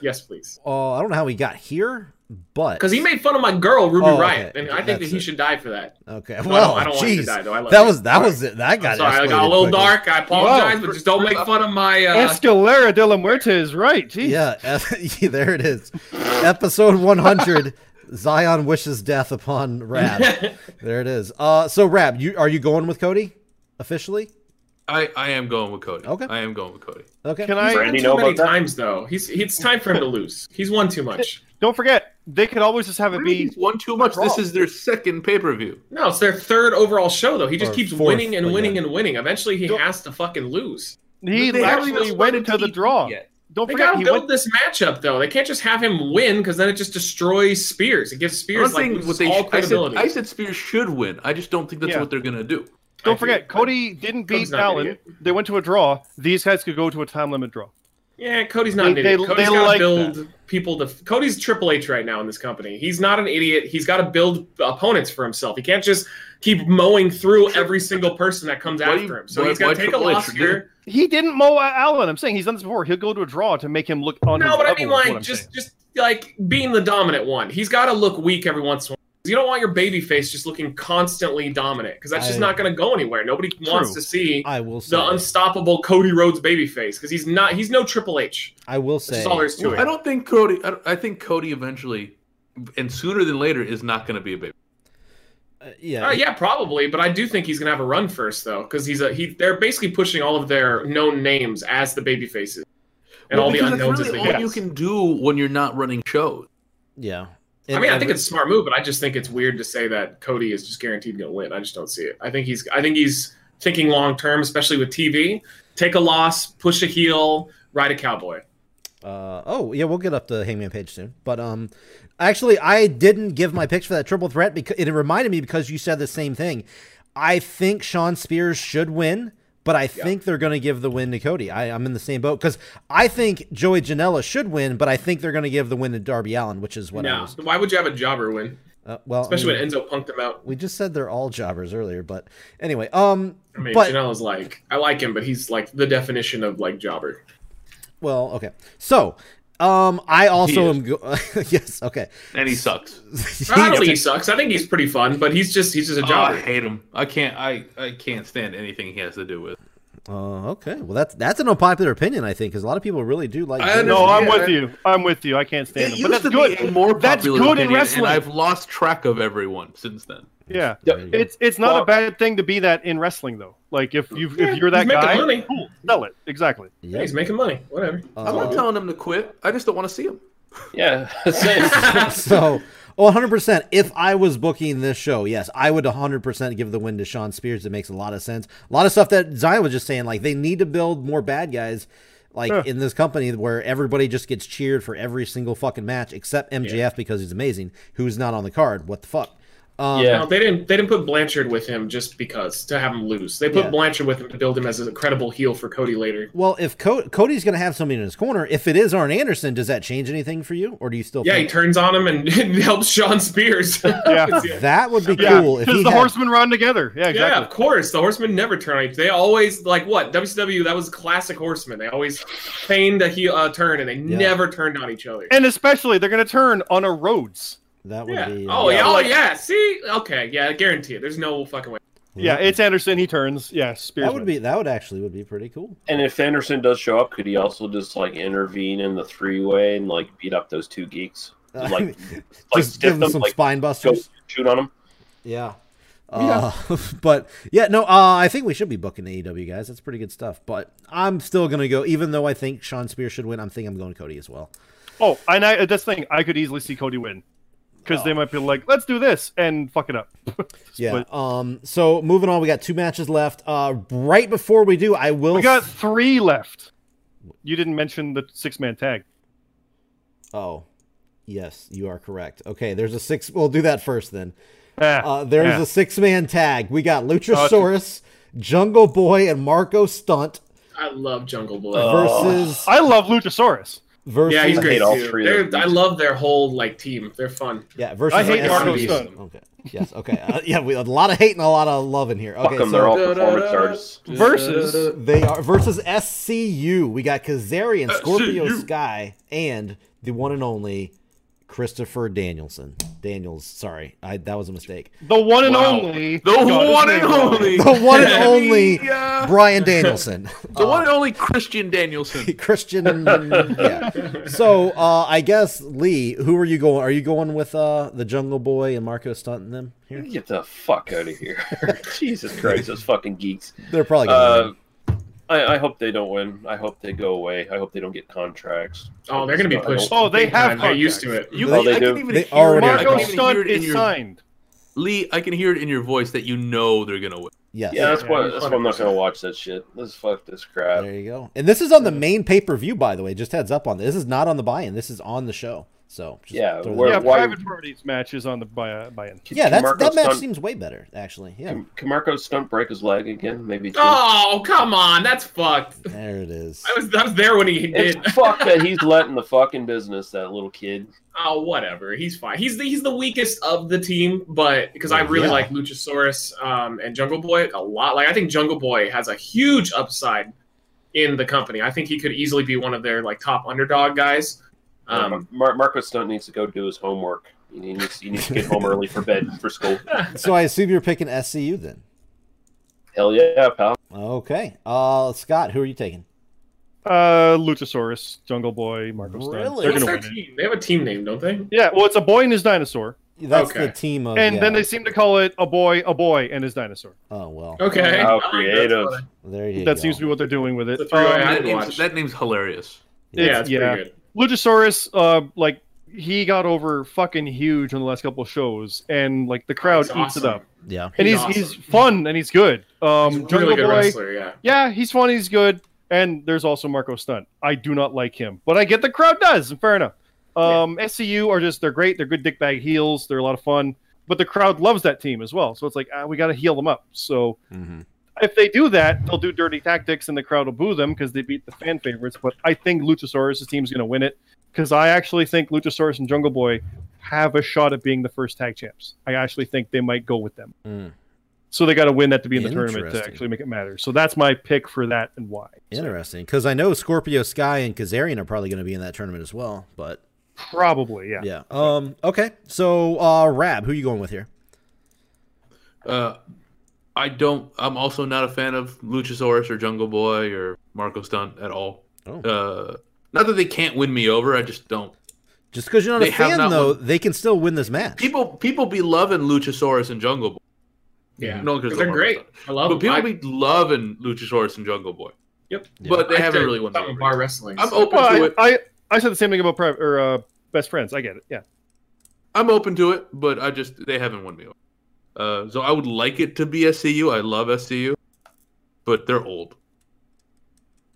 Yes, please. Uh, I don't know how we got here, but Because he made fun of my girl, Ruby Oh, okay. Riot, and I think That's that he it. should die for that. okay. No, I Well, don't- I don't want him to jeez, die, though. I love that you. was that was it. That got Sorry, I got a escalated little quickly. dark. [laughs] I apologize, but just don't make fun of my. Uh, Escalera de la Muerte is right. Jeez. Yeah, [laughs] ep- yeah, there it is. Episode [laughs] 100. Zion wishes death upon Rab. there it is. Uh, so Rab, you are you going with Cody officially? I I am going with Cody. Okay. I am going with Cody. Okay. Can I? Brandy too know many about that? times though. He's it's time for him to lose. He's won too much. Don't forget, they could always just have it be. He's won too much. This is their second pay per view. No, it's their third overall show though. He just Or keeps fourth, winning and but winning yeah. and winning. Eventually, he has to fucking lose. He They haven't actually even went started to the TV draw. yet. Don't They forget, gotta he build went. this matchup though. They can't just have him win because then it just destroys Spears. It gives I'm not Spears like saying what loses they. all I said, credibility. I said Spears should win. I just don't think that's Yeah. what they're gonna do. Don't I forget, think- Cody didn't Cody's beat not an Fallon. idiot. They went to a draw. These guys could go to a time limit draw. Yeah, Cody's not They- an idiot. they- Cody's they got like to build people to. Cody's Triple H right now in this company. He's not an idiot. He's got to build opponents for himself. He can't just keep mowing through every single person that comes Why do after you- him. So why- he's got why to take a Triple H loss did- here. He didn't mow Allen. I'm saying he's done this before. He'll go to a draw to make him look on. No, his but I level, mean is what like I'm just saying. just like being the dominant one. He's got to look weak every once in a while. You don't want your baby face just looking constantly dominant because that's just I- not going to go anywhere. Nobody wants to see I will say. the unstoppable Cody Rhodes baby face because he's not. He's no Triple H. I will That's say. uh, just all there is to I it. don't think Cody. I, don't- I think Cody eventually, and sooner than later, is not gonna be a baby. uh, yeah. Uh, yeah, probably, but I do think he's gonna have a run first though, because he's a he. They're basically pushing all of their known names as the baby faces, and all the because that's unknowns really as the all you guests. can do when you're not running shows. Yeah. I mean, I think it's a smart move, but I just think it's weird to say that Cody is just guaranteed gonna win. I just don't see it. I think he's I think he's thinking long term, especially with TV. Take a loss, push a heel, ride a cowboy. Uh, oh yeah, we'll get up to Hangman Page soon. But um, actually, I didn't give my picks for that triple threat because it reminded me because you said the same thing. I think Sean Spears should win, but I think they're going to give the win to Cody. I, I'm in the same boat because I think Joey Janela should win, but I think they're going to give the win to Darby Allen, which is what I No, was. why would you have a jobber win, Uh, well, I especially mean, when Enzo punked him out? we just said they're all jobbers earlier, but anyway, um, I mean, but Janela's like I like him, but he's like the definition of like jobber. well, okay. So, um, I also is. am. Go- [laughs] yes, okay. And he sucks. I don't think he sucks. I think he's pretty fun, but he's just he's just a Oh, I jobber. hate him. I can't. I I can't stand anything he has to do with. Uh, okay. Well, that's that's an unpopular opinion, I think, because a lot of people really do like. I Jordan. No, I'm Yeah. with you. I'm with you. I can't stand It him. used But that's to good. be a more that's popular good in opinion, wrestling. and I've lost track of everyone since then. Yeah, Yeah. it's it's not Well- a bad thing to be that in wrestling though. Like if you if you're that he's making guy, money. cool, sell it exactly. Yeah. He's making money. Whatever. Uh, I'm not telling him to quit. I just don't want to see him. Yeah, [laughs] same. so oh, 100% if i was booking this show yes i would 100% give the win to sean spears it makes a lot of sense a lot of stuff that zion was just saying like they need to build more bad guys like Yeah. in this company where everybody just gets cheered for every single fucking match except mjf because he's amazing who's not on the card what the fuck um, No, they didn't. They didn't put Blanchard with him just because to have him lose. They put Yeah. Blanchard with him to build him as a credible heel for Cody later. well if Co- cody's going to have somebody in his corner if it is arn anderson does that change anything for you or do you still Yeah, he think turns on him and [laughs] helps Sean Spears. Yeah. that would be Yeah, cool if because he the had- horsemen run together. Yeah, Yeah, exactly. of course. The Horsemen never turn. They always like what WCW. That was classic Horsemen. They always feigned a heel uh, turn, and they never turned on each other. And especially they're gonna turn on a Rhodes. that would yeah. be uh, oh yeah. yeah, Oh like- yeah. See. Okay. Yeah. I guarantee it. There's no fucking way. Yeah, it's Anderson. He turns. Yeah, Spears. Mm-hmm. that would be that would actually would be pretty cool [laughs] and if Anderson does show up, could he also just like intervene in the three way and like beat up those two geeks? Just, I [laughs] like, mean, like just give them some like, spine go busters shoot on them. Yeah. Uh, [laughs] but yeah, no, uh, I think we should be booking AEW guys. That's pretty good stuff. But I'm still gonna go, even though I think Sean Spears should win. I'm thinking I'm going Cody as well. Oh, and I, that's the thing. I could easily see Cody win because Oh. they might be like, "Let's do this" and fuck it up. Yeah. But um. So moving on, we got two matches left. Uh, right before we do, I will. we got [laughs] three left. You didn't mention the six man tag. oh, yes, you are correct. Okay, there's a six. We'll do that first then. Ah, Uh, there's yeah. a six man tag. We got Luchasaurus, Jungle Boy, and Marco Stunt I love Jungle Boy. Uh, versus I love Luchasaurus. versus yeah, he's I great hate all too. three of They're- them. I love their whole like team. They're fun. Yeah, versus I hate SCU. Marco Stunt. Okay. Yes. Okay. Uh, yeah, we a lot of hate and a lot of love in here. Fuck Okay, them. so They're all performance artists. Versus they are versus SCU. We got Kazarian, Scorpio SCU. Sky, and the one and only Christopher Danielson. Daniels, sorry, I, that was a mistake. the one and Wow. only. The God, his one and name wrong. only. The one and only Yeah. Brian Danielson. [laughs] The one and only Christian Danielson. Christian. Yeah. So uh, I guess Lee, who are you going? Are you going with uh, the Jungle Boy and Marco Stunt and them here? Get the fuck out of here! [laughs] [laughs] Jesus Christ, those fucking geeks. They're probably going. Uh, to I, I hope they don't win. I hope they go away. I hope they don't get contracts. Oh, they're gonna be I don't- pushed. Oh, they big have time. They're used to contracts. it. You, Oh, they I do. can even They hear already I are can Marco even hear Stunt it in is your signed. Lee. I can hear it in your voice that you know they're gonna win. yes. Yeah, that's Yeah, why. That's why I'm not gonna watch that shit. Let's fuck this crap. There you go. And this is on the main pay per view, by the way. Just heads up on this. This is not on the buy in. This is on the show. So just Yeah, throw we're- that Yeah, out. why- private parties matches on the buy- uh, buy-in. Can- yeah. can That's Marco that match Stunt- seems way better actually. Yeah, Can, can Marco stunt break his leg again? Maybe. too? Oh, come on. That's fucked. there it is. I was I was there when he It's did. [laughs] fuck that he's letting the fucking business that little kid. Oh, whatever. He's fine. He's the he's the weakest of the team, but because I Oh, really yeah. like Luchasaurus um, and Jungle Boy a lot. Like I think Jungle Boy has a huge upside in the company. I think he could easily be one of their like top underdog guys. Um, Mar- Marco stunt needs to go do his homework. He needs, he needs to get home early for bed [laughs] for school. So I assume you're picking SCU then. Hell yeah, pal. Okay. Uh, Scott, who are you taking? Uh, Luchasaurus, Jungle Boy, Marco Stunt. Really? They're what's gonna their win it. team? They have a team name, don't they? Yeah, well, it's a boy and his dinosaur, That's Okay. the team of. and Oh, yeah. then they seem to call it a boy, a boy, and his dinosaur. Oh well. Okay. How I like that. creative. There you go. That seems to be what they're doing with it. It's a throwaway Um, I That would name's, watch. that name's hilarious. Yeah, it's Yeah. pretty good. Luchasaurus, uh, like he got over fucking huge on the last couple of shows, and like the crowd He's eats it awesome. up. Yeah. And he's He's he's, awesome. fun and he's good. Um, He's a Jungle really good Boy, wrestler. Yeah. yeah, he's fun, he's good. And there's also Marco Stunt. I do not like him, but I get the crowd does. and Fair enough. Um, SCU are just they're great. They're good dickbag heels. They're a lot of fun, but the crowd loves that team as well. So it's like ah, we got to heal them up. So if they do that, they'll do dirty tactics, and the crowd will boo them because they beat the fan favorites. But I think Luchasaurus' team's going to win it because I actually think Luchasaurus and Jungle Boy have a shot at being the first tag champs. I actually think they might go with them. Mm. So they got to win that to be in the tournament to Interesting. actually make it matter. So that's my pick for that and why. Interesting, because I know Scorpio Sky and Kazarian are probably going to be in that tournament as well. But Probably, yeah. yeah. Um. Okay. So, uh, Rab, who you going with here? Uh, I don't. I'm also not a fan of Luchasaurus or Jungle Boy or Marco Stunt at all. Oh. Uh, not that they can't win me over. I just don't. Just because you're not They a have fan, not though, won. they can still win this match. People people be loving Luchasaurus and Jungle Boy. Yeah. No, 'cause because of they're Marco great. Stunt. I love but people them. I- be loving Luchasaurus and Jungle Boy. Yep. But they I haven't did really won me something over. bar wrestling. I'm so- open to Well, it. I, I I said the same thing about Pri- or uh, best friends. I get it. Yeah. I'm open to it, but I just they haven't won me over. Uh, so I would like it to be SCU. I love SCU, but they're old.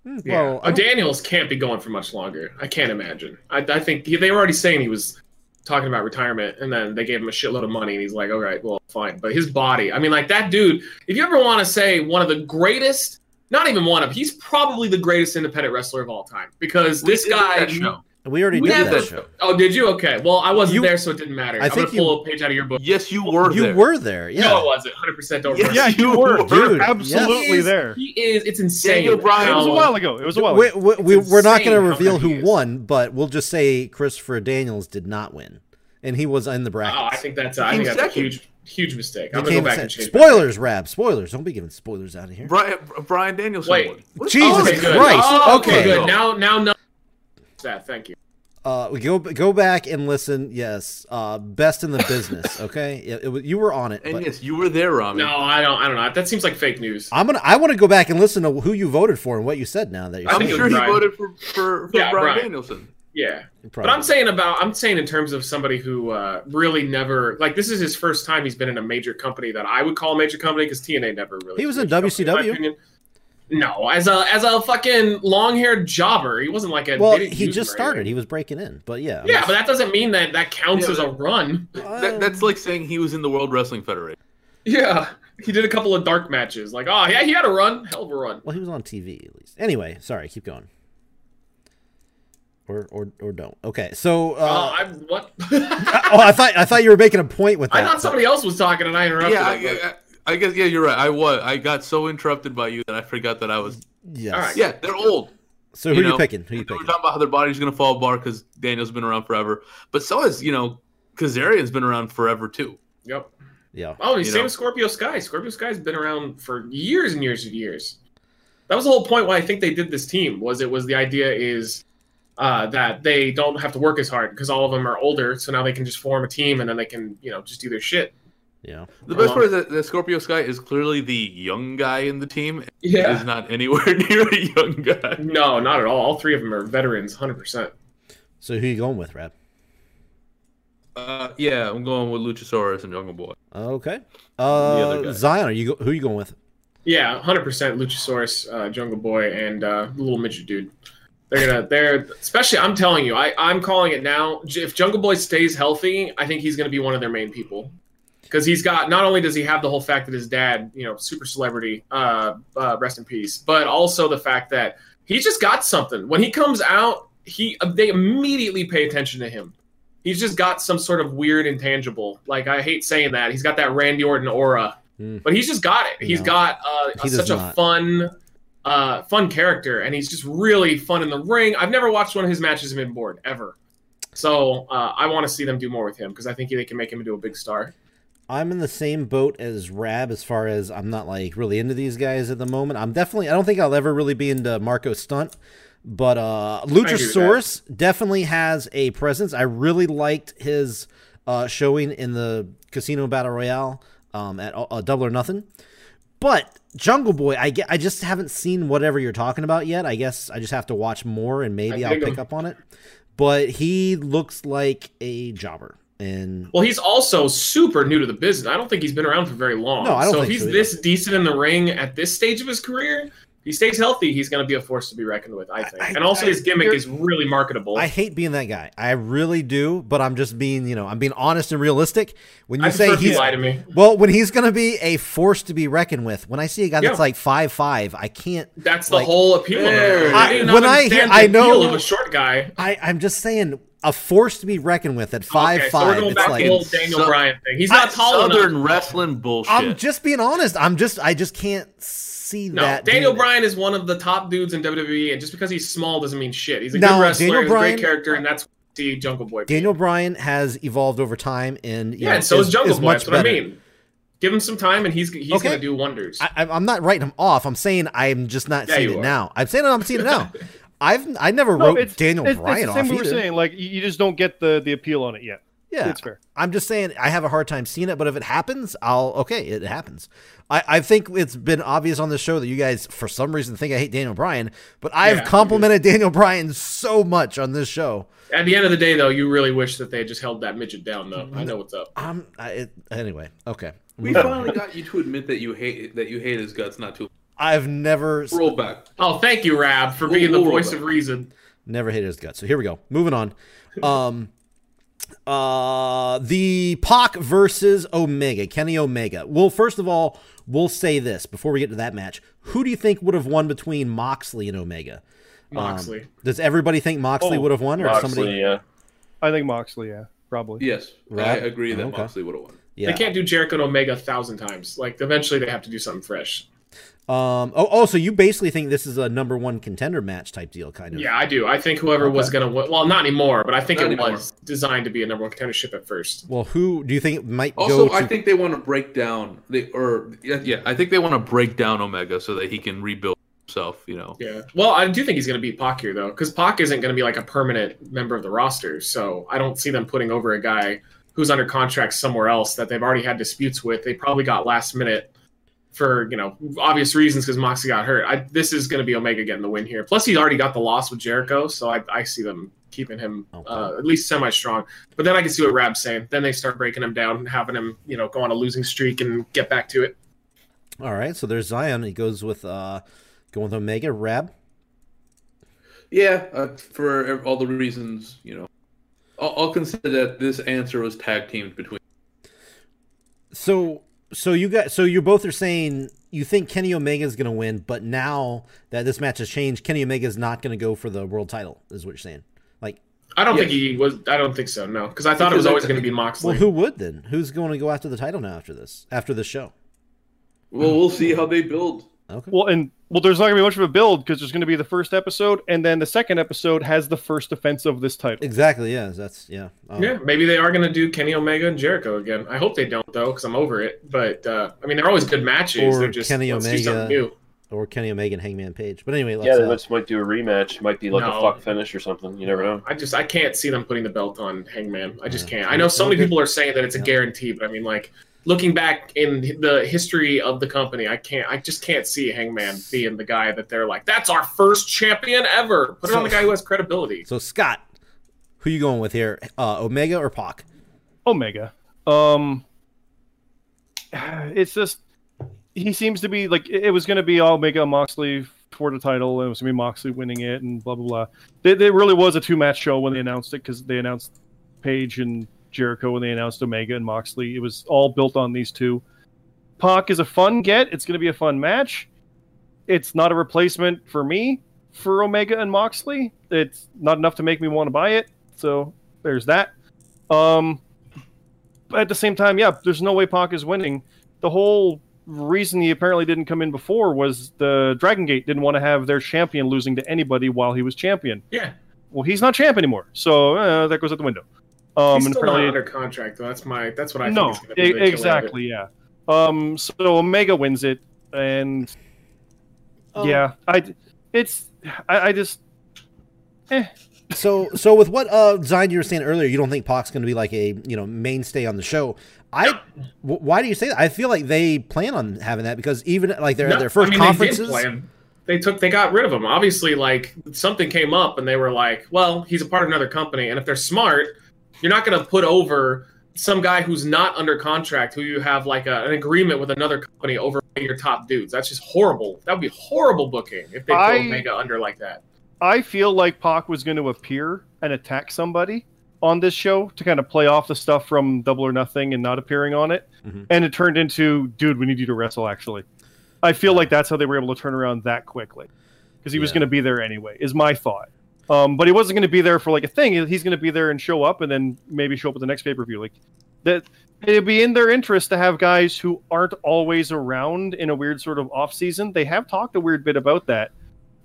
Hmm, Yeah. Well, I Uh, don't- Daniels can't be going for much longer. I can't imagine. I, I think he, they were already saying he was talking about retirement, and then they gave him a shitload of money, and he's like, all right, well, fine. But his body, I mean, like that dude, if you ever want to say one of the greatest, not even one of, he's probably the greatest independent wrestler of all time because We this did guy. that show. we already We did have that the- show. Oh, did you? Okay. Well, I wasn't You- there, so it didn't matter. I I'm think gonna pull you- a page out of your book. Yes, you were. Oh, You there. were there, yeah. No, it wasn't. 100% don't remember. Yeah, you were. Dude, absolutely He is- there. He is. It's insane. Daniel Bryan It was a how- while ago. It was a while. we, ago. we, we, It's we're not insane going to how reveal many who years. won, but we'll just say Christopher Daniels did not win, and he was in the brackets. Oh, I think that's. I He think came that's a second. huge, huge mistake. He I'm gonna go came back second. and change. my- spoilers, Rab. Spoilers. Don't be giving spoilers out of here. Brian, Brian Danielson. Wait. won. What- Jesus Okay, good. Christ. Oh, okay. good. Now, now, no. That. Thank you. Uh, we go go back and listen. Yes, uh, best in the business. Okay, it, it, was- you were on it. And but yes, you were there, Rami. No, I don't. I don't know. That seems like fake news. I'm gonna. I want to go back and listen to who you voted for and what you said. Now that you're I I'm think it sure was he Brian. voted for for, for Yeah, Brian, Brian. Danielson. Yeah, but probably- I'm saying about. I'm saying in terms of somebody who uh, really never like. This is his first time he's been in a major company that I would call a major company because TNA never really. He was a in major company, my WCW. opinion. no, as a as a fucking long haired jobber, he wasn't like a. well, they didn't he use just him or started. He anything. was breaking in, but yeah. uh, Yeah, but that doesn't mean that that counts Yeah, as but- a run. That, that's like saying he was in the World Wrestling Federation. [laughs] Yeah, he did a couple of dark matches. Like, oh yeah, he had a run, hell of a run. Well, he was on TV at least. Anyway, sorry. Keep going. Or or or don't. Okay, so. Uh, Oh, I what? [laughs] oh, I thought I thought you were making a point with that. I thought somebody else was talking and I interrupted. Yeah, I, them, but- I, I guess. Yeah, you're right. I was. I got so interrupted by you that I forgot that I was. Yes. All right. Yeah, they're old. So who are know, you picking? Who are you We're picking? talking about how their body's going to fall apart because Daniel's been around forever, but so is you know Kazarian's been around forever too. yep. Yeah. Oh, and You same know. with Scorpio Sky. Scorpio Sky's been around for years and years and years. That was the whole point why I think they did this team was it was the idea is uh, that they don't have to work as hard because all of them are older, so now they can just form a team and then they can you know just do their shit. Yeah. The best Uh-huh. part is that, that Scorpio Sky is clearly the young guy in the team. Is Yeah. not anywhere [laughs] near a young guy. No, not at all. All three of them are veterans, hundred percent. So who you going with, Rab? Uh, yeah, I'm going with Luchasaurus and Jungle Boy. Okay. other Uh, guy. Zion, are you go- who you going with? Yeah, hundred percent. Luchasaurus, uh, Jungle Boy, and uh, little midget dude. They're gonna. They're especially. I'm telling you, I I'm calling it now. J- If Jungle Boy stays healthy, I think he's gonna be one of their main people. Because he's got not only does he have the whole fact that his dad, you know, super celebrity, uh, uh, rest in peace, but also the fact that he's just got something. When he comes out, he they immediately pay attention to him. He's just got some sort of weird intangible. Like I hate saying that. He's got that Randy Orton aura, Mm. but he's just got it. He's No. got uh, He does such a not. fun, uh, fun character, and he's just really fun in the ring. I've never watched one of his matches and been bored ever. So uh, I want to see them do more with him because I think they can make him into a big star. I'm in the same boat as Rab as far as I'm not like really into these guys at the moment. I'm definitely I don't think I'll ever really be into Marco Stunt, but uh Luchasaurus definitely has a presence. I really liked his uh showing in the Casino Battle Royale um at uh, Double or Nothing. But Jungle Boy, I get, I just haven't seen whatever you're talking about yet. I guess I just have to watch more and maybe I I'll dig pick him. up on it. But he looks like a jobber and Well, he's also super new to the business. I don't think he's been around for very long. No, I don't so think if he's so either. this decent in the ring at this stage of his career, he stays healthy. He's going to be a force to be reckoned with, I think. I- and also, I- his gimmick you're- is really marketable. I hate being that guy. I really do, but I'm just being, you know, I'm being honest and realistic. When you I say prefer if you he's lie to me. well, when he's going to be a force to be reckoned with. When I see a guy Yeah. that's like five five, I can't. That's the like- whole appeal. Of it. I- do when not I understand hear- the I appeal know- of a short guy. I I'm just saying a force to be reckoned with at five okay, so five. we're going it's back to the like old Daniel Sou- Bryan thing. He's not tall Southern enough. wrestling bullshit. I'm just being honest. I'm just I just can't see No, that. Daniel being- Bryan is one of the top dudes in WWE, and just because he's small doesn't mean shit. He's a No, good wrestler, Daniel he's a Bryan- great character, and that's the Jungle Boy. being. Daniel Bryan has evolved over time, and you yeah, know, and so is, Jungle Boy. much That's what better. I mean. Give him some time, and he's he's Okay. gonna do wonders. I, I'm- I'm not writing him off. I'm saying I'm just not Yeah, seeing you it are. now. I'm saying I'm seeing it [laughs] now. I've I never No, wrote it's Daniel it's, Bryan it's the off same we were either. saying. Like you you just don't get the the appeal on it yet. Yeah, It's fair. I'm just saying I have a hard time seeing it, but if it happens, I'll okay. It happens. I, I think it's been obvious on this show that you guys, for some reason, think I hate Daniel Bryan, but I've Yeah, complimented Daniel Bryan so much on this show. At the end of the day, though, you really wish that they had just held that midget down, though. I know what's up. I'm Um, I, it, anyway. Okay, We finally got you to admit that you hate that you hate his guts. Not too I've never s- roll back. Oh, thank you, Rab, for being the Ooh, voice Rab. of reason. never hated his guts. So here we go. Moving on. Um, uh, the Pac versus Omega, Kenny Omega. Well, first of all, we'll say this before we get to that match. Who do you think would have won between Moxley and Omega? Um, Moxley. does everybody think Moxley Oh, would have won, or Moxley, somebody? yeah. I think Moxley, yeah, probably. Yes, I Right. agree that Okay. Moxley would have won. Yeah. They can't do Jericho and Omega a thousand times. Like, eventually they have to do something fresh. Um. Oh, oh. So you basically think this is a number one contender match type deal, kind of? Yeah, I do. I think whoever was going to win, well, not anymore, but I think Not it anymore. was designed to be a number one contendership at first. Well, who do you think might Also, go? To, I think they want to break down they or yeah, yeah, I think they want to break down Omega so that he can rebuild himself. You know, Yeah. Well, I do think he's going to beat Pac here, though, because Pac isn't going to be like a permanent member of the roster. So I don't see them putting over a guy who's under contract somewhere else that they've already had disputes with. They probably got last minute for, you know, obvious reasons because Moxie got hurt. I, this is going to be Omega getting the win here. Plus, he's already got the loss with Jericho. So I, I see them keeping him uh, at least semi strong. But then I can see what Rab's saying. Then they start breaking him down and having him, you know, go on a losing streak and get back to it. all right. So there's Zion. He goes with uh, going with Omega. Rab. yeah, uh, for all the reasons you know, I'll, I'll consider that this answer was tag teamed between. So so you got so you both are saying you think Kenny Omega is going to win, but now that this match has changed, Kenny Omega is not going to go for the world title, is what you're saying. Like, I don't Yes. think he was. I don't think so. No, because I thought it was always going to be Moxley. well, who would then? Who's going to go after the title now after this? After the show? Well, we'll see how they build. Okay. Well, and well, there's not gonna be much of a build because there's gonna be the first episode, and then the second episode has the first defense of this title. Exactly. Yeah. That's yeah. Um, Yeah, maybe they are going to do Kenny Omega and Jericho again. I hope they don't though, because I'm over it. But uh, I mean, they're always good matches. Or they're just Kenny let's Omega. do something new. Or Kenny Omega and Hangman Page. But anyway, let's, Yeah, they uh, just might do a rematch. Might be like No. a fuck finish or something. You never know. I just I can't see them putting the belt on Hangman. I just Yeah. can't. I know so many Okay. people are saying that it's a Yeah. guarantee, but I mean, like looking back in the history of the company, I can't. I just can't see Hangman being the guy that they're like, that's our first champion ever. Put it on the guy who has credibility. so Scott, who you going with here? Uh, Omega or Pac? Omega. Um, [sighs] it's just he seems to be like it it was going to be Omega and Moxley for the title, and it was going to be Moxley winning it, and blah blah blah. It, it really was a two match show when they announced it because they announced Page and Jericho when they announced Omega and Moxley. It was all built on these two. Pac is a fun get. It's going to be a fun match. It's not a replacement for me for Omega and Moxley. It's not enough to make me want to buy it. So there's that. Um, but at the same time, yeah, there's no way Pac is winning. The whole reason he apparently didn't come in before was the Dragon Gate didn't want to have their champion losing to anybody while he was champion. Yeah. Well, he's not champion anymore, so uh, that goes out the window. Um, He's and still not apparently- under contract though. That's my. That's what I no, think. is gonna be e- the killer of it. exactly, yeah. Um, so Omega wins it, and Oh. yeah, I, it's, I, I just, So so with what uh Zion you were saying earlier, you don't think Pac's going to be like a you know mainstay on the show. I wh- why do you say that? I feel like they plan on having that because even like they're at No, their first I mean, They, conferences. did play him. they took they got rid of him. Obviously, like something came up and they were like, "Well, he's a part of another company." And if they're smart, you're not going to put over some guy who's not under contract, who you have like a, an agreement with another company over your top dudes. That's just horrible. That would be horrible booking if they put I- Omega under like that. I feel like Pac was going to appear and attack somebody on this show to kind of play off the stuff from Double or Nothing and not appearing on it, Mhm. Mm-hmm. and it turned into, dude, we need you to wrestle. Actually, I feel like that's how they were able to turn around that quickly because he was Yeah. going to be there anyway. Is my thought. Um, but he wasn't going to be there for like a thing. He's going to be there and show up, and then maybe show up at the next pay per view. Like that, it'd be in their interest to have guys who aren't always around in a weird sort of off season. They have talked a weird bit about that,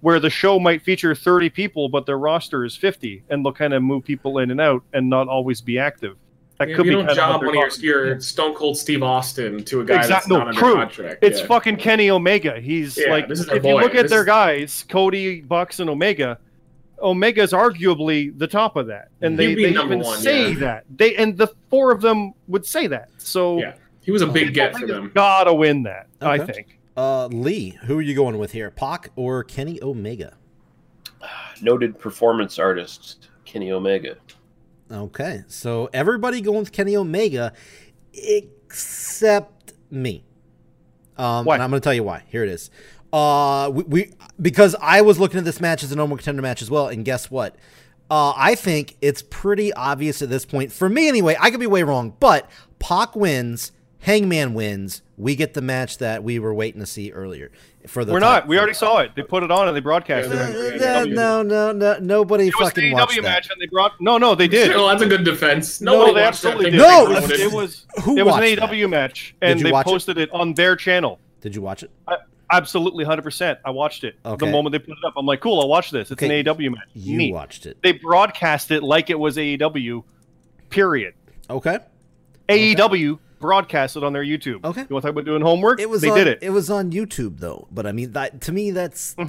where the show might feature thirty people, but their roster is fifty, and they'll kind of move people in and out and not always be active. That You- could you be don't kind of job what one they're of your, your Stone Cold Steve Austin to a guy that's Exact- no, not under true. contract. It's Yeah. fucking Kenny Omega. He's Yeah, like, this is if their you boy. look at This their is- guys, Cody, Bucks, and Omega, Omega's arguably the top of that, and they, He'd be they number even one, say yeah. that they and the four of them would say that. So Yeah. He was a Oh, big get for Omega's them. [laughs] gotta win that. I Okay. think. Uh, Lee, who are you going with here? Pac or Kenny Omega? Noted performance artist Kenny Omega. Okay, so everybody going with Kenny Omega except me. Um, Why? And I'm going to tell you why. Here it is. Uh, we, we because I was looking at this match as a normal contender match as well, and guess what? Uh, I think it's pretty obvious at this point for me anyway. I could be way wrong, but Pac wins, Hangman wins. We get the match that we were waiting to see earlier. For the We're top- not. We already saw it. They put it on and they broadcast Yeah, it. they're- Uh, that- no, no, no. Nobody It was fucking the watched AEW that. match and they brought. No, no, they did. Well, that's a good defense. No, Nobody they watched that absolutely did. thing. They No, ruined It it. was. Who it was an watched AEW match, and you they watch it? posted it? on their channel. Did you watch it? I, absolutely, hundred percent. I watched it Okay. the moment they put it up. I'm like, cool, I'll watch this. It's Okay, an AEW match. You Neat. watched it. They broadcast it like it was AEW. Period. Okay. AEW broadcast it on their YouTube. Okay. You want to talk about doing homework? It was They on, did it. Mm-hmm. was on YouTube though, but I mean that to me that's uh,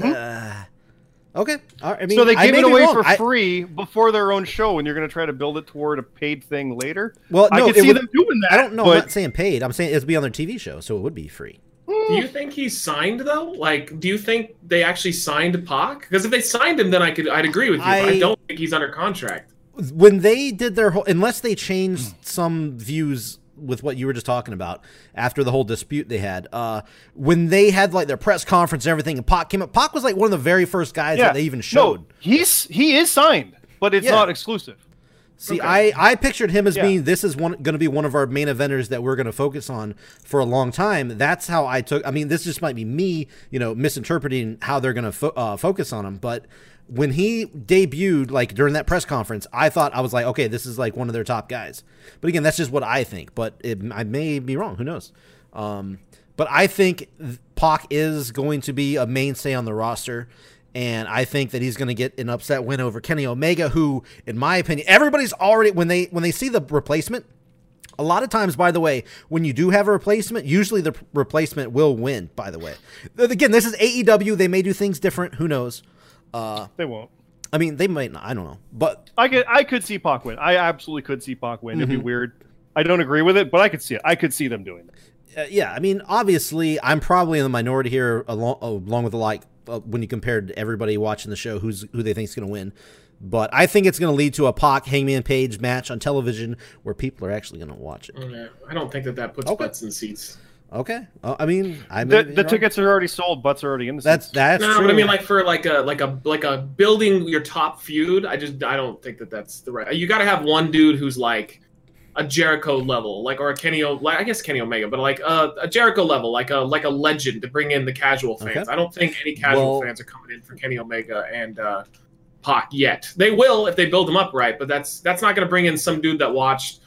okay. All right, I mean, so they I give may it be away wrong. for I- free before their own show, and you're going to try to build it toward a paid thing later. Well, I no, can it see would- them doing that. I don't know. I'm But not saying paid. I'm saying it'd be on their TV show, so it would be free. Do you think he signed though? Like, do you think they actually signed Pac? Because if they signed him, then I could I'd agree with you. I, I- I don't think he's under contract. When they did their whole, unless they changed Mm. some views with what you were just talking about after the whole dispute they had, uh, when they had like their press conference and everything, and Pac came up. Pac was like one of the very first guys yeah, that they even showed. No, he's he is signed, but it's Yeah. not exclusive. See, I, I pictured him as Yeah. being this is one going to be one of our main eventers that we're going to focus on for a long time. That's how I took. I mean, this just might be me, you know, misinterpreting how they're going to fo- uh, focus on him. But when he debuted, like during that press conference, I thought I was like, okay, this is like one of their top guys. But again, that's just what I think. But it, I may be wrong. Who knows? Um, but I think th- Pac is going to be a mainstay on the roster. And I think that he's going to get an upset win over Kenny Omega, who, in my opinion, everybody's already when they when they see the replacement. A lot of times, by the way, when you do have a replacement, usually the p- replacement will win. By the way, Th- again, this is AEW. They may do things different. Who knows? They won't. I mean, they might not. I don't know. But I could I could see Pac win. I absolutely could see Pac win. It'd be Mm-hmm. weird. I don't agree with it, but I could see it. I could see them doing it. uh, yeah, I mean, obviously, I'm probably in the minority here, along oh, along with the like uh, when you compare to everybody watching the show, who's who they think is going to win. But I think it's going to lead to a Pac Hangman Page match on television where people are actually going to watch it. Yeah, I don't think that that puts Okay. butts in seats. Okay, uh, I mean, I may The, be the wrong. tickets are already sold. Butts are already in the That's seats. that's no, true. but I mean, like for like a like a like a building your top feud. I just I don't think that that's the right. You got to have one dude who's like a Jericho level, like or a Kenny. O, like, I guess Kenny Omega, but like a, a Jericho level, like a like a legend to bring in the casual fans. Okay. I don't think any casual Well- fans are coming in for Kenny Omega and uh, Pac yet. They will if they build them up right, but that's that's not going to bring in some dude that watched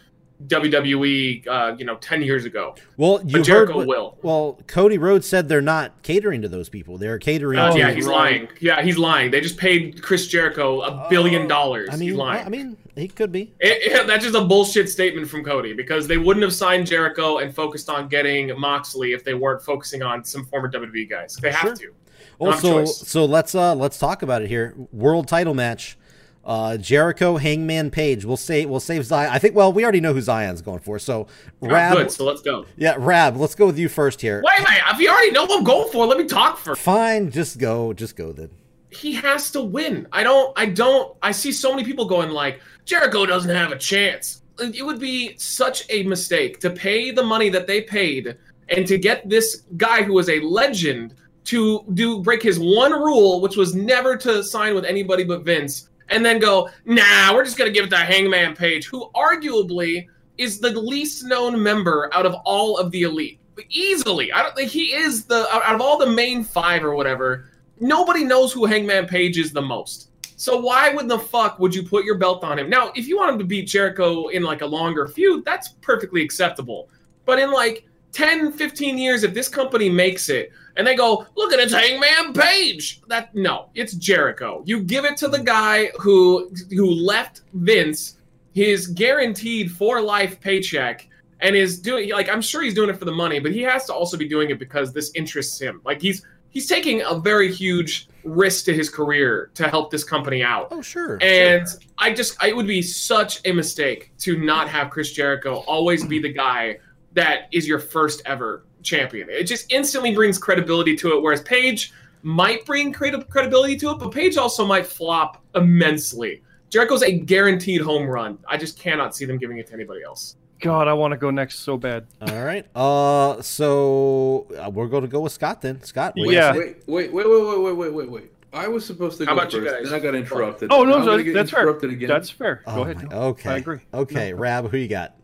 WWE, uh, you know, ten years ago. well, you but Jericho heard what- will. Well, Cody Rhodes said they're not catering to those people. They're catering. Uh, to, yeah, he's lying. Yeah, he's lying. They just paid Chris Jericho a billion dollars. Oh, I mean, he's lying. I mean, he could be. It- [laughs] it- that's just a bullshit statement from Cody because they wouldn't have signed Jericho and focused on getting Moxley if they weren't focusing on some former WWE guys. They have to. Not a Also, choice. so let's uh let's talk about it here. World title match. Uh, Jericho, Hangman Page. We'll say we'll save Zion. I think. Well, we already know who Zion's going for. So, Oh, Rab. Good. So let's go. yeah, Rab. Let's go with you first here. Wait, wait. If you already know what I'm going for, let me talk first. Fine, just go, just go then. he has to win. I don't, I don't, I see so many people going like, Jericho doesn't have a chance. It would be such a mistake to pay the money that they paid and to get this guy who was a legend to do break his one rule, which was never to sign with anybody but Vince, and then go, nah, we're just gonna give it to Hangman Page, who arguably is the least known member out of all of the elite. Easily, I don't think he is the out out of all the main five or whatever nobody knows who Hangman Page is the most. So why would the fuck would you put your belt on him? Now, if you want him to beat Jericho in like a longer feud, that's perfectly acceptable. But in like 10, 15 years, if this company makes it and they go, look at it's Hangman Page. That no, it's Jericho. You give it to the guy who who left Vince his guaranteed for life paycheck and is doing like I'm sure he's doing it for the money, but he has to also be doing it because this interests him. Like he's he's taking a very huge risk to his career to help this company out. Oh, sure. And I just, it would be such a mistake to not have Chris Jericho always be the guy that is your first ever champion. It just instantly brings credibility to it, whereas Paige might bring creative credibility to it, but Paige also might flop immensely. Jericho's a guaranteed home run. I just cannot see them giving it to anybody else. God, I want to go next so bad. All right. Uh, so uh, we're going to go with Scott then. Scott. what do you Yeah. say? Wait, wait, wait, wait, wait, wait, wait, wait, wait. I was supposed to go How about first, you guys? then I got interrupted. Oh Now no, I'm so gonna get that's fair. interrupted again. That's fair. Go Oh ahead. my- okay. I agree. Okay, Rab, who you got?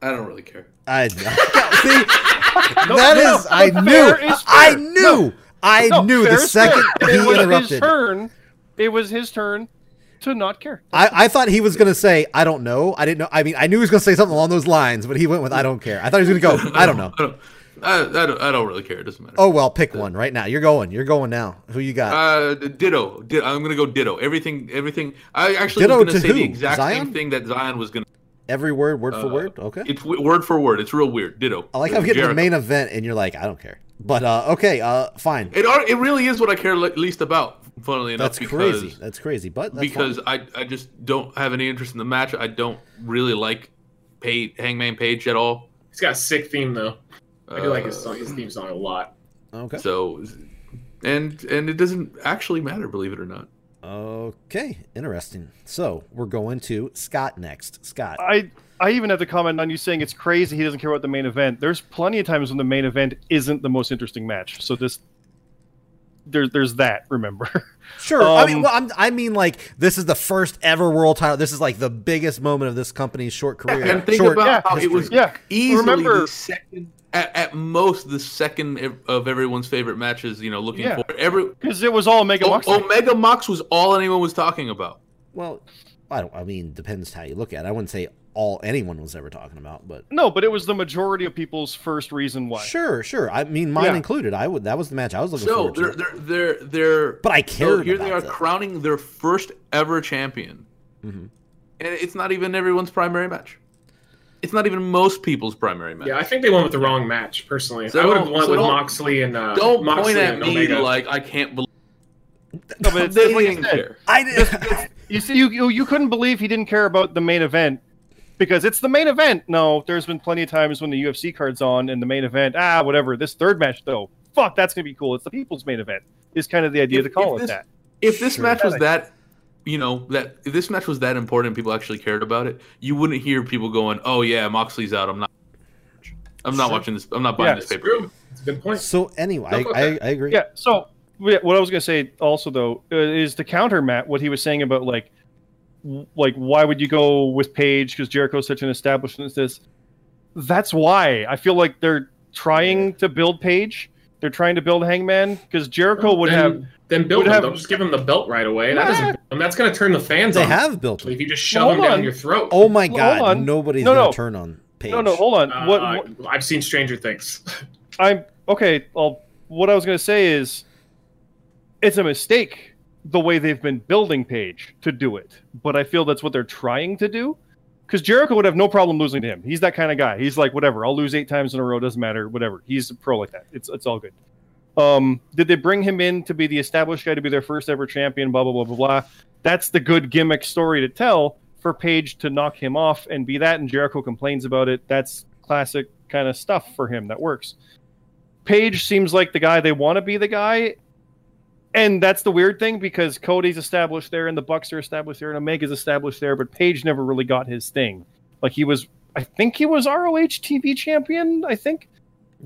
I don't really care. [laughs] I [laughs] see. That is. No, no, no, I fair knew. is fair. I knew. I No, knew fair the is fair. second he [laughs] it was his interrupted. turn. It was his turn to not care. I, I thought he was going to say, I don't know. I didn't know. I mean, I knew he was going to say something along those lines, but he went with, I don't care. I thought he was going to go, I don't know. I don't, I, I don't, I don't really care. It doesn't matter. Oh, well, pick one right now. You're going. You're going now. Who you got? Uh, ditto. Di- I'm gonna go ditto. Everything, everything. I actually Ditto was to gonna say who? the exact Zion? same thing that Zion was gonna. Every word, word for uh, word. Okay. It's w- word for word. It's real weird. Ditto. I like how I'm getting to the Jericho. main event and you're like, I don't care. But uh, okay, uh, fine. It are, it really is what I care le- least about. Funnily enough, That's because crazy. That's crazy. But that's because fine. I I just don't have any interest in the match. I don't really like Pay, Hangman Page at all. He's got a sick theme though. I do like his, Uh, song, his theme song a lot. okay. So, and and it doesn't actually matter, believe it or not. Okay, interesting. So we're going to Scott next. Scott. I I even have to comment on you saying it's crazy he doesn't care about the main event. There's plenty of times when the main event isn't the most interesting match. So this there's there's that, remember. [laughs] Sure. I mean, Um, well, I'm, I mean, like this is the first ever world title. This is like the biggest moment of this company's short career. And think short about how history. Oh, it was Yeah. easily Remember- the second, at, at most, the second ev- of everyone's favorite matches. You know, looking Yeah. for every Because it was all Mega O- Moxley. Omega Mox was all anyone was talking about. Well, I don't. I mean, depends how you look at. it. I wouldn't say all anyone was ever talking about, but No, but it was the majority of people's first reason why. sure, sure. I mean, mine Yeah. included. I would. That was the match I was looking So forward to. they're they're they're they're. but I so cared. here about they are that. crowning their first ever champion, Mhm. and it's not even everyone's primary match. It's not even most people's primary match. Yeah, I think they went with the wrong match. Personally, So I would have don't- went so with don't- Moxley and uh, Don't Moxley point at and me Omega. like I can't believe No, but it's, they it's like I didn't said, care. I [laughs] did. You see, you, you you couldn't believe he didn't care about the main event because it's the main event. No, there's been plenty of times when the UFC card's on and the main event. Ah, whatever. This third match though, fuck, that's gonna be cool. It's the people's main event. Is kind of the idea If- to call if it this- that. if this Sure. match was that you know that if this match was that important and people actually cared about it you wouldn't hear people going oh yeah moxley's out i'm not i'm not Sure. watching this i'm not buying Yeah, this It's paper true. It's a good point. So anyway, No, I, I, I agree. Yeah. So yeah, what I was gonna say also though uh, is to counter Matt what he was saying about like w- like why would you go with Paige because Jericho's such an establishment as this. That's why I feel like they're trying to build Paige. They're trying to build Hangman because Jericho would then, have. then build would him. have- Don't just give him the belt right away. That Nah. doesn't. build him. That's going to turn the fans They on. have built If him. you just shove Well, him hold down on. your throat. Oh my Well, god, hold on. nobody's No, gonna no. turn on Paige. No, no, hold on. Uh, what, what I've seen Stranger Things. [laughs] I'm okay. Well, what I was going to say is, it's a mistake the way they've been building Page to do it, but I feel that's what they're trying to do. Because Jericho would have no problem losing to him. He's that kind of guy. He's like, whatever. I'll lose eight times in a row. Doesn't matter. Whatever. He's a pro like that. It's it's all good. Um, did they bring him in to be the established guy to be their first ever champion? Blah blah blah blah blah. That's the good gimmick story to tell for Page to knock him off and be that. And Jericho complains about it. That's classic kind of stuff for him. That works. Page seems like the guy they want to be the guy. And that's the weird thing because Cody's established there and the Bucks are established there and Omega's established there, but Page never really got his thing. Like he was I think he was ROH TV champion, I think.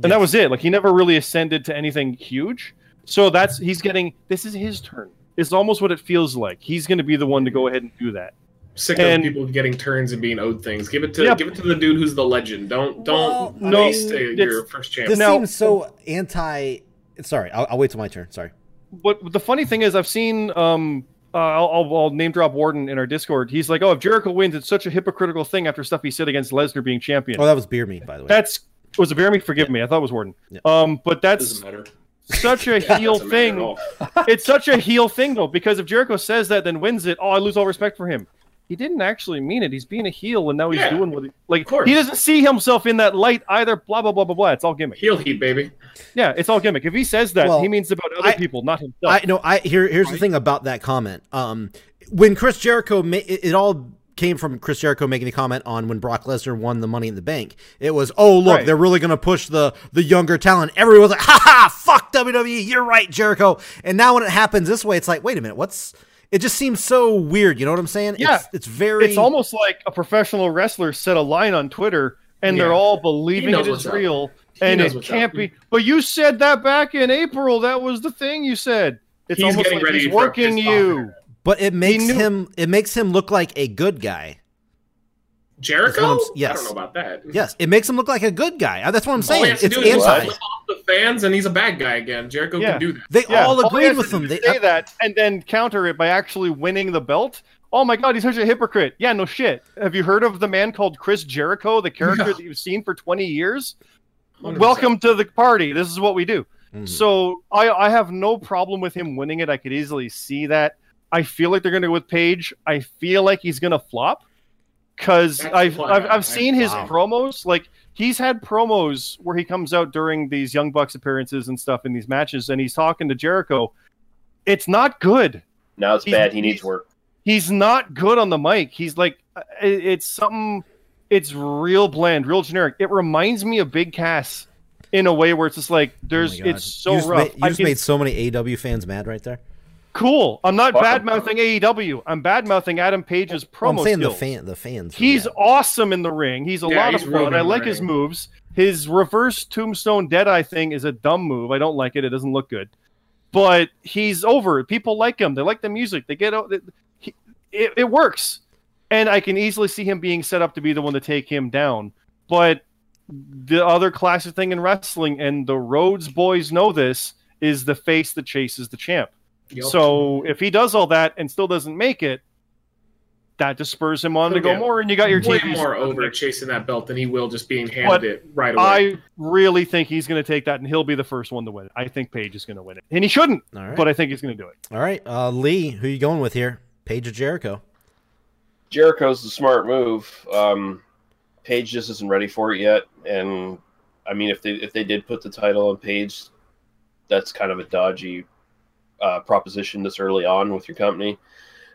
And that was it. Like he never really ascended to anything huge. So that's he's getting this is his turn. It's almost what it feels like. He's gonna be the one to go ahead and do that. Sick And- of people getting turns and being owed things. Give it to Yeah. give it to the dude who's the legend. Don't Well, don't I mean, waste a- your it's- first champion. This Now- seems so anti. Sorry, I'll, I'll wait till my turn. Sorry. But the funny thing is, I've seen. Um, uh, I'll, I'll, I'll name drop Warden in our Discord. He's like, "Oh, if Jericho wins, it's such a hypocritical thing after stuff he said against Lesnar being champion." Oh, that was beer me, by the way. that's was it Bear me? Forgive me, I thought it was Warden. Yeah. Um, but that's doesn't matter such a heel [laughs] Doesn't matter at thing. all. It's such a heel thing though, because if Jericho says that, then wins it. Oh, I lose all respect for him. he didn't actually mean it. He's being a heel, and now he's Yeah. doing what he like. course. He doesn't see himself in that light either. Blah blah blah blah blah. It's all gimmick. Heel heat, baby. Yeah, it's all gimmick. If he says that, Well, he means about other I- people, not himself. I no. I here. Here's the thing about that comment. Um, when Chris Jericho, ma- it, it all came from Chris Jericho making the comment on when Brock Lesnar won the Money in the Bank. It was, oh look, Right. they're really gonna push the the younger talent. Everyone's like, ha ha, fuck WWE. You're right, Jericho. And now when it happens this way, it's like, wait a minute, what's? It just seems so weird. You know what I'm saying? Yeah. It's, it's very. it's almost like a professional wrestler set a line on Twitter, and they're Yeah. all believing He knows it is what's up. real, and knows it what's can't up. be. But you said that back in April. That was the thing you said. It's He's almost getting like ready he's for a working fist you. But it makes knew- him. It makes him look like a good guy. That's what Jericho? I'm s- yes. I don't know about that. Yes, it makes him look like a good guy. That's what I'm All he saying. has to It's do is anti. flip off the fans, and he's a bad guy again. Jericho Yeah. can do that. They Yeah. all he agreed has with to him. do They, is say that and then counter it by actually winning the belt. Oh my God, he's such a hypocrite. Yeah, no shit. Have you heard of the man called Chris Jericho, the character Yeah. that you've seen for 20 years? 100%. Welcome to the party. This is what we do. Mhm. So I, I have no problem with him winning it. I could easily see that. I feel like they're going to go with Paige. I feel like he's going to flop because That's I've, the I've plan. I've seen his Wow. promos. Like he's had promos where he comes out during these Young Bucks appearances and stuff in these matches, and he's talking to Jericho. It's not good. Now it's He's- bad. He needs work. He's not good on the mic. He's like uh, it- it's something. It's real bland, real generic. It reminds me of Big Cass in a way where it's just like there's Oh my God. it's so you just, rough. made, you I just can- made so many AW fans mad right there. Cool. I'm not Fuck bad 'em. mouthing AEW. I'm bad mouthing Adam Page's Well, Oh, I'm promo saying skills. the fan, the fans. were He's mad. awesome in the ring. He's a Yeah, lot he's of real fun. good I in the like his ring. moves. His reverse tombstone deadeye thing is a dumb move. I don't like it. It doesn't look good. But he's over. People like him. They like the music. They get out. It, it, it works. And I can easily see him being set up to be the one to take him down. But the other classic thing in wrestling, and the Rhodes boys know this, is the face that chases the champ. Yup. So if he does all that and still doesn't make it, that just spurs him on to go Okay. more, and you got your way TV. more spot. over chasing that belt than he will just being handed But it right away. I really think he's going to take that, and he'll be the first one to win it. I think Paige is going to win it, and he shouldn't, All right. but I think he's going to do it. All right, uh, Lee, who you going with here? Page of Jericho. Jericho's the smart move. Um, Paige just isn't ready for it yet, and I mean, if they if they did put the title on Paige, that's kind of a dodgy uh, proposition this early on with your company.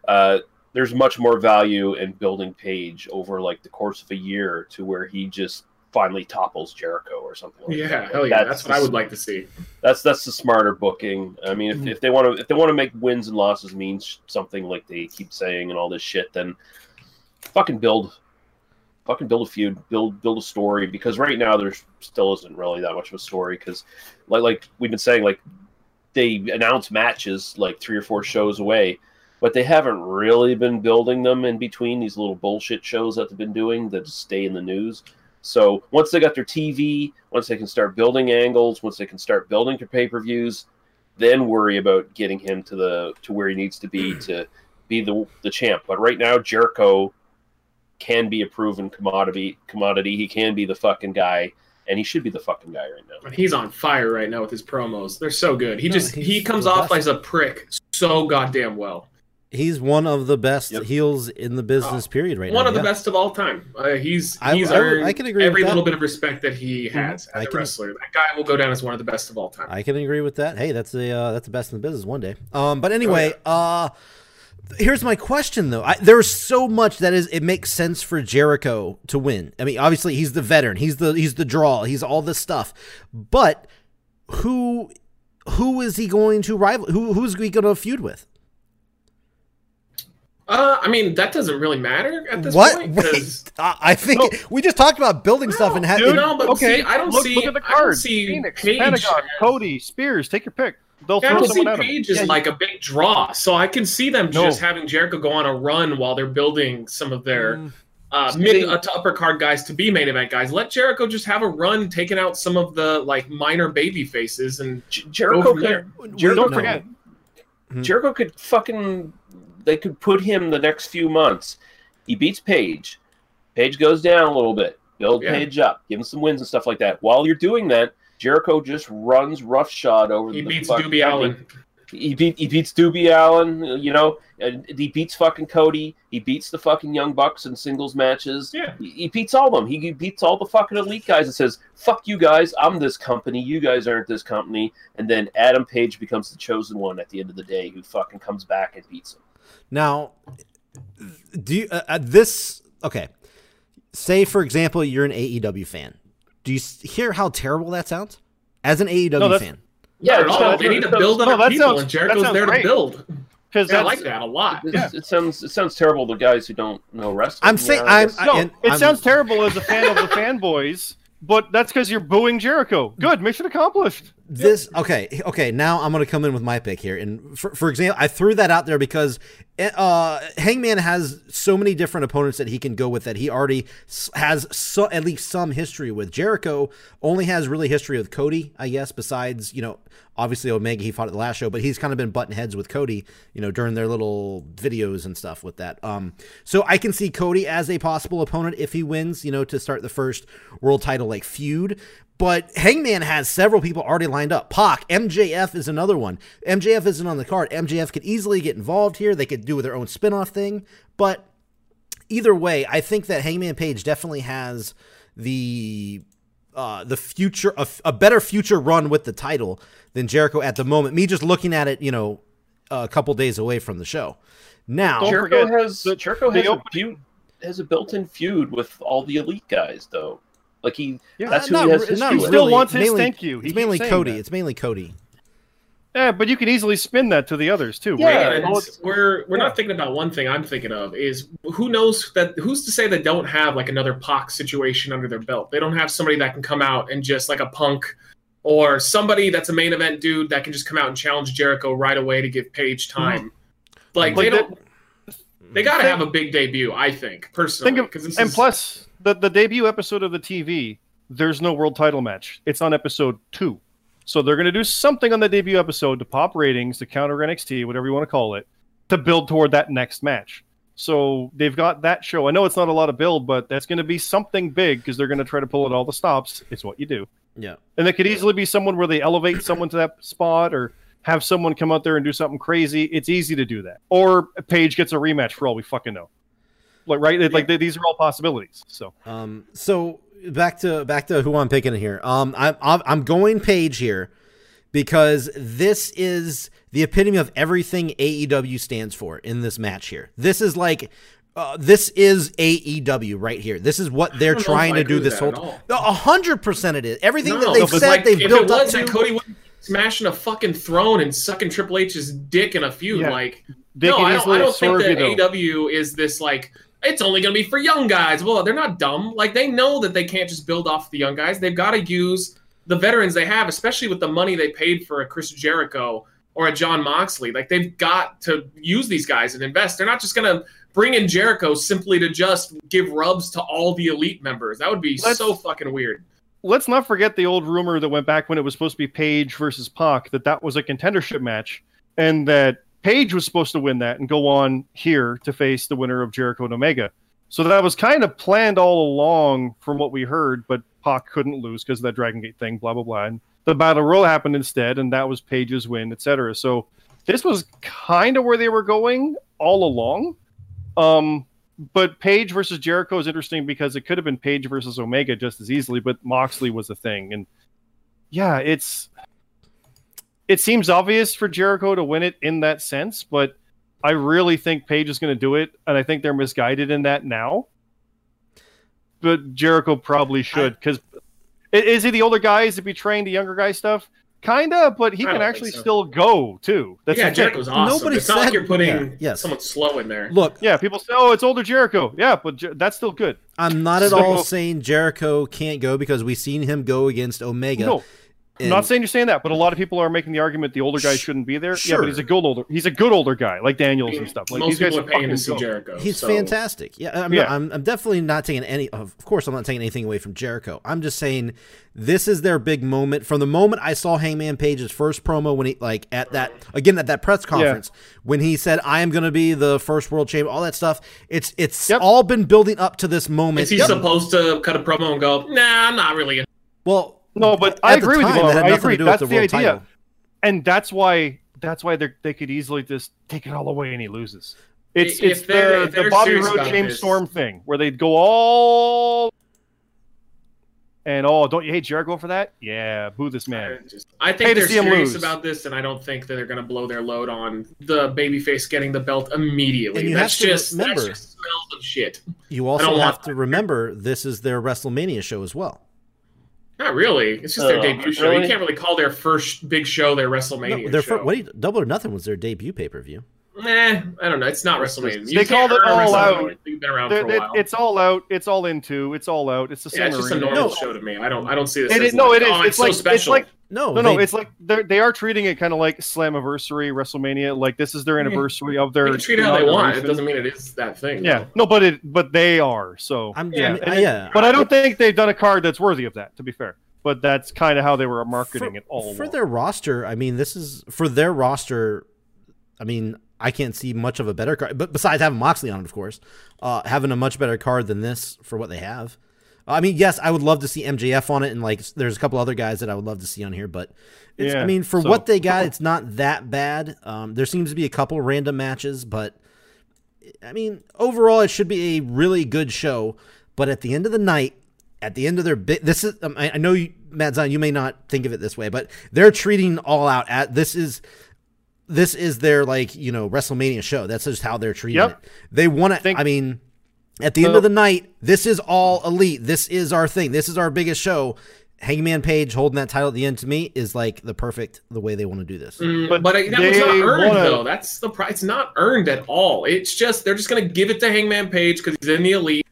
Uh, there's much more value in building Paige over like the course of a year to where he just finally topples Jericho or something. Like that. yeah, Like, hell yeah. That's, the what I would like to see. that's that's the smarter booking. I mean, if, if they want to if they want to make wins and losses mean sh- something like they keep saying and all this shit, then fucking build, fucking build a feud, build build a story. Because right now there still isn't really that much of a story. Because like like we've been saying, like they announce matches like three or four shows away, but they haven't really been building them in between these little bullshit shows that they've been doing that just stay in the news. So once they got their TV, once they can start building angles, once they can start building their pay per views, then worry about getting him to the to where he needs to be to be the the champ. But right now, Jericho can be a proven commodity. Commodity. He can be the fucking guy, and he should be the fucking guy right now. And he's on fire right now with his promos. They're so good. He No, just he's he comes the off best. as a prick so goddamn well. He's one of the best Yep. heels in the business. period, right Uh, One now. of the yeah. best of all time. Uh, he's I- he's I would- earned I can agree with every that. Mm-hmm. little bit of respect that he has I as can- a wrestler. That guy will go down as one of the best of all time. I can agree with that. Hey, that's the uh, that's the best in the business one day. Um, but anyway, uh, here's my question though. I, there's so much that is it makes sense for Jericho to win. I mean, obviously he's the veteran. He's the he's the draw. He's all this stuff. But who who is he going to rival? Who who's he going to feud with? Uh, I mean, that doesn't really matter at this What? point. 'cause- Wait, [laughs] I, I think we just talked about building stuff and having. Dude, no, but okay, see, I don't look, see- Look at the I don't cards. see Phoenix, Paige Pentagon, as- Cody, Spears. Take your pick. They'll Yeah, I throw don't see someone at him. Paige as Yeah, like a big draw, so I can see them No. just having Jericho go on a run while they're building some of their Mm. uh, See, mid they- to upper card guys to be main event guys. Let Jericho just have a run, taking out some of the like minor baby faces, and J- Jericho Over there. could. Jericho don't could- forget. Mm-hmm. Jericho could fucking they could put him the next few months. He beats Paige. Paige goes down a little bit. Build Yeah. Paige up. Give him some wins and stuff like that. While you're doing that, Jericho just runs roughshod over he the beats fucking company. Doobie Allen. He, beat, he beats Doobie Allen, you know, and he beats fucking Cody. He beats the fucking Young Bucks in singles matches. Yeah. He, he beats all of them. He beats all the fucking elite guys and says, fuck you guys, I'm this company. You guys aren't this company. And then Adam Page becomes the chosen one at the end of the day who fucking comes back and beats him. Now, do you, uh, uh, this okay? Say for example, you're an AEW fan. Do you s- hear how terrible that sounds? As an AEW No, that's- fan, Yeah, Not at all. Oh, They need to build No, other that people, sounds- and that Jericho's sounds there to great. build. because Yeah, I like that a lot. It, it sounds it sounds terrible to guys who don't know wrestling. I'm you saying know, I I'm. guess. I- No, and it I'm- sounds terrible as a fan of the fanboys, but that's because you're booing Jericho. Good, mission accomplished. This okay, okay. Now I'm gonna come in with my pick here, and for, for example, I threw that out there because uh, Hangman has so many different opponents that he can go with that he already s- has so, at least some history with. Jericho only has really history with Cody, I guess. Besides, you know, obviously Omega he fought at the last show, but he's kind of been butting heads with Cody, you know, during their little videos and stuff with that. Um, so I can see Cody as a possible opponent if he wins, you know, to start the first world title like feud. But Hangman has several people already lined up. Pac, MJF is another one. MJF isn't on the card. MJF could easily get involved here. They could do their own spin-off thing. But either way, I think that Hangman Page definitely has the uh, the future a, a better future run with the title than Jericho at the moment. Me just looking at it, you know, a couple days away from the show. Now, Don't Jericho forget has the- Jericho has the a, opening- feud, has a built-in feud with all the elite guys, though. Like he, Yeah. that's who not he has re- history not with. He still wants his thank you. He It's mainly keeps saying Cody. that. It's mainly Cody. Yeah, but you can easily spin that to the others too. Yeah, right? And we're we're not thinking about one thing. I'm thinking of is who knows that who's to say they don't have like another Pac situation under their belt. They don't have somebody that can come out and just like a Punk or somebody that's a main event dude that can just come out and challenge Jericho right away to give Paige time. Like, they Like, don't. They got to Think- have a big debut, I think personally. Think of 'cause this and is- plus the the debut episode of the TV. There's no world title match. It's on episode two, so they're going to do something on the debut episode to pop ratings, to counter NXT, whatever you want to call it, to build toward that next match. So they've got that show. I know it's not a lot of build, but that's going to be something big because they're going to try to pull at all the stops. It's what you do, Yeah. and it could easily be someone where they elevate someone to that spot or. Have someone come out there and do something crazy. It's easy to do that. Or Paige gets a rematch for all we fucking know like right It- like th- these are all possibilities so Um, so back to back to who I'm picking here. Um, I'm I'm I'm going Page here because this is the epitome of everything AEW stands for in this match here. This is like. Uh, this is AEW right here. This is what they're don't know if trying [laughs] I to agree do with this that whole at all. No, A hundred percent it is. Everything No, that they've but said like, they've if built it up was to. that Cody would be smashing a fucking throne and sucking Triple H's dick in a feud, Yeah. like they no, can I don't, easily I don't think absorb that you though AW is this like it's only going to be for young guys. Well, they're not dumb. Like they know that they can't just build off the young guys. They've got to use the veterans they have, especially with the money they paid for a Chris Jericho or a John Moxley. Like they've got to use these guys and invest. They're not just going to bring in Jericho simply to just give rubs to all the elite members. That would be Let's- so fucking weird. let's not forget the old rumor that went back when it was supposed to be Paige versus Pac that that was a contendership match and that Paige was supposed to win that and go on here to face the winner of Jericho and Omega so that was kind of planned all along from what we heard but Pac couldn't lose because of that Dragon Gate thing blah blah blah and the battle royal happened instead and that was Paige's win etc so this was kind of where they were going all along um but Page versus Jericho is interesting because it could have been Page versus Omega just as easily, but Moxley was the thing, and yeah, it's it seems obvious for Jericho to win it in that sense, but I really think Page is going to do it, and I think they're misguided in that now. But Jericho probably should because is he the older guy? Is he betraying the younger guy stuff? Kinda, but he I can don't think actually so. still go too. That's yeah, the thing. Jericho's awesome. Nobody it's not said- like you're putting yeah, yes. someone slow in there. Look, Yeah, people say, "Oh, it's older Jericho." Yeah, but Jer- that's still good. I'm not at So- all saying Jericho can't go because we've seen him go against Omega. No, and- I'm not saying you're saying that, but a lot of people are making the argument the older guy shouldn't be there. Yeah, sure. but he's a good older. He's a good older guy, like Daniels and stuff. Like Most these guys people are paying to fucking see go. Jericho. He's so- fantastic. Yeah, I'm, Yeah. I'm, I'm definitely not taking any. Of course, I'm not taking anything away from Jericho. I'm just saying this is their big moment. From the moment I saw Hangman Page's first promo, when he like at that again at that press conference, when he said, "I am going to be the first world champion," all that stuff. It's it's Yep. all been building up to this moment. Is he supposed to cut a promo and go, nah, I'm not really. in-" well, No, but at I the agree with you. time, that Mauer. had I nothing to agree. do with That's the the, world idea, title. and that's why that's why they they could easily just take it all away and he loses. It's If it's they're- the, if the they're Bobby serious Roode about James this- Storm thing where they'd go all and oh don't you hate Jericho for that? Yeah, boo this man. Just- I Pay think to they're see 'em serious lose. about this, and I don't think that they're going to blow their load on the babyface getting the belt immediately. And you that's have to just remember- that's just smells of shit. You I also don't have want to remember this is their WrestleMania show as well. Not really. It's just their Ugh, debut show. really? You can't really call their first big show their WrestleMania No, their show. fir- what do you- Double or Nothing was their debut pay per view. Nah, I don't know. It's not WrestleMania. You They can't called it earn All WrestleMania. Out. You've been around They're- for they- a while. it's all out. It's all into. It's all out. It's the same yeah, it's just a arena. normal No. show to me. I don't. I don't see this. It as is- no, like, it is. Oh, It's it's, like- so it's special. like- No, No, no, Oh, they- it's like they're they are treating it kind of like Slammiversary, WrestleMania. Like this is their anniversary of they their. can treat it how they want. It inauguration. doesn't mean it is that thing. Yeah, no, but it but they are so. I'm, yeah, I'm- and I- uh, it- yeah. but I don't think they've done a card that's worthy of that. To be fair, but that's kind of how they were marketing for, it all. for along. their roster. I mean, this is for their roster. I mean, I can't see much of a better card, but besides having Moxley on it, of course, uh, having a much better card than this for what they have. I mean, yes, I would love to see MJF on it, and like, there's a couple other guys that I would love to see on here, but it's, I Yeah, mean, for so- what they got, it's not that bad. Um, there seems to be a couple random matches, but I mean, overall, it should be a really good show. But at the end of the night, at the end of their bit, this is. Um, I, I know, you, Matt Zion, you may not think of it this way, but they're treating all out at this is. This is their like you know WrestleMania show. That's just how they're treating Yep. it. They want to. Think- I mean, at the end So- of the night, this is all elite. This is our thing. This is our biggest show. Hangman Page holding that title at the end to me is like the perfect the way they want to do this. Mm, But But, I that was not they earned wanna- though. That's the pri- it's not earned at all. It's just they're just gonna give it to Hangman Page because he's in the elite,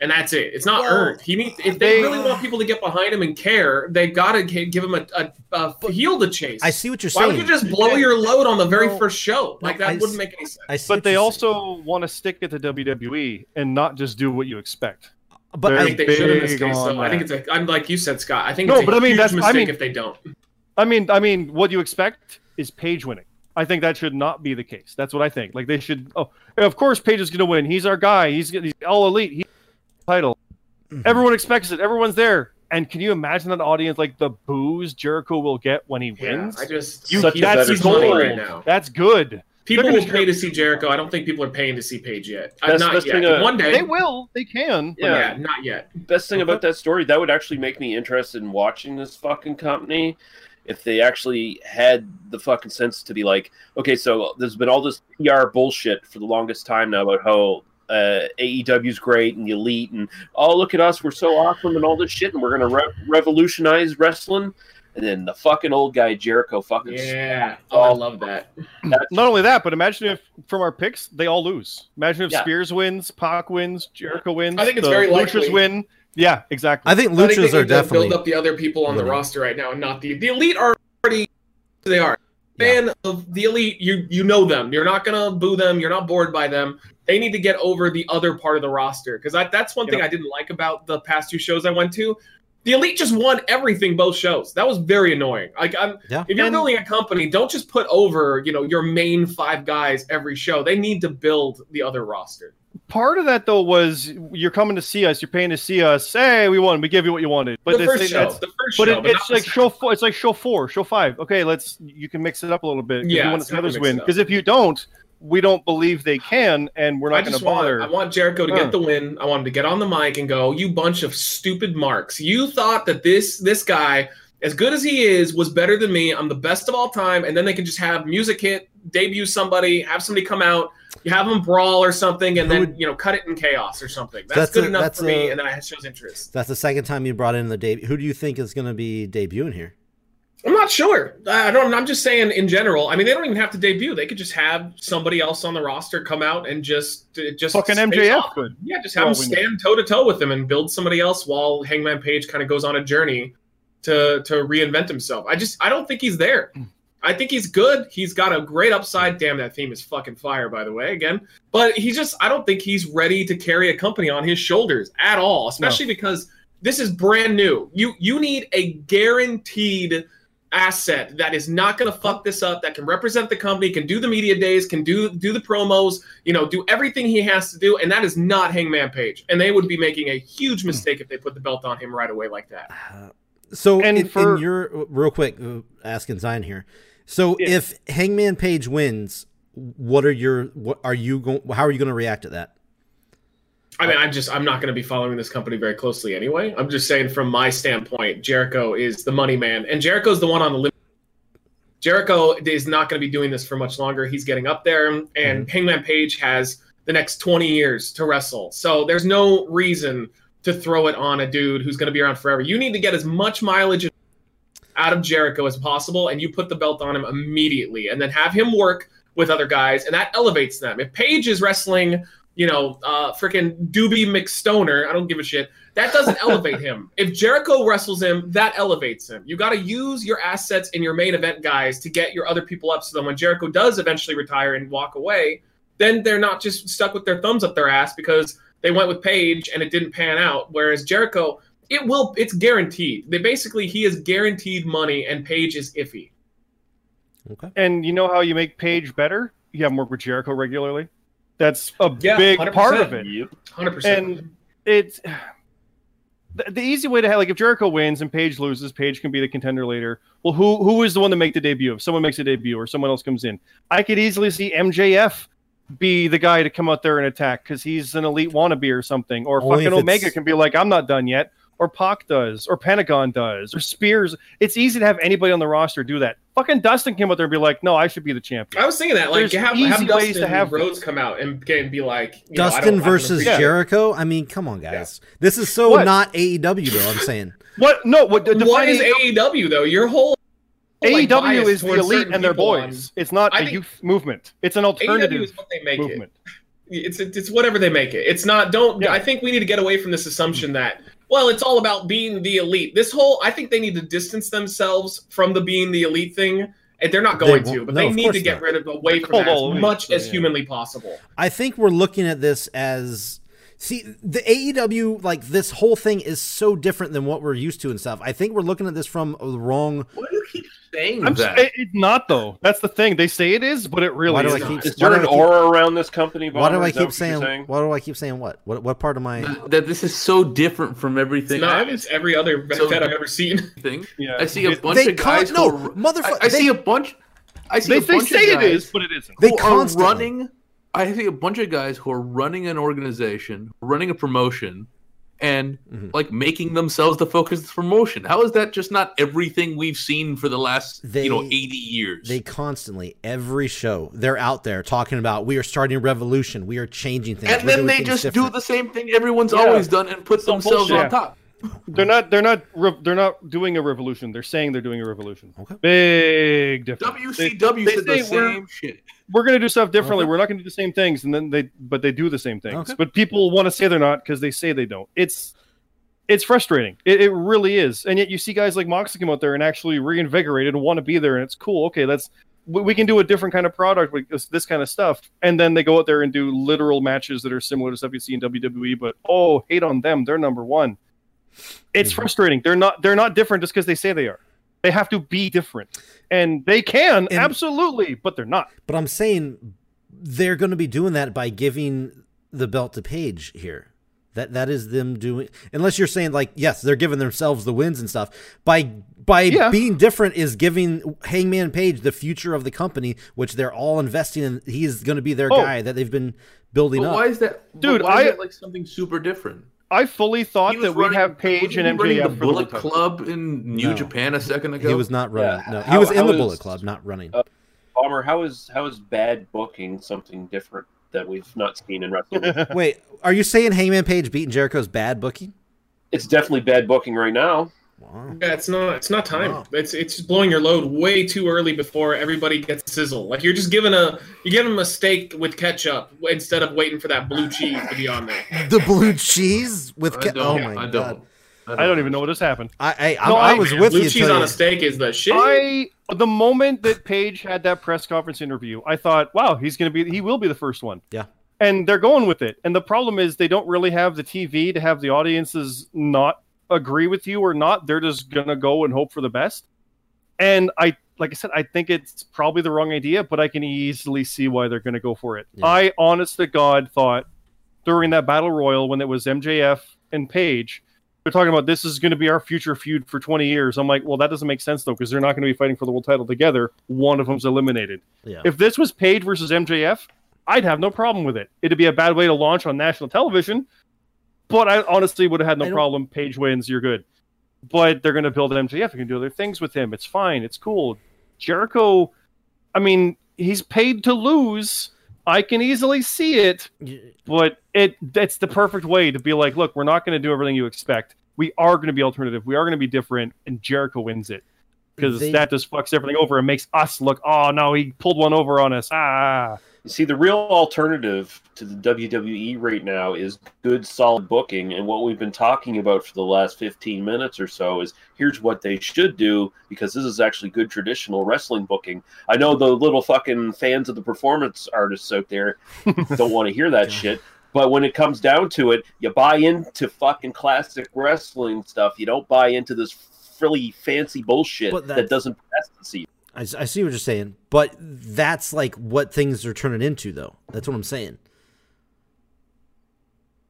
and that's it. It's not Well, earned. He needs if they, they- really want people to get behind him and care, they gotta gi- give him a, a, a heel to chase. I see what you're Why saying. would you just blow your load on the very No. first show? Like No, that I wouldn't s- make any sense. I see but what they you're also want to stick it to WWE and not just do what you expect. saying. but they're I I, think they should in this big case. on Though. I think it's that. a, I'm like you said, Scott. I think No, it's a but I mean, huge that's- I mistake mean- if they don't. I mean, I mean, what you expect is Page winning. I think that should not be the case. That's what I think. Like they should. Oh, of course, Page is going to win. He's our guy. He's, he's all elite. He title. Mm-hmm. Everyone expects it. Everyone's there. And can you imagine an audience like the booze Jericho will get when he Yeah, wins? I just You- Such a that's better gold. money right now. That's good. People They're gonna will pay to see Jericho. I don't think people are paying to see Page yet. Uh, That's- not that's yet. been a- One day. They will. They can. but Yeah. yeah, not yet. best thing about that story that would actually make me interested in watching this fucking company if they actually had the fucking sense to be like okay so there's been all this pr bullshit for the longest time now about how uh, AEW's great and the elite and oh look at us we're so awesome and all this shit and we're gonna re- revolutionize wrestling and then the fucking old guy Jericho fucking Yeah. Oh, I love that. Not only that, but imagine if from our picks they all lose. Imagine if Yeah. Spears wins, Pac wins, Jericho wins. I think it's the very Luchas likely. win. Yeah, exactly. I think I think they luchas need are to definitely. build up the other people on the winning. roster right now, and not the the elite are already who they are. Fan of the elite, you you know them. You're not gonna boo them. You're not bored by them. They need to get over the other part of the roster because that's one thing I didn't like about the past two shows I went to. The elite just won everything both shows. That was very annoying. Like I'm, Yeah. if you're And- building a company, don't just put over you know your main five guys every show. They need to build the other roster. Part of that though was you're coming to see us, you're paying to see us. Hey, we won. We give you what you wanted. But the it's, first show, that's- the first but show, it, not it's the like second. show four. It's like show four, show five. Okay, let's you can mix it up a little bit. 'cause Yeah, you want it's to see not others gonna mix win. it up. Because if you don't, we don't believe they can, and we're I not going just to bother. want I want Jericho to Huh. get the win. I want him to get on the mic and go, "You bunch of stupid marks! You thought that this this guy, as good as he is, was better than me. I'm the best of all time." And then they can just have music hit, debut somebody, have somebody come out, you have them brawl or something, and Who then would- you know cut it in chaos or something. That's, That's good a- enough that's for me, a- and then I shows interest. That's the second time you brought in the debut. Who do you think is going to be debuting here? I'm not sure. I don't. I'm just saying in general. I mean, they don't even have to debut. They could just have somebody else on the roster come out and just uh, just fucking face MJF off. could. Yeah, just For have him all we know. stand toe to toe with him and build somebody else while Hangman Page kind of goes on a journey to to reinvent himself. I just I don't think he's there. Hmm. I think he's good. He's got a great upside. Damn, that theme is fucking fire, by the way, again. But he just I don't think he's ready to carry a company on his shoulders at all, especially because this is brand new. You you need a guaranteed asset that is not going to fuck this up that can represent the company can do the media days can do do the promos you know do everything he has to do and that is not hangman page and they would be making a huge mistake if they put the belt on him right away like that So, And in, in for- your real quick, uh, asking Zion here, So if Hangman Page wins, what are your what are you going? How are you going to react to that? I mean, I'm just I'm not going to be following this company very closely anyway. I'm just saying from my standpoint, Jericho is the money man, and Jericho's the one on the limit. Jericho is not going to be doing this for much longer. He's getting up there, and Hangman Page has the next 20 years to wrestle. So there's no reason to throw it on a dude who's going to be around forever. You need to get as much mileage out of Jericho as possible, and you put the belt on him immediately, and then have him work with other guys, and that elevates them. If Page is wrestling, you know, uh, freaking Doobie McStoner, I don't give a shit. [laughs] That doesn't elevate him. If Jericho wrestles him, that elevates him. You got to use your assets and your main event guys to get your other people up. So then when Jericho does eventually retire and walk away, then they're not just stuck with their thumbs up their ass because they went with Paige and it didn't pan out. Whereas Jericho, it will, it's guaranteed. They basically he is guaranteed money, and Paige is iffy. And you know how you make Paige better? You have him work with Jericho regularly. That's a Yeah, big 100%. part of it. Hundred percent. And it's the, the easy way to have like if Jericho wins and Paige loses, Paige can be the contender later. Well, who who is the one to make the debut? If someone makes a debut or someone else comes in, I could easily see MJF be the guy to come out there and attack because he's an elite wannabe or something. Or Only if fucking it's- Omega can be like, I'm not done yet. Or Pac does, or Pentagon does, or Spears. It's easy to have anybody on the roster do that. Fucking Dustin came out there and be like, "No, I should be the champion." I was thinking that, like, There's have, easy have ways Dustin to have- Rhodes come out and, and be like, you know, I don't- I Dustin don't versus appreciate- Jericho. I mean, come on, guys. This is so What? not AEW though. I'm [laughs] saying. What? No. What? What is defining- AEW though? Your whole AEW like, bias E is the towards elite certain and their people on- boys. It's not I a think- youth movement. It's an AEW alternative E is what they make it. movement. it's it's whatever they make it. It's not don't Yeah. I think we need to get away from this assumption that well, it's all about being the elite. This whole I think they need to distance themselves from the being the elite thing. And they're not They going won't- to, but no, they of need to course get not. rid of away from Cold that all the way, as much so, as yeah. humanly possible. I think we're looking at this as see the AEW like this whole thing is so different than what we're used to and stuff. I think we're looking at this from the wrong. Why do you keep saying I'm that? s- eh, it- it's not though. That's the thing. They say it is, but it Why really do is I not. keep? Is why there do an I keep- aura around this company? Why do Bomber? I Is that keep what you're saying, Why do I keep saying what? What? What part of my? that this is so different from It's everything. I not haven't it's every other So- that I've ever seen. seen anything. Yeah. I see a It- bunch They of guys. can't. No, who are- motherfucker. I, I see a bunch. I see They, a they bunch say of it guys is, but it isn't. They who are constantly- running. I see a bunch of guys who are running an organization, running a promotion, and Mm-hmm. like making themselves the focus of the promotion. How is that just not everything we've seen for the last you know They- eighty years? They constantly, every show, they're out there talking about we are starting a revolution, we are changing things. and then they just do the same thing everyone's always done and put Some themselves bullshit. on top. They're not. They're not. re- They're not doing a revolution. They're saying they're doing a revolution. Okay. Big difference. They- WCW they said the say we're- same shit. we're going to do stuff differently. Okay. We're not going to do the same things, and then they but they do the same things. Okay. But people want to say they're not because they say they don't. It's it's frustrating. It, it really is. And yet you see guys like Moxley come out there and actually reinvigorated and want to be there, and it's cool. Okay, that's we, we can do a different kind of product with this, this kind of stuff. And then they go out there and do literal matches that are similar to stuff you see in WWE. But oh, hate on them. They're number one. It's Mm-hmm. frustrating. They're not. They're not different just because they say they are. They have to be different, and they can And- absolutely, but they're not. But I'm saying they're going to be doing that by giving the belt to Page here. That that is them doing. Unless you're saying like, yes, they're giving themselves the wins and stuff by by Yeah. being different is giving Hangman Page the future of the company, which they're all investing in. He is going to be their Oh. guy that they've been building But up. why is that, but Dude, Why is I- that like something super different? I fully thought that we'd have Page wasn't and he running MJF the for the Bullet title. Club in New No. Japan a second ago. he was not running. Yeah, no, he how- was in how the is- Bullet Club, not running. Uh, Bomber, how is how is bad booking something different that we've not seen in [laughs] wrestling? Wait, are you saying Hangman Page beating Jericho's bad booking? it's definitely bad booking right now. Wow. Yeah, it's not. It's not time. Wow. It's it's just blowing your load way too early before everybody gets a sizzle. Like you're just giving a you give them a steak with ketchup instead of waiting for that blue cheese to be on there. The blue cheese with I ca- don't, oh my I don't, god! I don't even know what just happened. I I, No, I, I- was Man, with blue you. cheese till on you- a steak is the shit. I the moment that Page had that press conference interview, I thought, wow, he's gonna be he will be the first one. Yeah. And they're going with it. And the problem is they don't really have the TV to have the audiences not agree with you or not. They're just gonna go and hope for the best. And I like I said, I think it's probably the wrong idea, but I can easily see why they're gonna go for it. Yeah. I honest to God thought during that battle royal when it was MJF and Page they're talking about this is going to be our future feud for 20 years. I'm like, well, that doesn't make sense though, because they're not going to be fighting for the world title together. One of them's eliminated. Yeah. If this was Paige versus MJF, I'd have no problem with it. It'd be a bad way to launch on national television, but I honestly would have had I no don't- problem. Paige wins, you're good. But they're going to build MJF. You can do other things with him. It's fine. It's cool. Jericho, I mean, he's paid to lose. I can easily see it Y- but it that's the perfect way to be like, look, we're not going to do everything you expect. We are going to be alternative. We are going to be different, and Jericho wins it because They- that just fucks everything over and makes us look. Oh no, he pulled one over on us. Ah, You see, the real alternative to the WWE right now is good, solid booking. And what we've been talking about for the last 15 minutes or so is here's what they should do because this is actually good traditional wrestling booking. I know the little fucking fans of the performance artists [laughs] out there don't want to hear that shit. But when it comes down to it, you buy into fucking classic wrestling stuff. You don't buy into this frilly, fancy bullshit But that that's- doesn't pass the season. I, s- I see what you're saying, but that's like what things are turning into, though. That's what I'm saying.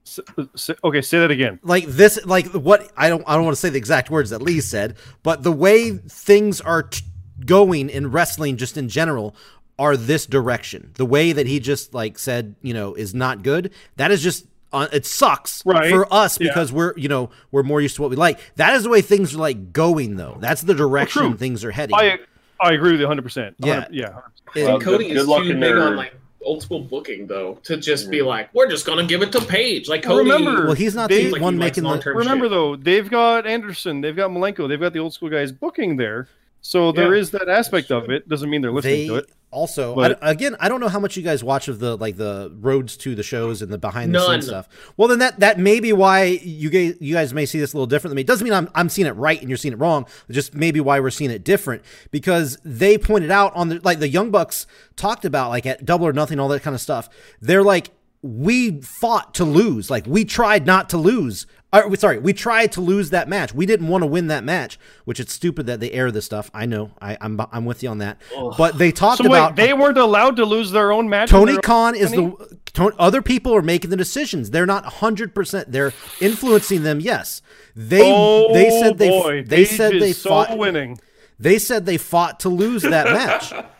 S- s- okay, say that again. Like this, like what I don't, I don't want to say the exact words that Lee said, but the way things are t- going in wrestling, just in general, are this direction. The way that he just like said, you know, is not good. That is just. Uh, it sucks Right. for us Yeah. because we're you know we're more used to what we like. That is the way things are like going though. That's the direction true. things are heading. I I agree with you 100. percent Yeah. yeah. It- Well, Cody good- is good luck too in Mm. big their- on like old school booking though to just be like, we're just gonna give it to Paige. Like Cody, Remember- well, he's not They- the like, he one likes making the long-term Remember shit. though, they've got Anderson, they've got Malenko, they've got the old school guys booking there. So there Yeah. is that aspect of it. Doesn't mean they're listening they to it. also But- I, again i don't know how much you guys watch of the like the roads to the shows and the behind the None. scenes stuff well then that that may be why you guys you guys may see this a little different than me it doesn't mean I'm, I'm seeing it right and you're seeing it wrong just maybe why we're seeing it different because they pointed out on the like the young bucks talked about like at double or nothing all that kind of stuff they're like we fought to lose like we tried not to lose or, we- sorry we tried to lose that match we didn't want to win that match which it's stupid that they air this stuff i know I, I'm, I'm with you on that but they talked So about wait, they weren't allowed to lose their own match. in Tony their own Khan is company? the Ton- other people are making the decisions. They're not hundred percent. They're influencing them. Yes, they Oh, they said they boy. they Paige said is they so fought winning. they said they fought to [laughs] lose that match. That's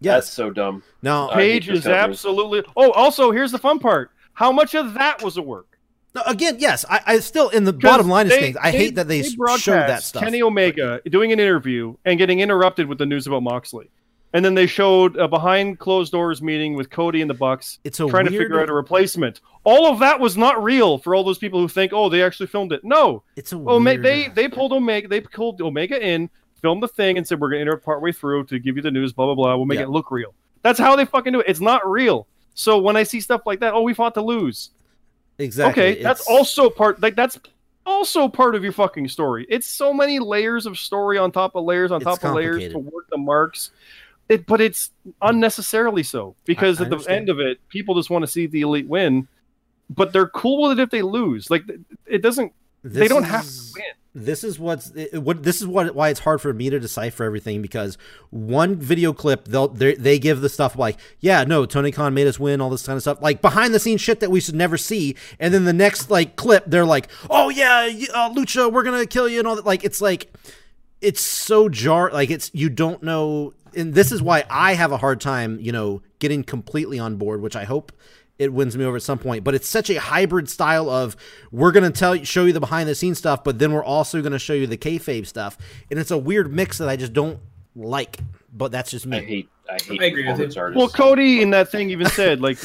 Yes. so dumb. Now, I hate Page this is company. absolutely. Oh, also here's the fun part: how much of that was a work? no, again, yes. I, I still in the bottom line is They- things. I hate that they, broadcast showed that stuff. Kenny Omega doing an interview and getting interrupted with the news about Moxley, and then they showed a behind closed doors meeting with Cody and the Bucks, It's a trying to weird- figure out a replacement. All of that was not real for all those people who think, oh, they actually filmed it. No, it's a Oh, ma- weird, they they pulled Omega. They pulled Omega in, filmed the thing, and said we're gonna interrupt partway through to give you the news. Blah blah blah. We'll make Yeah. it look real. That's how they fucking do it. It's not real. So when I see stuff like that, oh, we fought to lose. exactly. okay, that's it's- also part. Like that's also part of your fucking story. It's so many layers of story on top of layers on It's top of layers to complicated. work the marks. It, but it's unnecessarily so because I- I at the understand. end of it, people just want to see the elite win. But they're cool with it if they lose. Like th- it doesn't. they This don't have to is- win. this is what's it, what this is what why it's hard for me to decipher everything because one video clip they'll they they give the stuff like yeah no Tony Khan made us win all this kind of stuff like behind the scenes shit that we should never see and then the next like clip they're like oh yeah you- uh, Lucha we're gonna kill you and all that like it's like it's so jar like it's you don't know and this is why I have a hard time you know getting completely on board which I hope it wins me over at some point. But it's such a hybrid style of we're gonna tell you, show you the behind the scenes stuff, but then we're also gonna show you the kayfabe stuff, and it's a weird mix that I just don't like. But that's just I me. hate. I hate I agree with performance artists. Well, Cody in that thing even said like,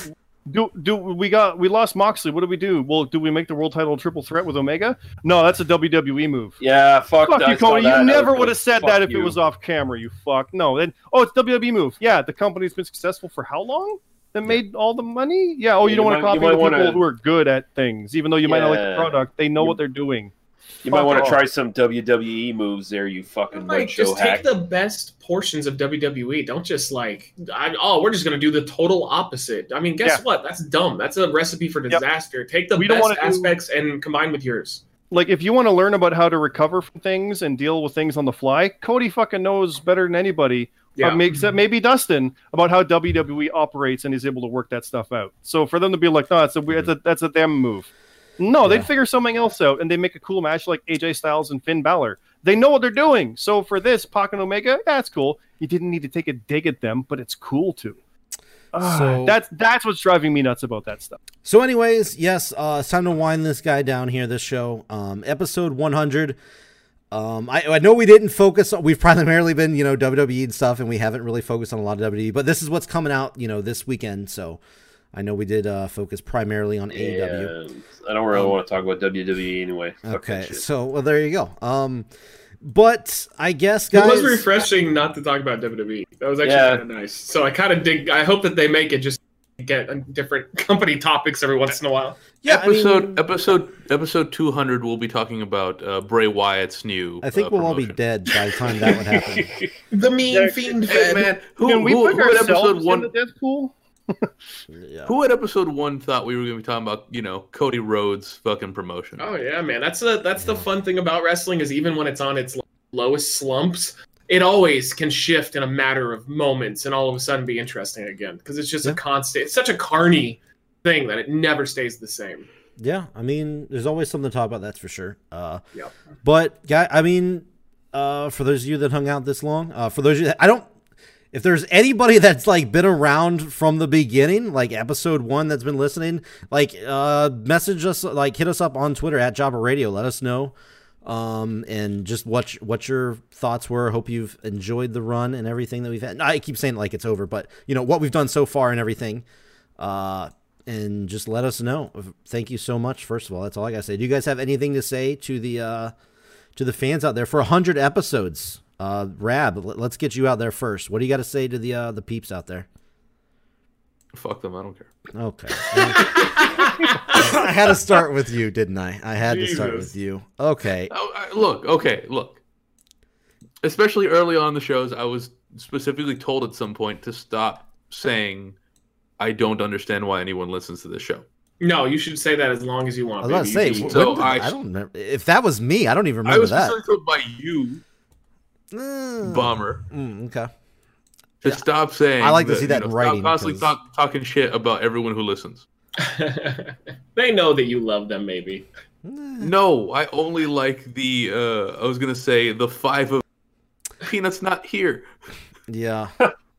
"Do do we got we lost Moxley? What do we do? Well, do we make the world title a triple threat with Omega? No, that's a WWE move. Yeah, fuck, Fuck I you, saw Cody. that. I You never was would like, have said fuck that if you. it was off camera. You fuck. No. Then oh, it's WWE move. Yeah, the company's been successful for how long? That made all the money. Yeah. Oh, you, don't Yeah, you want to might- copy you the might people wanna- who are good at things, even though you might not like the Yeah. product. They know You- what they're doing. You might Fuck want off. to try some WWE moves there, you fucking Like, one show just hack. take the best portions of WWE. Don't just like, I, oh, we're just gonna do the total opposite. I mean, guess Yeah. what? That's dumb. That's a recipe for Yep. disaster. Take the We don't best wanna do- aspects and combine with yours. like if you want to learn about how to recover from things and deal with things on the fly, Cody fucking knows better than anybody, Yeah. um, except maybe Dustin, about how E WWE operates and is able to work that stuff out. So for them to be like, no, that's a that's a that's a them move. No, they'd figure something else out and they make a cool match like AJ Styles and Finn Balor. They know what they're doing. So for this, Pac and Omega, that's cool. You didn't need to take a dig at them, but it's cool to. Ah, So- that's that's what's driving me nuts about that stuff. So, anyways, yes, uh, it's time to wind this guy down here. This show, um, episode 100. Um, I, I know we didn't focus. on We've primarily been, you know, WWE and stuff, and we haven't really focused on a lot of WWE. But this is what's coming out, you know, this weekend. So, I know we did uh, focus primarily on E AEW. And I don't really want to talk about WWE anyway. Fuck Um, Okay, that [laughs] shit. so well, there you go. Um, but I guess It guys, was refreshing not to talk about WWE. That was actually Yeah. kind of nice. So I kind of dig. I hope that they make it just get on different [laughs] company topics every once in a while. yeah, I mean, episode episode episode two hundred. We'll be talking about uh, Bray Wyatt's new. I think uh, we'll all be promotion. dead by the time that would [laughs] happen. The mean Yeah. fiend Hey man, who, Can we who, put who at ourselves episode in one? the death pool? Yeah. Who at episode one thought we were going to be talking about? You know, Cody Rhodes fucking promotion. Oh yeah, man. That's the that's the fun thing about wrestling is even when it's on its lowest slumps, it always can shift in a matter of moments and all of a sudden be interesting again because it's just Yeah. a constant. It's such a carny thing that it never stays the same. Yeah, I mean, there's always something to talk about. That's for sure. Uh, Yep. but guy, I mean, uh, for those of you that hung out this long, uh, for those of you, that, I don't. If there's anybody [laughs] that's like been around from the beginning, like episode one, that's been listening, like uh, message us, like hit us up on Twitter at Jobber Radio. Let us know, um, and just what y- what your thoughts were. Hope you've enjoyed the run and everything that we've had. I keep saying it like it's over, but you know what we've done so far and everything uh, and just let us know. Thank you so much. First of all, that's all I gotta say. Do you guys have anything to say to the uh, to the fans out there for hundred episodes? Uh, Rab, let- let's get you out there first. What do you got to say to the uh, the peeps out there? Fuck them. I don't care. [laughs] Okay. I had to start with you, didn't I? I had to start Jesus. with you. Okay. Oh, I- look, okay, look. Especially early on in the shows, I was specifically told at some point to stop saying, "I don't understand why anyone listens to this show." No, you should say that as long as you want. I was about baby. to Oh, You say, can- So when did- I- I, don't remember. If that was me, I don't even I remember was that. specifically told by you, [sighs] Mm. bomber, Mm, okay. to stop saying. I like to see that you in stop writing, Constantly 'cause- talk, talking shit about everyone who listens. [laughs] they know that you love them, maybe. Mm. No, I only like the. uh I was gonna say the five of peanuts not here. Yeah.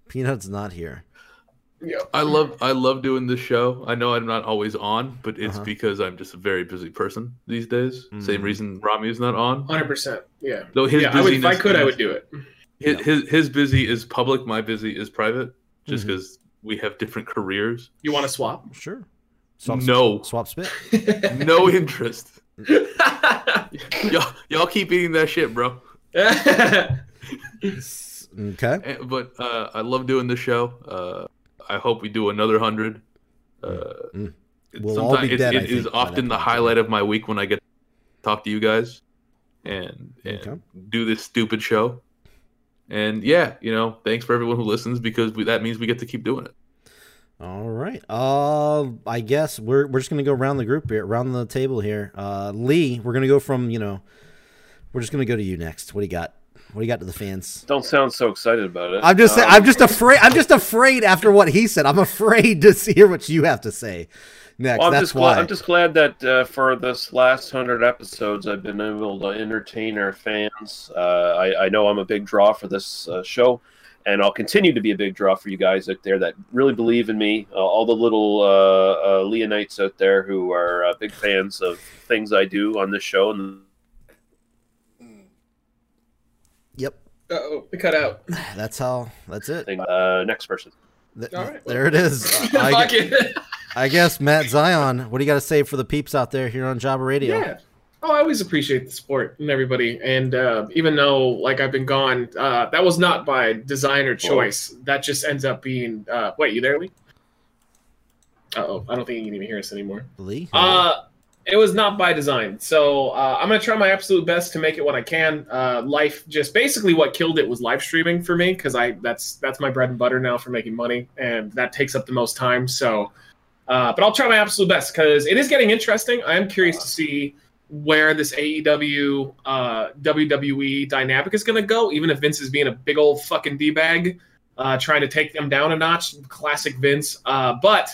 Peanut's not here. I love I love doing this show. I know I'm not always on, but it's Uh-huh. because I'm just a very busy person these days. Same Mm. reason Rami is not on. Hundred percent. Yeah. Though his yeah. I would, if I busyness could, I is- would do it. His, his his busy is public. My busy is private. Just Mhm. because we have different careers, You want to [laughs] swap? Sure. Swap No. Swap spit. no [laughs] interest. y'all, y'all keep eating that shit, bro. Okay. Eh, But uh, I love doing this show. Uh, I hope we do another hundred. Uh, Mm. it- We'll all sometimes be it- dead, I it is think, by that often the point. highlight of my week when I get to talk to you guys and, and Okay. do this stupid show. And yeah, you know, thanks for everyone who listens because we, that means we get to keep doing it. All right. Uh, I guess we're we're just gonna go around the group here, around the table here. Uh, Lee, we're gonna go from you know, we're just gonna go to you next. What do you got? What do you got to the fans? Don't sound so excited about it. I'm just Um, I'm just afraid. I'm just afraid after what he said. I'm afraid to [laughs] see- hear what you have to say next. Well, I'm That's just why. glad, I'm just glad that uh, for this last hundred episodes, I've been able to entertain our fans. Uh, I, I know I'm a big draw for this uh, show, and I'll continue to be a big draw for you guys out there that really believe in me. Uh, all the little uh, uh, Leonites out there who are uh, big fans of things I do on this show and Yep. Oh, we cut out. That's how. That's it. thing. Uh, next person. Th- All right. There it [laughs] is. I, [laughs] Fuck gu- it. I guess Matt Zion. What do you got to say for the peeps out there here on Java Radio? Yeah. Oh, I always appreciate the support and everybody. And uh, even though, like, I've been gone, uh, that was not by design or choice. That just ends up being. Uh, wait, you there, Lee? Uh oh, I don't think you can even hear us anymore. Lee. Uh, it was not by design. So uh, I'm going to try my absolute best to make it what I can. Uh, life just basically what killed it was live streaming for me because I that's that's my bread and butter now for making money, and that takes up the most time. So, uh, but I'll try my absolute best because it is getting interesting. I am curious to see where this AEW uh, WWE dynamic is going to go, even if Vince is being a big old fucking d bag, uh, trying to take them down a notch. Classic Vince. Uh, but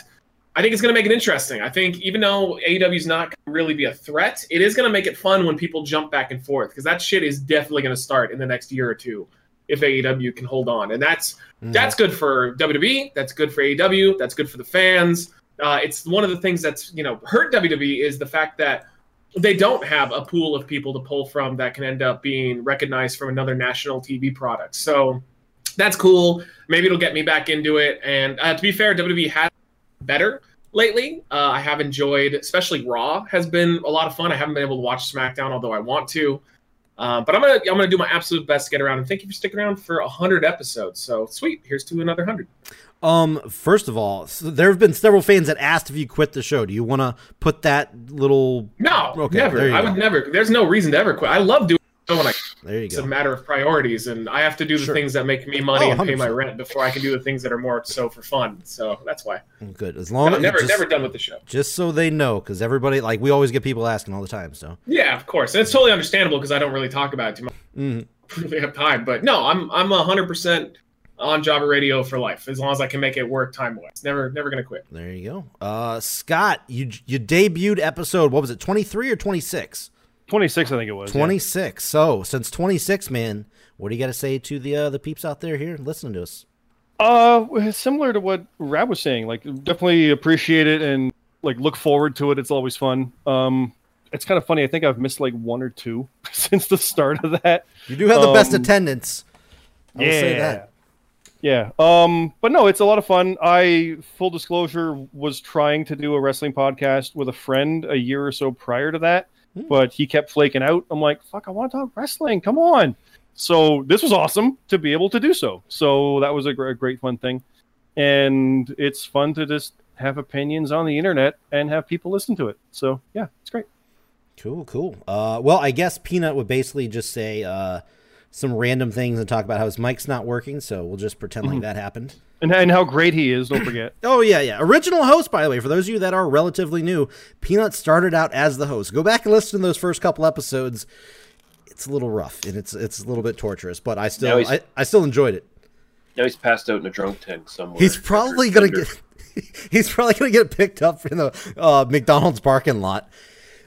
I think it's going to make it interesting. I think even though AEW is not going to really be a threat, it is going to make it fun when people jump back and forth because that shit is definitely going to start in the next year or two if AEW can hold on. And that's Mm-hmm. that's good for WWE. That's good for AEW. That's good for the fans. Uh, it's one of the things that's you know hurt WWE is the fact that they don't have a pool of people to pull from that can end up being recognized from another national TV product. So that's cool. Maybe it'll get me back into it. And uh, to be fair, WWE has better lately. Uh, I have enjoyed, especially Raw has been a lot of fun. I haven't been able to watch SmackDown, although I want to. Uh, but I'm gonna I'm gonna do my absolute best to get around. And thank you for sticking around for hundred episodes. So sweet. Here's to another hundred. Um, first of all, s there have been several fans that asked if you quit the show. Do you want to put that little? No, Okay, there never. you I go. would never. There's no reason to ever quit. I love doing it when I. There you It's a go. matter of priorities, and I have to do the Sure. things that make me money Oh, and pay my 100%. rent before I can do the things that are more so for fun. So that's why. Mm, Good. As long No, as never, just, never done with the show. just so they know, because everybody like we always get people asking all the time. So Yeah, of course, and it's totally understandable because I don't really talk about it too much. Mhm. [laughs] Really have time, but no, I'm I'm hundred percent on Java Radio for life as long as I can make it work time wise. Never, never gonna quit. there you go. Uh, Scott, you you debuted episode. What was it? Twenty three or twenty six? 26, I think it was. yeah. Twenty six. So since twenty six, man, what do you got to say to the uh, the peeps out there here listening to us? Uh, well, similar to what Rab was saying, like definitely appreciate it and like look forward to it. It's always fun. Um, it's kind of funny. I think I've missed like one or two [laughs] since the start of that. You do have the best Um, attendance. I will say that. Yeah. Um, but no, it's a lot of fun. I full disclosure was trying to do a wrestling podcast with a friend a year or so prior to that, Hmm. but he kept flaking out. I'm like, fuck, I want to talk wrestling. Come on. So this was awesome to be able to do so. So that was a, gr- a great fun thing, and it's fun to just have opinions on the internet and have people listen to it. So yeah, it's great. Cool, cool. Uh, well, I guess Peanut would basically just say uh, some random things and talk about how his mic's not working, so we'll just pretend Mm-hmm. like that happened. And and how great he is. Don't forget. Oh, yeah, yeah. Original host, by the way, for those of you that are relatively new, Peanut started out as the host. Go back and listen to those first couple episodes. It's a little rough and it's it's a little bit torturous, but I Now still he's- I, I still enjoyed it. Now he's passed out in a drunk tank somewhere. He's probably gonna Thunder. get [laughs] he's probably gonna get picked up in the uh, McDonald's parking lot.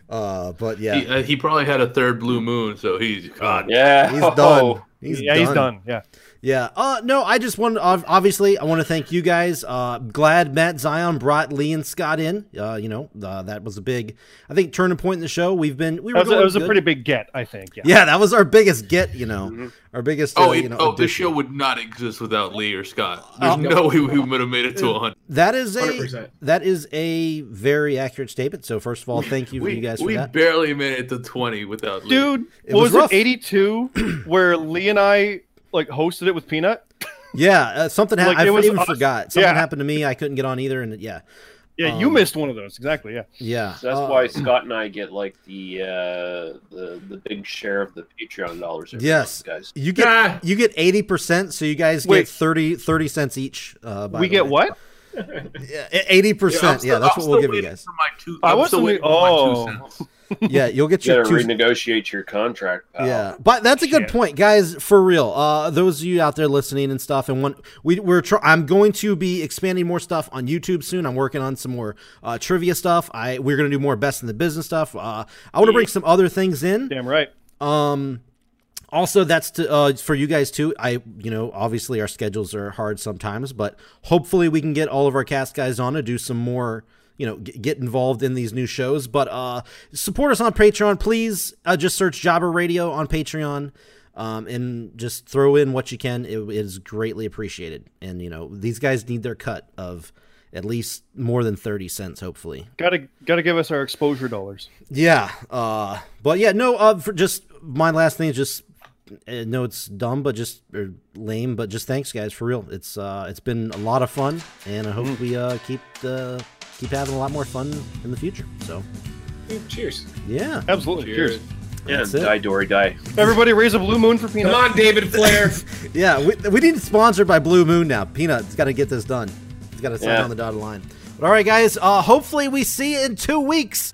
Uh, but yeah, He, uh, he probably had a third blue moon, so he's God. Yeah, he's Oh. [laughs] done. [laughs] He's yeah, he's done. Yeah. Yeah. Uh, no, I just want ob- obviously I want to thank you guys. Uh, glad Matt Zion brought Lee and Scott in. Uh, you know uh, that was a big, I think turning point in the show. We've been we That were was, a- going that was a good. pretty Mm-hmm. big get, I think. Yeah. yeah that was our biggest get. You know our biggest. Oh, uh, it, you know, oh this addition. show would not exist without Lee or Scott. There's no way we would have made it to 100. That is a 100%. that is a very accurate statement. So first of all, thank [laughs] you, We, you guys for we that. barely made it to 20 without Lee. dude It what was was, rough. it [clears throat] 82 where lee and i like hosted it with peanut yeah, uh, something happened. Like, I it was even us- forgot. Something yeah. happened to me. I couldn't get on either, and yeah, yeah you Um, missed one of those exactly yeah yeah. So that's Uh, why Scott and I get like the uh, the the big share of the Patreon dollars. every Yes. month, guys. You get Ah. you get eighty percent, so you guys get Wait. 30, 30 cents each. Uh, by we the get way. what Eighty Yeah, I'm percent. Yeah, still- that's I'm what still we'll give you waiting guys. for my two- I I'm wasn't still re- waiting for Uh, oh. my two cents. Yeah, you'll get You your gotta two. renegotiate your contract, pal. Yeah, but that's a good Shit. point, guys. For real, uh, those of you out there listening and stuff, and one we we're try- I'm going to be expanding more stuff on YouTube soon. I'm working on some more uh, trivia stuff. I we're gonna do more best in the business stuff. Uh, I want to bring some other things in. damn right Um, also, that's to uh, for you guys too. I, you know, obviously our schedules are hard sometimes, but hopefully we can get all of our cast guys on to do some more. You know, g- get involved in these new shows. But uh, support us on Patreon, please. Uh, just search Jobber Radio on Patreon. Um, and just throw in what you can. It is greatly appreciated. And you know, these guys need their cut of at least more than thirty cents, hopefully. gotta gotta give us our exposure dollars Yeah. Uh, but yeah, no. Uh, for just my last thing is just uh, no, it's dumb, but just or lame, but just thanks, guys, for real. It's uh, it's been a lot of fun, and I hope we uh keep uh keep having a lot more fun in the future. So Dude, cheers. yeah, absolutely cheers, yeah that's it. die, Dory, die. everybody raise a blue moon for peanut Come on, David Flair. yeah. We we need sponsored by Blue Moon now. Peanut's got to get this done. He's got to sign Yeah. on the dotted line. But all right, guys. Uh, hopefully we see you in two weeks.